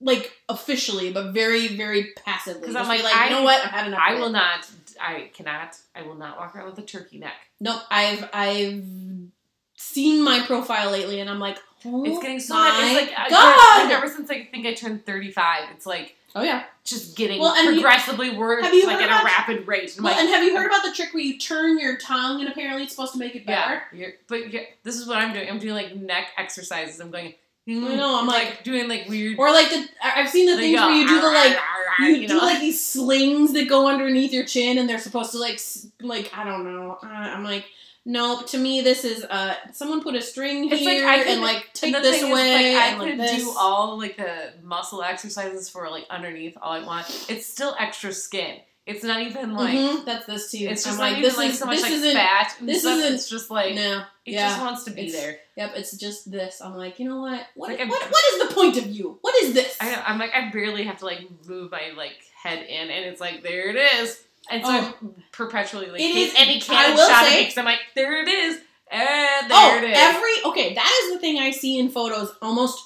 Speaker 1: like officially, but very, very passively.
Speaker 2: 'Cause
Speaker 1: Just
Speaker 2: I'm
Speaker 1: be
Speaker 2: like,
Speaker 1: you
Speaker 2: I-
Speaker 1: know what? I've had enough.
Speaker 2: I
Speaker 1: of
Speaker 2: will
Speaker 1: It.
Speaker 2: not I cannot I will not walk around with a turkey neck.
Speaker 1: Nope. I've I've seen my profile lately, and I'm like, oh,
Speaker 2: It's getting so
Speaker 1: my
Speaker 2: much it's like I-
Speaker 1: God.
Speaker 2: like, ever since I think I turned thirty five, it's like
Speaker 1: oh yeah.
Speaker 2: just getting
Speaker 1: Well, and you-
Speaker 2: progressively worse
Speaker 1: Have you
Speaker 2: like
Speaker 1: heard
Speaker 2: at a
Speaker 1: about-
Speaker 2: rapid rate. I'm
Speaker 1: Well,
Speaker 2: like,
Speaker 1: and have you heard about the trick where you turn your tongue, and apparently it's supposed to make it better?
Speaker 2: Yeah, you're, but you this is what I'm doing. I'm doing like neck exercises. I'm going.
Speaker 1: I know, I'm like-
Speaker 2: doing like weird.
Speaker 1: Or like the I- I've seen the
Speaker 2: they
Speaker 1: things
Speaker 2: go,
Speaker 1: where you do the
Speaker 2: "Arr,
Speaker 1: like
Speaker 2: arr, arr,"
Speaker 1: you, do
Speaker 2: know.
Speaker 1: like these slings that go underneath your chin, and they're supposed to like s- like I don't know. Uh, I'm like, nope. To me, this is uh someone put a string
Speaker 2: It's like
Speaker 1: here
Speaker 2: I could-
Speaker 1: and like take
Speaker 2: And the
Speaker 1: this
Speaker 2: thing
Speaker 1: away.
Speaker 2: Is, like, I
Speaker 1: and, like,
Speaker 2: could
Speaker 1: this.
Speaker 2: do all like the muscle exercises for like underneath all I want. It's still extra skin. It's not even like.
Speaker 1: Mhm, that's this too.
Speaker 2: It's just
Speaker 1: I'm
Speaker 2: not
Speaker 1: like
Speaker 2: even
Speaker 1: this
Speaker 2: like
Speaker 1: is
Speaker 2: so much
Speaker 1: this
Speaker 2: like
Speaker 1: isn't
Speaker 2: fat. and
Speaker 1: this
Speaker 2: stuff.
Speaker 1: isn't-
Speaker 2: It's just like
Speaker 1: no.
Speaker 2: it
Speaker 1: yeah.
Speaker 2: just wants to be
Speaker 1: It's-
Speaker 2: there.
Speaker 1: yep. It's just this. I'm like, you know what? What
Speaker 2: Like, I'm-
Speaker 1: what, what is the point of you? What is this?
Speaker 2: I know. I'm like I barely have to like move my like head in, and it's like there it is. And so
Speaker 1: Oh.
Speaker 2: I'm perpetually like
Speaker 1: It
Speaker 2: hit
Speaker 1: is-
Speaker 2: any
Speaker 1: I
Speaker 2: cannon
Speaker 1: will
Speaker 2: shot
Speaker 1: say-
Speaker 2: because I'm like there it is, and there
Speaker 1: oh,
Speaker 2: it is.
Speaker 1: every okay. That is the thing I see in photos almost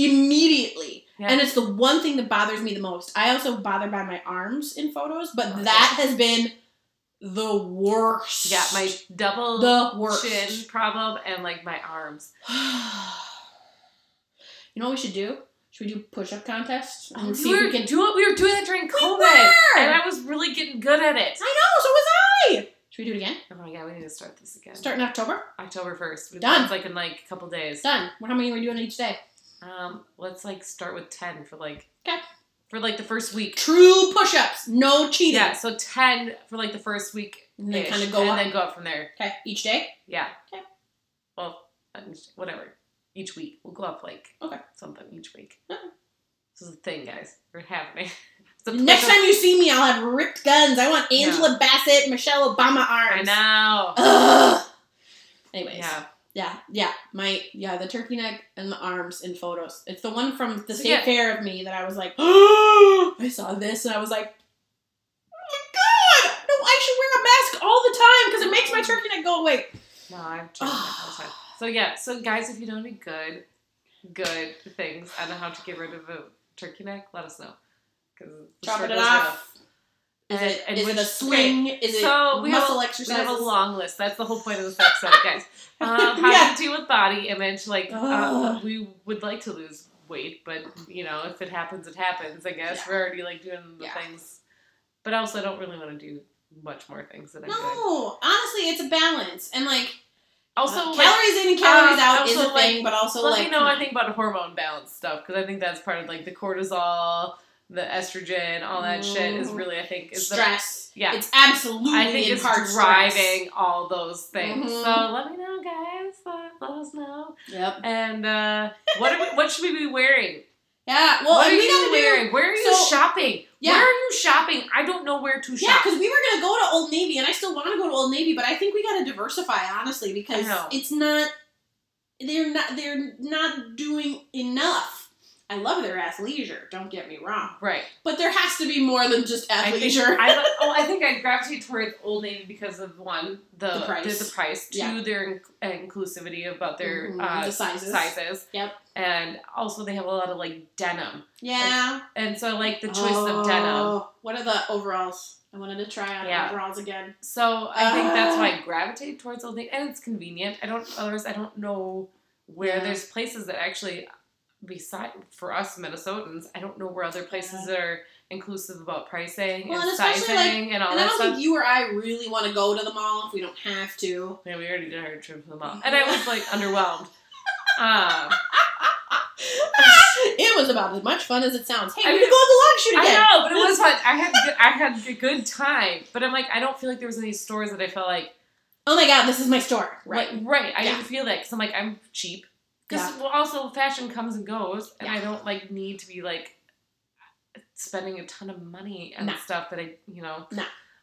Speaker 1: immediately.
Speaker 2: Yeah.
Speaker 1: And it's the one thing that bothers me the most. I also bother by my arms in photos, but
Speaker 2: Oh,
Speaker 1: that has been the worst.
Speaker 2: yeah, my double
Speaker 1: the worst.
Speaker 2: chin problem and like my arms.
Speaker 1: you know what we should do? Should we do push-up contests and see
Speaker 2: Oh, we
Speaker 1: if
Speaker 2: were
Speaker 1: Oh, we can?
Speaker 2: do it. We were doing that during COVID,
Speaker 1: were!
Speaker 2: and I was really getting good at it.
Speaker 1: I know. So was I. Should we do it again?
Speaker 2: Oh my god, we need to start this again.
Speaker 1: Start in October.
Speaker 2: October first.
Speaker 1: Done.
Speaker 2: It's like in like a couple days.
Speaker 1: Done. How many are we doing each day?
Speaker 2: Um, let's like start with ten for like
Speaker 1: Okay.
Speaker 2: for like the first week.
Speaker 1: True push-ups, no cheating.
Speaker 2: Yeah, so ten for like the first week,
Speaker 1: And then
Speaker 2: ish,
Speaker 1: kinda go
Speaker 2: and
Speaker 1: up.
Speaker 2: then go up from there.
Speaker 1: Okay, each day.
Speaker 2: Yeah.
Speaker 1: Okay.
Speaker 2: Well, I'm just- whatever. Each week we'll go up like
Speaker 1: Okay.
Speaker 2: something each week.
Speaker 1: Okay.
Speaker 2: This is the thing, guys. We're happening. It's a
Speaker 1: Next
Speaker 2: push-up.
Speaker 1: time you see me, I'll have ripped guns. I want Angela Bassett, Michelle Obama
Speaker 2: I
Speaker 1: arms.
Speaker 2: know.
Speaker 1: Ugh. Anyways, yeah.
Speaker 2: Yeah.
Speaker 1: yeah, my yeah, the turkey neck and the arms in photos. It's the one from the
Speaker 2: So,
Speaker 1: state
Speaker 2: yeah.
Speaker 1: fair of me that I was like, I saw this and I was like, oh my god, no, I should wear a mask all the time because it makes my turkey neck go away.
Speaker 2: No, I've changed my whole time. So yeah, so guys, if you know any good, good things on how to get rid of a turkey neck, let us know. 'Cause the
Speaker 1: Chopping it
Speaker 2: struggle's
Speaker 1: off. Is
Speaker 2: And-
Speaker 1: it,
Speaker 2: and
Speaker 1: is it
Speaker 2: which-
Speaker 1: a sling? Is it
Speaker 2: So, we have
Speaker 1: muscle
Speaker 2: rough.
Speaker 1: exercises?
Speaker 2: We have a long list. That's the whole point of this episode, guys. Um, how
Speaker 1: Yeah.
Speaker 2: to deal with body image. Like uh,
Speaker 1: Ugh.
Speaker 2: we would like to lose weight, but you know, if it happens, it happens. I guess
Speaker 1: Yeah.
Speaker 2: we're already like doing the
Speaker 1: Yeah.
Speaker 2: things, but also I don't really want to do much more things than I'm doing.
Speaker 1: no, honestly, it's a balance and like
Speaker 2: Also,
Speaker 1: uh,
Speaker 2: like,
Speaker 1: calories in and calories
Speaker 2: um,
Speaker 1: out is a
Speaker 2: also, like,
Speaker 1: thing, but also
Speaker 2: Let
Speaker 1: like
Speaker 2: me know what I think about hormone balance stuff because I think that's part of like the cortisol, the estrogen, all that shit is
Speaker 1: Mhm.
Speaker 2: really I think is the
Speaker 1: stress.
Speaker 2: yeah.
Speaker 1: It's absolutely
Speaker 2: I think
Speaker 1: in
Speaker 2: it's
Speaker 1: part
Speaker 2: driving all those things.
Speaker 1: Mhm.
Speaker 2: So let me know, guys. Let, let us know.
Speaker 1: Stress. Yep.
Speaker 2: And uh, what are we, what should we be wearing?
Speaker 1: Yeah. Well,
Speaker 2: what are
Speaker 1: and we
Speaker 2: you
Speaker 1: gotta do.
Speaker 2: wearing? Where are you
Speaker 1: so-
Speaker 2: shopping?
Speaker 1: Yeah.
Speaker 2: Where are you shopping? I don't know where to
Speaker 1: Yeah,
Speaker 2: shop.
Speaker 1: because we were gonna go to Old Navy, and I still want to go to Old Navy, but I think we gotta diversify honestly because
Speaker 2: I know.
Speaker 1: it's not. They're not. They're not doing enough. I love their athleisure. Don't get me wrong,
Speaker 2: right.
Speaker 1: but there has to be more than just
Speaker 2: I think
Speaker 1: athleisure.
Speaker 2: I lo- oh, I think I gravitate towards Old Navy because of one the
Speaker 1: The
Speaker 2: the
Speaker 1: price.
Speaker 2: price, price. two
Speaker 1: Yeah.
Speaker 2: their in- uh, inclusivity about their
Speaker 1: Mhm,
Speaker 2: uh,
Speaker 1: the sizes.
Speaker 2: sizes.
Speaker 1: Yep.
Speaker 2: And also they have a lot of like denim,
Speaker 1: yeah.
Speaker 2: and so I like the choice of denim.
Speaker 1: Oh, What are the overalls? I wanted to try on
Speaker 2: Yeah.
Speaker 1: overalls again.
Speaker 2: So I think that's why
Speaker 1: Ah.
Speaker 2: I gravitate towards Old Navy, and it's convenient. I don't otherwise I don't know where
Speaker 1: Yeah.
Speaker 2: there's places that actually beside for us Minnesotans I don't know where other places that are inclusive about pricing
Speaker 1: Well,
Speaker 2: and,
Speaker 1: and especially,
Speaker 2: sizing
Speaker 1: like-
Speaker 2: and all
Speaker 1: and I
Speaker 2: that
Speaker 1: don't
Speaker 2: stuff.
Speaker 1: think you or I really want to go to the mall if we don't have to.
Speaker 2: Yeah, we already did our trip to the mall, and I was like underwhelmed. Um,
Speaker 1: It was about as much fun as it sounds. Hey,
Speaker 2: I
Speaker 1: we
Speaker 2: mean-
Speaker 1: could go to the log shoot
Speaker 2: I
Speaker 1: again.
Speaker 2: know, but it was fun. I had good, I had a good time, but I'm like I don't feel like there was any stores that I felt like
Speaker 1: Oh my god, this is my store. Right.
Speaker 2: like, right. I
Speaker 1: Yeah.
Speaker 2: didn't feel that because I'm like I'm cheap. Because
Speaker 1: Yeah.
Speaker 2: well, also fashion comes and goes, and
Speaker 1: Yeah.
Speaker 2: I don't like need to be like spending a ton of money on
Speaker 1: Nah.
Speaker 2: stuff that I you know.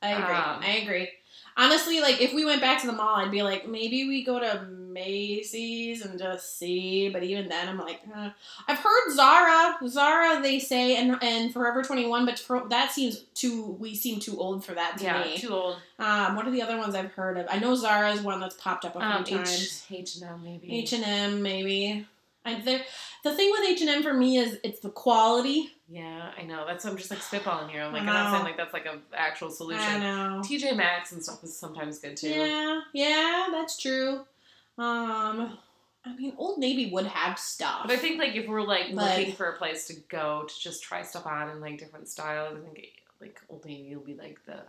Speaker 1: I agree.
Speaker 2: Um,
Speaker 1: I agree. Honestly, like if we went back to the mall, I'd be like, maybe we go to Macy's and just see. But even then, I'm like, uh. I've heard Zara, Zara, they say, and and Forever 21, but for, that seems too. We seem too old for that to
Speaker 2: Yeah,
Speaker 1: me.
Speaker 2: too old.
Speaker 1: Um, what are the other ones I've heard of? I know Zara is one that's popped up a few
Speaker 2: Um,
Speaker 1: times.
Speaker 2: H H and M maybe.
Speaker 1: H and M maybe. I, there- the thing with H and M for me is it's the quality.
Speaker 2: yeah, I know. That's I'm just like spitballing here. I'm like I'm
Speaker 1: I
Speaker 2: not saying
Speaker 1: know.
Speaker 2: like that's like an actual solution.
Speaker 1: I know.
Speaker 2: TJ Maxx and stuff is sometimes good too.
Speaker 1: Yeah, yeah, that's true. Um, I mean, Old Navy would have stuff.
Speaker 2: But I think like if we're like
Speaker 1: But-
Speaker 2: looking for a place to go to just try stuff on and like different styles, I think like Old Navy will be like the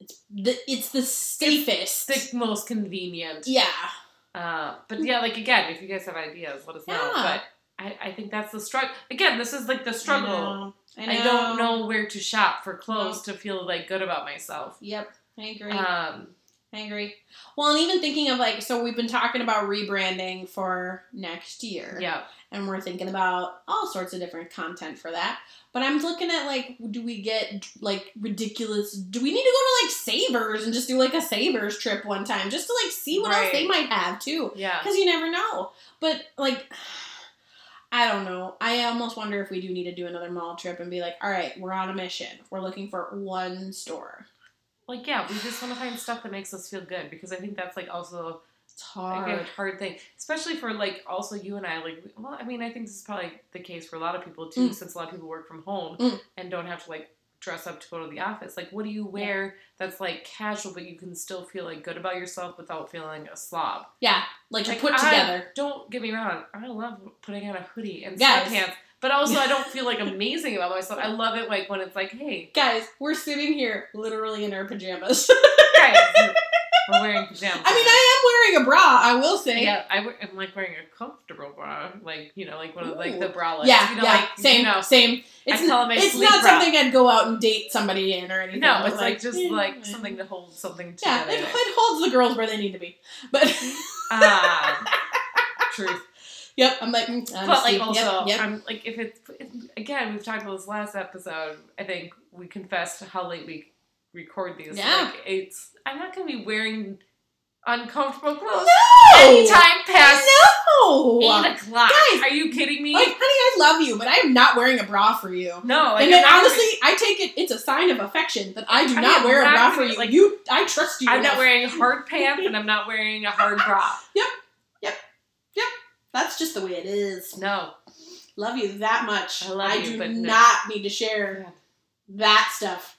Speaker 1: it's the it's the safest.
Speaker 2: the most convenient.
Speaker 1: yeah,
Speaker 2: Uh, but yeah, like again, if you guys have ideas, let us know.
Speaker 1: Yeah.
Speaker 2: But I, I think that's the struggle. Again, this is like the struggle.
Speaker 1: I,
Speaker 2: I,
Speaker 1: know. I
Speaker 2: don't
Speaker 1: know.
Speaker 2: know where to shop for clothes to feel like good about myself.
Speaker 1: Yep, I agree.
Speaker 2: Um,
Speaker 1: I agree. Well, and even thinking of like, so we've been talking about rebranding for next year.
Speaker 2: yeah,
Speaker 1: and we're thinking about all sorts of different content for that. But I'm looking at like, do we get like ridiculous? Do we need to go to like Savers and just do like a Savers trip one time just to like see what else
Speaker 2: Right.
Speaker 1: they might have too?
Speaker 2: yeah.
Speaker 1: Because you never know. But like, I don't know. I almost wonder if we do need to do another mall trip and be like, all right, we're on a mission. We're looking for one store.
Speaker 2: Like yeah, we just want to find stuff that makes us feel good because I think that's like also
Speaker 1: It's
Speaker 2: like a
Speaker 1: hard.
Speaker 2: hard thing, especially for like also you and I. Like, we- well, I mean, I think this is probably the case for a lot of people too,
Speaker 1: Mm.
Speaker 2: since a lot of people work from home
Speaker 1: Mm.
Speaker 2: and don't have to like dress up to go to the office. Like, what do you wear that's like casual, but you can still feel like good about yourself without feeling a slob?
Speaker 1: Yeah, like,
Speaker 2: Like,
Speaker 1: to put
Speaker 2: I-
Speaker 1: together.
Speaker 2: Don't get me wrong, I love putting on a hoodie and
Speaker 1: Guys.
Speaker 2: sweatpants, but also I don't feel like amazing about myself. I love it like when it's like, hey,
Speaker 1: Guys, we're sitting here literally in our pajamas.
Speaker 2: guys, We're wearing pajamas.
Speaker 1: I mean, I am wearing a bra. I will say.
Speaker 2: Yeah, I wear, I'm like wearing a comfortable bra, like you know, like one of like the
Speaker 1: Ooh.
Speaker 2: bralettes.
Speaker 1: yeah,
Speaker 2: you know,
Speaker 1: yeah.
Speaker 2: like,
Speaker 1: same,
Speaker 2: You know,
Speaker 1: same. It's
Speaker 2: I call it my
Speaker 1: it's
Speaker 2: sleep
Speaker 1: not
Speaker 2: bra.
Speaker 1: something I'd go out and date somebody in or anything.
Speaker 2: No,
Speaker 1: but
Speaker 2: it's like just
Speaker 1: yeah.
Speaker 2: like something to hold something
Speaker 1: Yeah,
Speaker 2: together.
Speaker 1: it, it holds the girls where they need to be. But
Speaker 2: Ah, truth.
Speaker 1: yep, I'm like, mm, I'm
Speaker 2: but like
Speaker 1: Steve.
Speaker 2: also,
Speaker 1: yep, yep.
Speaker 2: I'm like if it's again, we've talked about this last episode. I think we confessed how late we record these.
Speaker 1: Yeah.
Speaker 2: Like, it's I'm not gonna be wearing uncomfortable clothes
Speaker 1: No!
Speaker 2: anytime past
Speaker 1: No!
Speaker 2: eight
Speaker 1: Like,
Speaker 2: o'clock.
Speaker 1: Guys,
Speaker 2: Are you kidding me?
Speaker 1: honey, I love you, but I am not wearing a bra for you.
Speaker 2: no, like,
Speaker 1: and then
Speaker 2: I'm not-
Speaker 1: honestly, I take it, it's a sign of affection that I do
Speaker 2: I
Speaker 1: not
Speaker 2: am
Speaker 1: wear a
Speaker 2: not
Speaker 1: bra
Speaker 2: gonna-
Speaker 1: for you.
Speaker 2: like-
Speaker 1: you, I trust you.
Speaker 2: I'm not
Speaker 1: enough.
Speaker 2: wearing hard pants and I'm not wearing a hard bra.
Speaker 1: That's just the way it is.
Speaker 2: No,
Speaker 1: Love you that much.
Speaker 2: I love you,
Speaker 1: do
Speaker 2: but no.
Speaker 1: not need to share that stuff.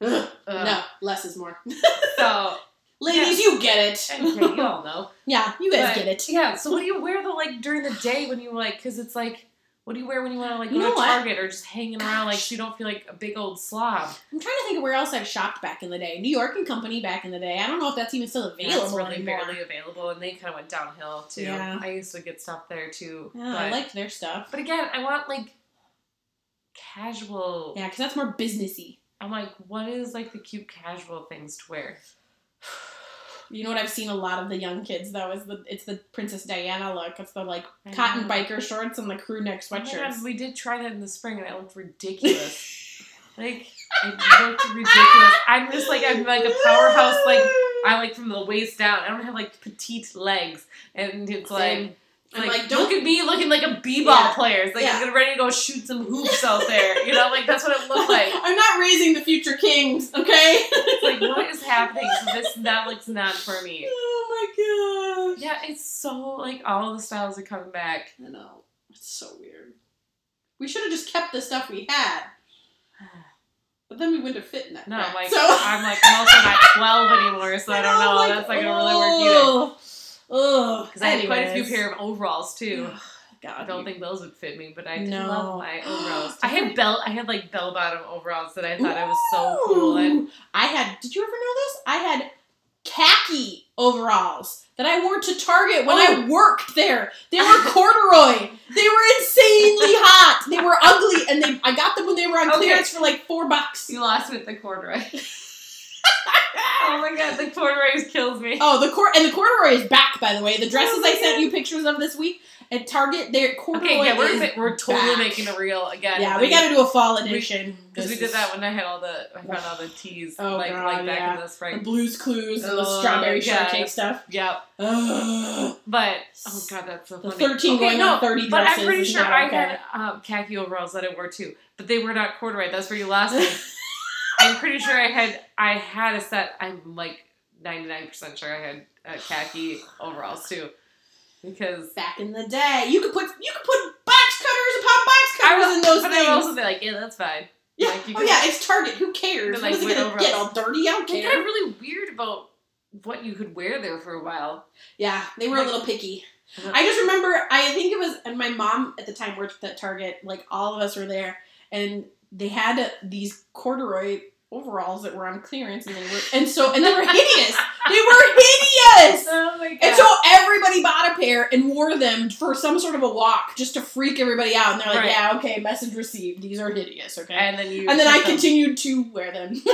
Speaker 1: Ugh,
Speaker 2: Ugh.
Speaker 1: no, less is more.
Speaker 2: Uh, So
Speaker 1: Ladies, you get
Speaker 2: okay,
Speaker 1: it.
Speaker 2: you all know.
Speaker 1: yeah, you guys
Speaker 2: But-
Speaker 1: get it.
Speaker 2: Yeah. So what do you wear though, like during the day when you like? Because it's like, what do you wear when you want to like
Speaker 1: You
Speaker 2: go
Speaker 1: know
Speaker 2: to
Speaker 1: what?
Speaker 2: Target or just hanging around like
Speaker 1: Gosh.
Speaker 2: so you don't feel like a big old slob?
Speaker 1: I'm trying to think of where else I've shopped back in the day. New York and Company back in the day. I don't know if that's even still
Speaker 2: Yeah, it's
Speaker 1: available
Speaker 2: really
Speaker 1: anymore.
Speaker 2: barely available, and they kind of went downhill too.
Speaker 1: Yeah.
Speaker 2: I used to get stuff there too.
Speaker 1: Yeah,
Speaker 2: but,
Speaker 1: I liked their stuff.
Speaker 2: but again, I want like casual.
Speaker 1: Yeah, because that's more businessy.
Speaker 2: I'm like, what is like the cute casual things to wear?
Speaker 1: You know what I've seen a lot of the young kids though is the it's the Princess Diana look. It's the like
Speaker 2: I
Speaker 1: cotton
Speaker 2: know.
Speaker 1: biker shorts and the crew neck
Speaker 2: Oh my God,
Speaker 1: sweatshirts.
Speaker 2: we did try that in the spring, and it looked ridiculous. like it looked ridiculous. I'm just like I'm like a powerhouse. Like I like from the waist down. I don't have like petite legs, and it's like.
Speaker 1: Same.
Speaker 2: it's
Speaker 1: I'm
Speaker 2: Like,
Speaker 1: like,
Speaker 2: look
Speaker 1: don't-
Speaker 2: at me looking like a b-ball
Speaker 1: Yeah.
Speaker 2: player. It's like
Speaker 1: Yeah.
Speaker 2: I'm ready to go shoot some hoops out there. You know, like that's what it looked like.
Speaker 1: I'm not raising the future kings, okay?
Speaker 2: It's like what is happening? So this that looks not for me.
Speaker 1: oh my gosh.
Speaker 2: Yeah, it's so like all the styles are coming back.
Speaker 1: I know. It's so weird. We should have just kept the stuff we had, but then we wouldn't have fit in that.
Speaker 2: No,
Speaker 1: crap.
Speaker 2: like
Speaker 1: so,
Speaker 2: I'm like I'm also not 12 anymore, so I don't know. That's not gonna really work either.
Speaker 1: Oh,
Speaker 2: Because I had quite a few pair of overalls too.
Speaker 1: God,
Speaker 2: I don't think those would fit me, but I did
Speaker 1: No.
Speaker 2: love my overalls. I had bell, I had like bell bottom overalls that I thought I was so
Speaker 1: Ooh.
Speaker 2: cool in.
Speaker 1: I had. Did you ever know this? I had khaki overalls that I wore to Target when
Speaker 2: Oh.
Speaker 1: I worked there. They were corduroy. they were insanely hot. They were ugly, and they. I got them when they were on
Speaker 2: Okay.
Speaker 1: clearance for like four bucks.
Speaker 2: You lost me with the corduroy. oh my god, the corduroys kills me.
Speaker 1: Oh, the cord and the corduroy is back. By the way, the dresses
Speaker 2: Oh my
Speaker 1: I sent
Speaker 2: God.
Speaker 1: you pictures of this week at Target, they're corduroy.
Speaker 2: Okay, yeah, we're
Speaker 1: is
Speaker 2: ma- we're totally
Speaker 1: back.
Speaker 2: making a reel again.
Speaker 1: Yeah, we got to do a fall edition
Speaker 2: because we
Speaker 1: This
Speaker 2: did
Speaker 1: is-
Speaker 2: that when I had all the I found all the teas
Speaker 1: Oh
Speaker 2: like
Speaker 1: God,
Speaker 2: like back in
Speaker 1: yeah.
Speaker 2: the
Speaker 1: The
Speaker 2: spring.
Speaker 1: Blue's Clues and
Speaker 2: Oh,
Speaker 1: the strawberry
Speaker 2: yeah.
Speaker 1: shortcake stuff.
Speaker 2: Yep.
Speaker 1: Ugh.
Speaker 2: But oh god, that's so
Speaker 1: The
Speaker 2: funny.
Speaker 1: thirteen
Speaker 2: okay,
Speaker 1: going
Speaker 2: no,
Speaker 1: on thirty
Speaker 2: But
Speaker 1: dresses.
Speaker 2: I'm pretty
Speaker 1: is
Speaker 2: sure
Speaker 1: not
Speaker 2: I
Speaker 1: okay.
Speaker 2: had um, khaki overalls that I wore too, but they were not corduroy. That's where you lost me. I'm pretty sure I had I had a set. I'm like 99 percent sure I had uh, khaki overalls too, because
Speaker 1: back in the day. You could put you could put box cutters upon box cutters in those
Speaker 2: but
Speaker 1: things.
Speaker 2: I would also be like, yeah, that's fine.
Speaker 1: yeah.
Speaker 2: like, you
Speaker 1: oh
Speaker 2: could-
Speaker 1: yeah, it's Target. Who cares?
Speaker 2: But,
Speaker 1: What
Speaker 2: like,
Speaker 1: is it gonna
Speaker 2: with
Speaker 1: get
Speaker 2: overalls.
Speaker 1: all dirty? I don't
Speaker 2: They
Speaker 1: care.
Speaker 2: got really weird about what you could wear there for a while.
Speaker 1: Yeah, they were a
Speaker 2: Like-
Speaker 1: little picky.
Speaker 2: Uh-huh.
Speaker 1: I just remember, I think it was, and my mom at the time worked at Target, like all of us were there, and they had these corduroy overalls that were on clearance, and they were, and so, and they were hideous. they were hideous!
Speaker 2: Oh my god.
Speaker 1: And so everybody bought a pair and wore them for some sort of a walk just to freak everybody out, and they're like,
Speaker 2: Right.
Speaker 1: yeah, okay, message received. These are hideous, okay?
Speaker 2: and then you
Speaker 1: and then I
Speaker 2: took them.
Speaker 1: continued to wear them.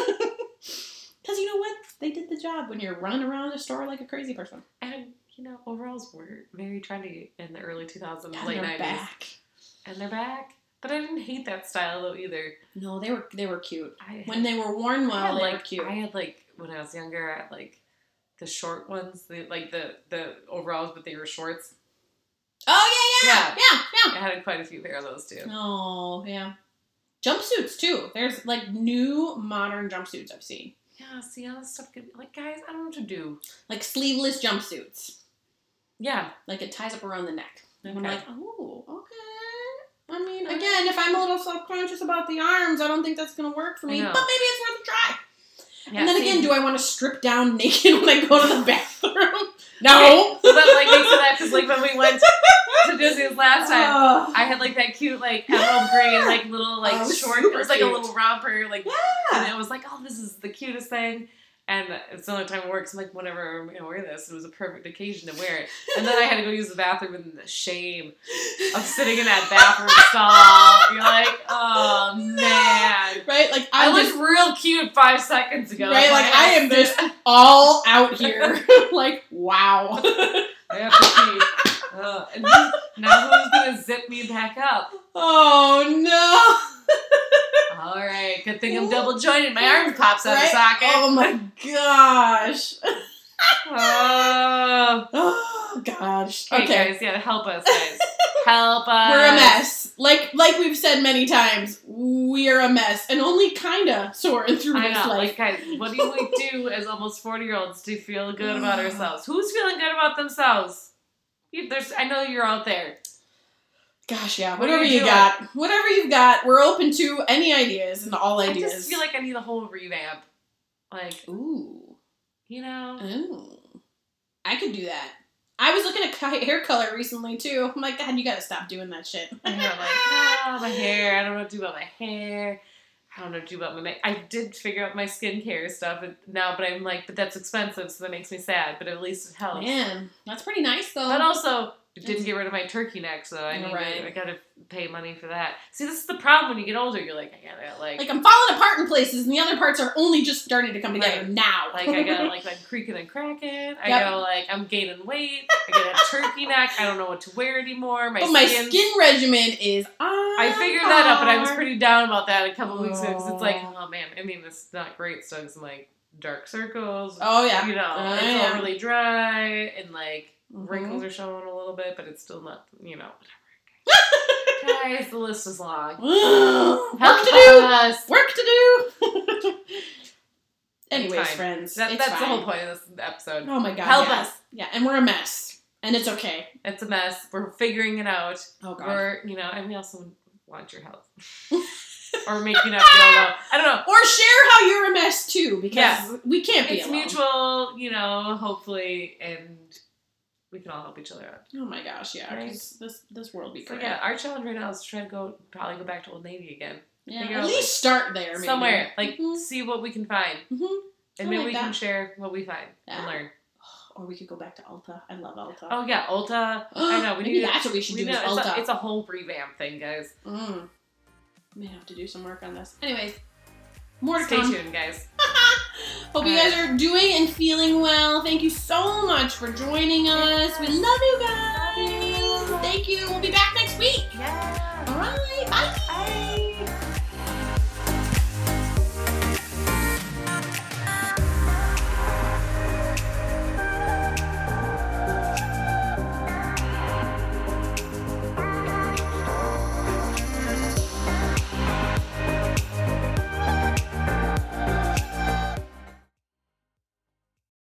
Speaker 1: Because you know what? They did the job when you're running around a store like a crazy person.
Speaker 2: And you know, overalls were very trendy in the early 2000s,
Speaker 1: God,
Speaker 2: late
Speaker 1: they're
Speaker 2: 90s,
Speaker 1: back.
Speaker 2: and they're back. But I didn't hate that style though either.
Speaker 1: No, they were they were cute.
Speaker 2: I
Speaker 1: When they were worn
Speaker 2: I had,
Speaker 1: well, they
Speaker 2: like
Speaker 1: were cute.
Speaker 2: I had like when I was younger, I had like the short ones, the, like the the overalls, but they were shorts.
Speaker 1: oh yeah, yeah, yeah,
Speaker 2: I
Speaker 1: yeah.
Speaker 2: had quite a few pair of those too.
Speaker 1: Oh yeah. Jumpsuits too. There's like new modern jumpsuits I've seen,
Speaker 2: Yeah, see all this stuff. Could, like guys, I don't know what to do.
Speaker 1: like sleeveless jumpsuits,
Speaker 2: Yeah,
Speaker 1: like it ties up around the neck. And I'm
Speaker 2: Okay.
Speaker 1: like, oh, okay. I mean, again, if I'm a little self conscious about the arms, I don't think that's gonna work for
Speaker 2: I
Speaker 1: me.
Speaker 2: know.
Speaker 1: But maybe it's worth a try.
Speaker 2: yeah.
Speaker 1: and then
Speaker 2: see?
Speaker 1: again, do I want to strip down naked when I go to the bathroom?
Speaker 2: Okay,
Speaker 1: No.
Speaker 2: so that like makes it up because like when we went to Disney's last time,
Speaker 1: Ugh.
Speaker 2: I had like that cute like
Speaker 1: Yeah.
Speaker 2: emerald green like little like
Speaker 1: Oh,
Speaker 2: short. It
Speaker 1: super
Speaker 2: was like a
Speaker 1: cute.
Speaker 2: little romper like,
Speaker 1: Yeah.
Speaker 2: and it was like, oh, this is the cutest thing. And it's the only time it works. I'm like, whenever I'm going to wear this, it was a perfect occasion to wear it. And then I had to go use the bathroom in the shame of sitting in that bathroom stall. You're like, oh, man.
Speaker 1: Right? Like
Speaker 2: I
Speaker 1: I'm
Speaker 2: looked
Speaker 1: just
Speaker 2: real cute five seconds ago.
Speaker 1: Right, like, I am just- all out here. like, wow.
Speaker 2: I have to pee. Uh, and who- now who's gonna zip me back up?
Speaker 1: Oh no.
Speaker 2: All right, good thing I'm double jointed. My arm pops out
Speaker 1: Right?
Speaker 2: of socket.
Speaker 1: Oh my gosh.
Speaker 2: Oh,
Speaker 1: Oh gosh.
Speaker 2: okay,
Speaker 1: okay.
Speaker 2: guys, yeah, help us, guys, help us.
Speaker 1: We're a mess. Like like we've said many times, we're a mess, and only kinda soaring through
Speaker 2: I
Speaker 1: this
Speaker 2: know,
Speaker 1: life.
Speaker 2: like, guys, what do we do as almost forty-year-olds to feel good about ourselves? Who's feeling good about themselves? You, there's, I know you're out there.
Speaker 1: Gosh, yeah.
Speaker 2: What do
Speaker 1: Whatever
Speaker 2: you
Speaker 1: you
Speaker 2: do?
Speaker 1: got, whatever you've got, we're open to any ideas and all
Speaker 2: I
Speaker 1: ideas.
Speaker 2: just feel like I need a whole revamp. Like,
Speaker 1: ooh,
Speaker 2: you know,
Speaker 1: ooh, I could do that. I was looking at ki- hair color recently too. I'm like, God, you gotta stop doing that shit.
Speaker 2: I know, like, ah, my hair. I don't know what to do about my hair. I don't know what to do about my make. I did figure out my skincare stuff and now, but I'm like, but that's expensive, so that makes me sad. But at least it helps.
Speaker 1: Man, that's pretty nice though.
Speaker 2: But also, it didn't get rid of my turkey neck, so I need
Speaker 1: Uh-huh. Right.
Speaker 2: to, I gotta pay money for that. See, this is the problem when you get older. You're like, I gotta like,
Speaker 1: like
Speaker 2: like,
Speaker 1: I'm falling apart in places, and the other parts are only just starting to come together
Speaker 2: Right.
Speaker 1: now.
Speaker 2: I gotta like, I'm creaking and cracking. I
Speaker 1: Yep.
Speaker 2: gotta like, I'm gaining weight. I got a turkey neck. I don't know what to wear anymore. My
Speaker 1: but my
Speaker 2: skin's-
Speaker 1: skin regimen is on.
Speaker 2: I figured that out, but I was pretty down about that a couple weeks ago because it's like,
Speaker 1: Aw.
Speaker 2: oh man, I mean, it's not great. So it's like dark circles,
Speaker 1: Oh yeah.
Speaker 2: you know,
Speaker 1: Oh,
Speaker 2: it's
Speaker 1: yeah.
Speaker 2: overly dry and like
Speaker 1: Mhm.
Speaker 2: Mm-hmm. wrinkles are showing a little bit, but it's still not, you know, whatever. Guys, the list is long.
Speaker 1: Work to do.
Speaker 2: us.
Speaker 1: Work to do. Anyways,
Speaker 2: Fine.
Speaker 1: friends,
Speaker 2: That,
Speaker 1: it's
Speaker 2: that's
Speaker 1: fine.
Speaker 2: the whole point of this episode.
Speaker 1: Oh my god,
Speaker 2: Help
Speaker 1: yeah.
Speaker 2: us.
Speaker 1: Yeah, and we're a mess, and it's okay.
Speaker 2: It's a mess. We're figuring it out.
Speaker 1: Oh
Speaker 2: We're, you know, and we also want your help. or make you not feel alone. I don't know.
Speaker 1: Or share how you're a mess too, because
Speaker 2: Yeah.
Speaker 1: we can't be
Speaker 2: it's
Speaker 1: alone.
Speaker 2: mutual, you know, hopefully, and we can all help each other out.
Speaker 1: Oh my gosh, yeah,
Speaker 2: Right.
Speaker 1: 'cause this this world be
Speaker 2: So
Speaker 1: great.
Speaker 2: yeah, our challenge right now is to try to go probably go back to Old Navy again.
Speaker 1: Yeah,
Speaker 2: figure
Speaker 1: at
Speaker 2: out,
Speaker 1: least
Speaker 2: like,
Speaker 1: start there, maybe.
Speaker 2: Somewhere. Like
Speaker 1: Mhm,
Speaker 2: see what we can find.
Speaker 1: mhm.
Speaker 2: And
Speaker 1: I
Speaker 2: maybe
Speaker 1: like
Speaker 2: we can
Speaker 1: that.
Speaker 2: share what we find
Speaker 1: Yeah.
Speaker 2: and learn.
Speaker 1: Or we could go back to Alta. I love Alta.
Speaker 2: Oh yeah, Ulta. I know, we
Speaker 1: maybe
Speaker 2: need to-
Speaker 1: that's what we should
Speaker 2: We
Speaker 1: do.
Speaker 2: know
Speaker 1: is
Speaker 2: it's
Speaker 1: Ulta.
Speaker 2: a, it's a whole revamp thing, guys.
Speaker 1: Mm. May have to do some work on this. Anyways, more to
Speaker 2: Stay
Speaker 1: come.
Speaker 2: tuned, guys.
Speaker 1: Hope you guys are doing and feeling well. Thank you so much for joining us. We love you guys. Thank you. We'll be back next week.
Speaker 2: Yeah.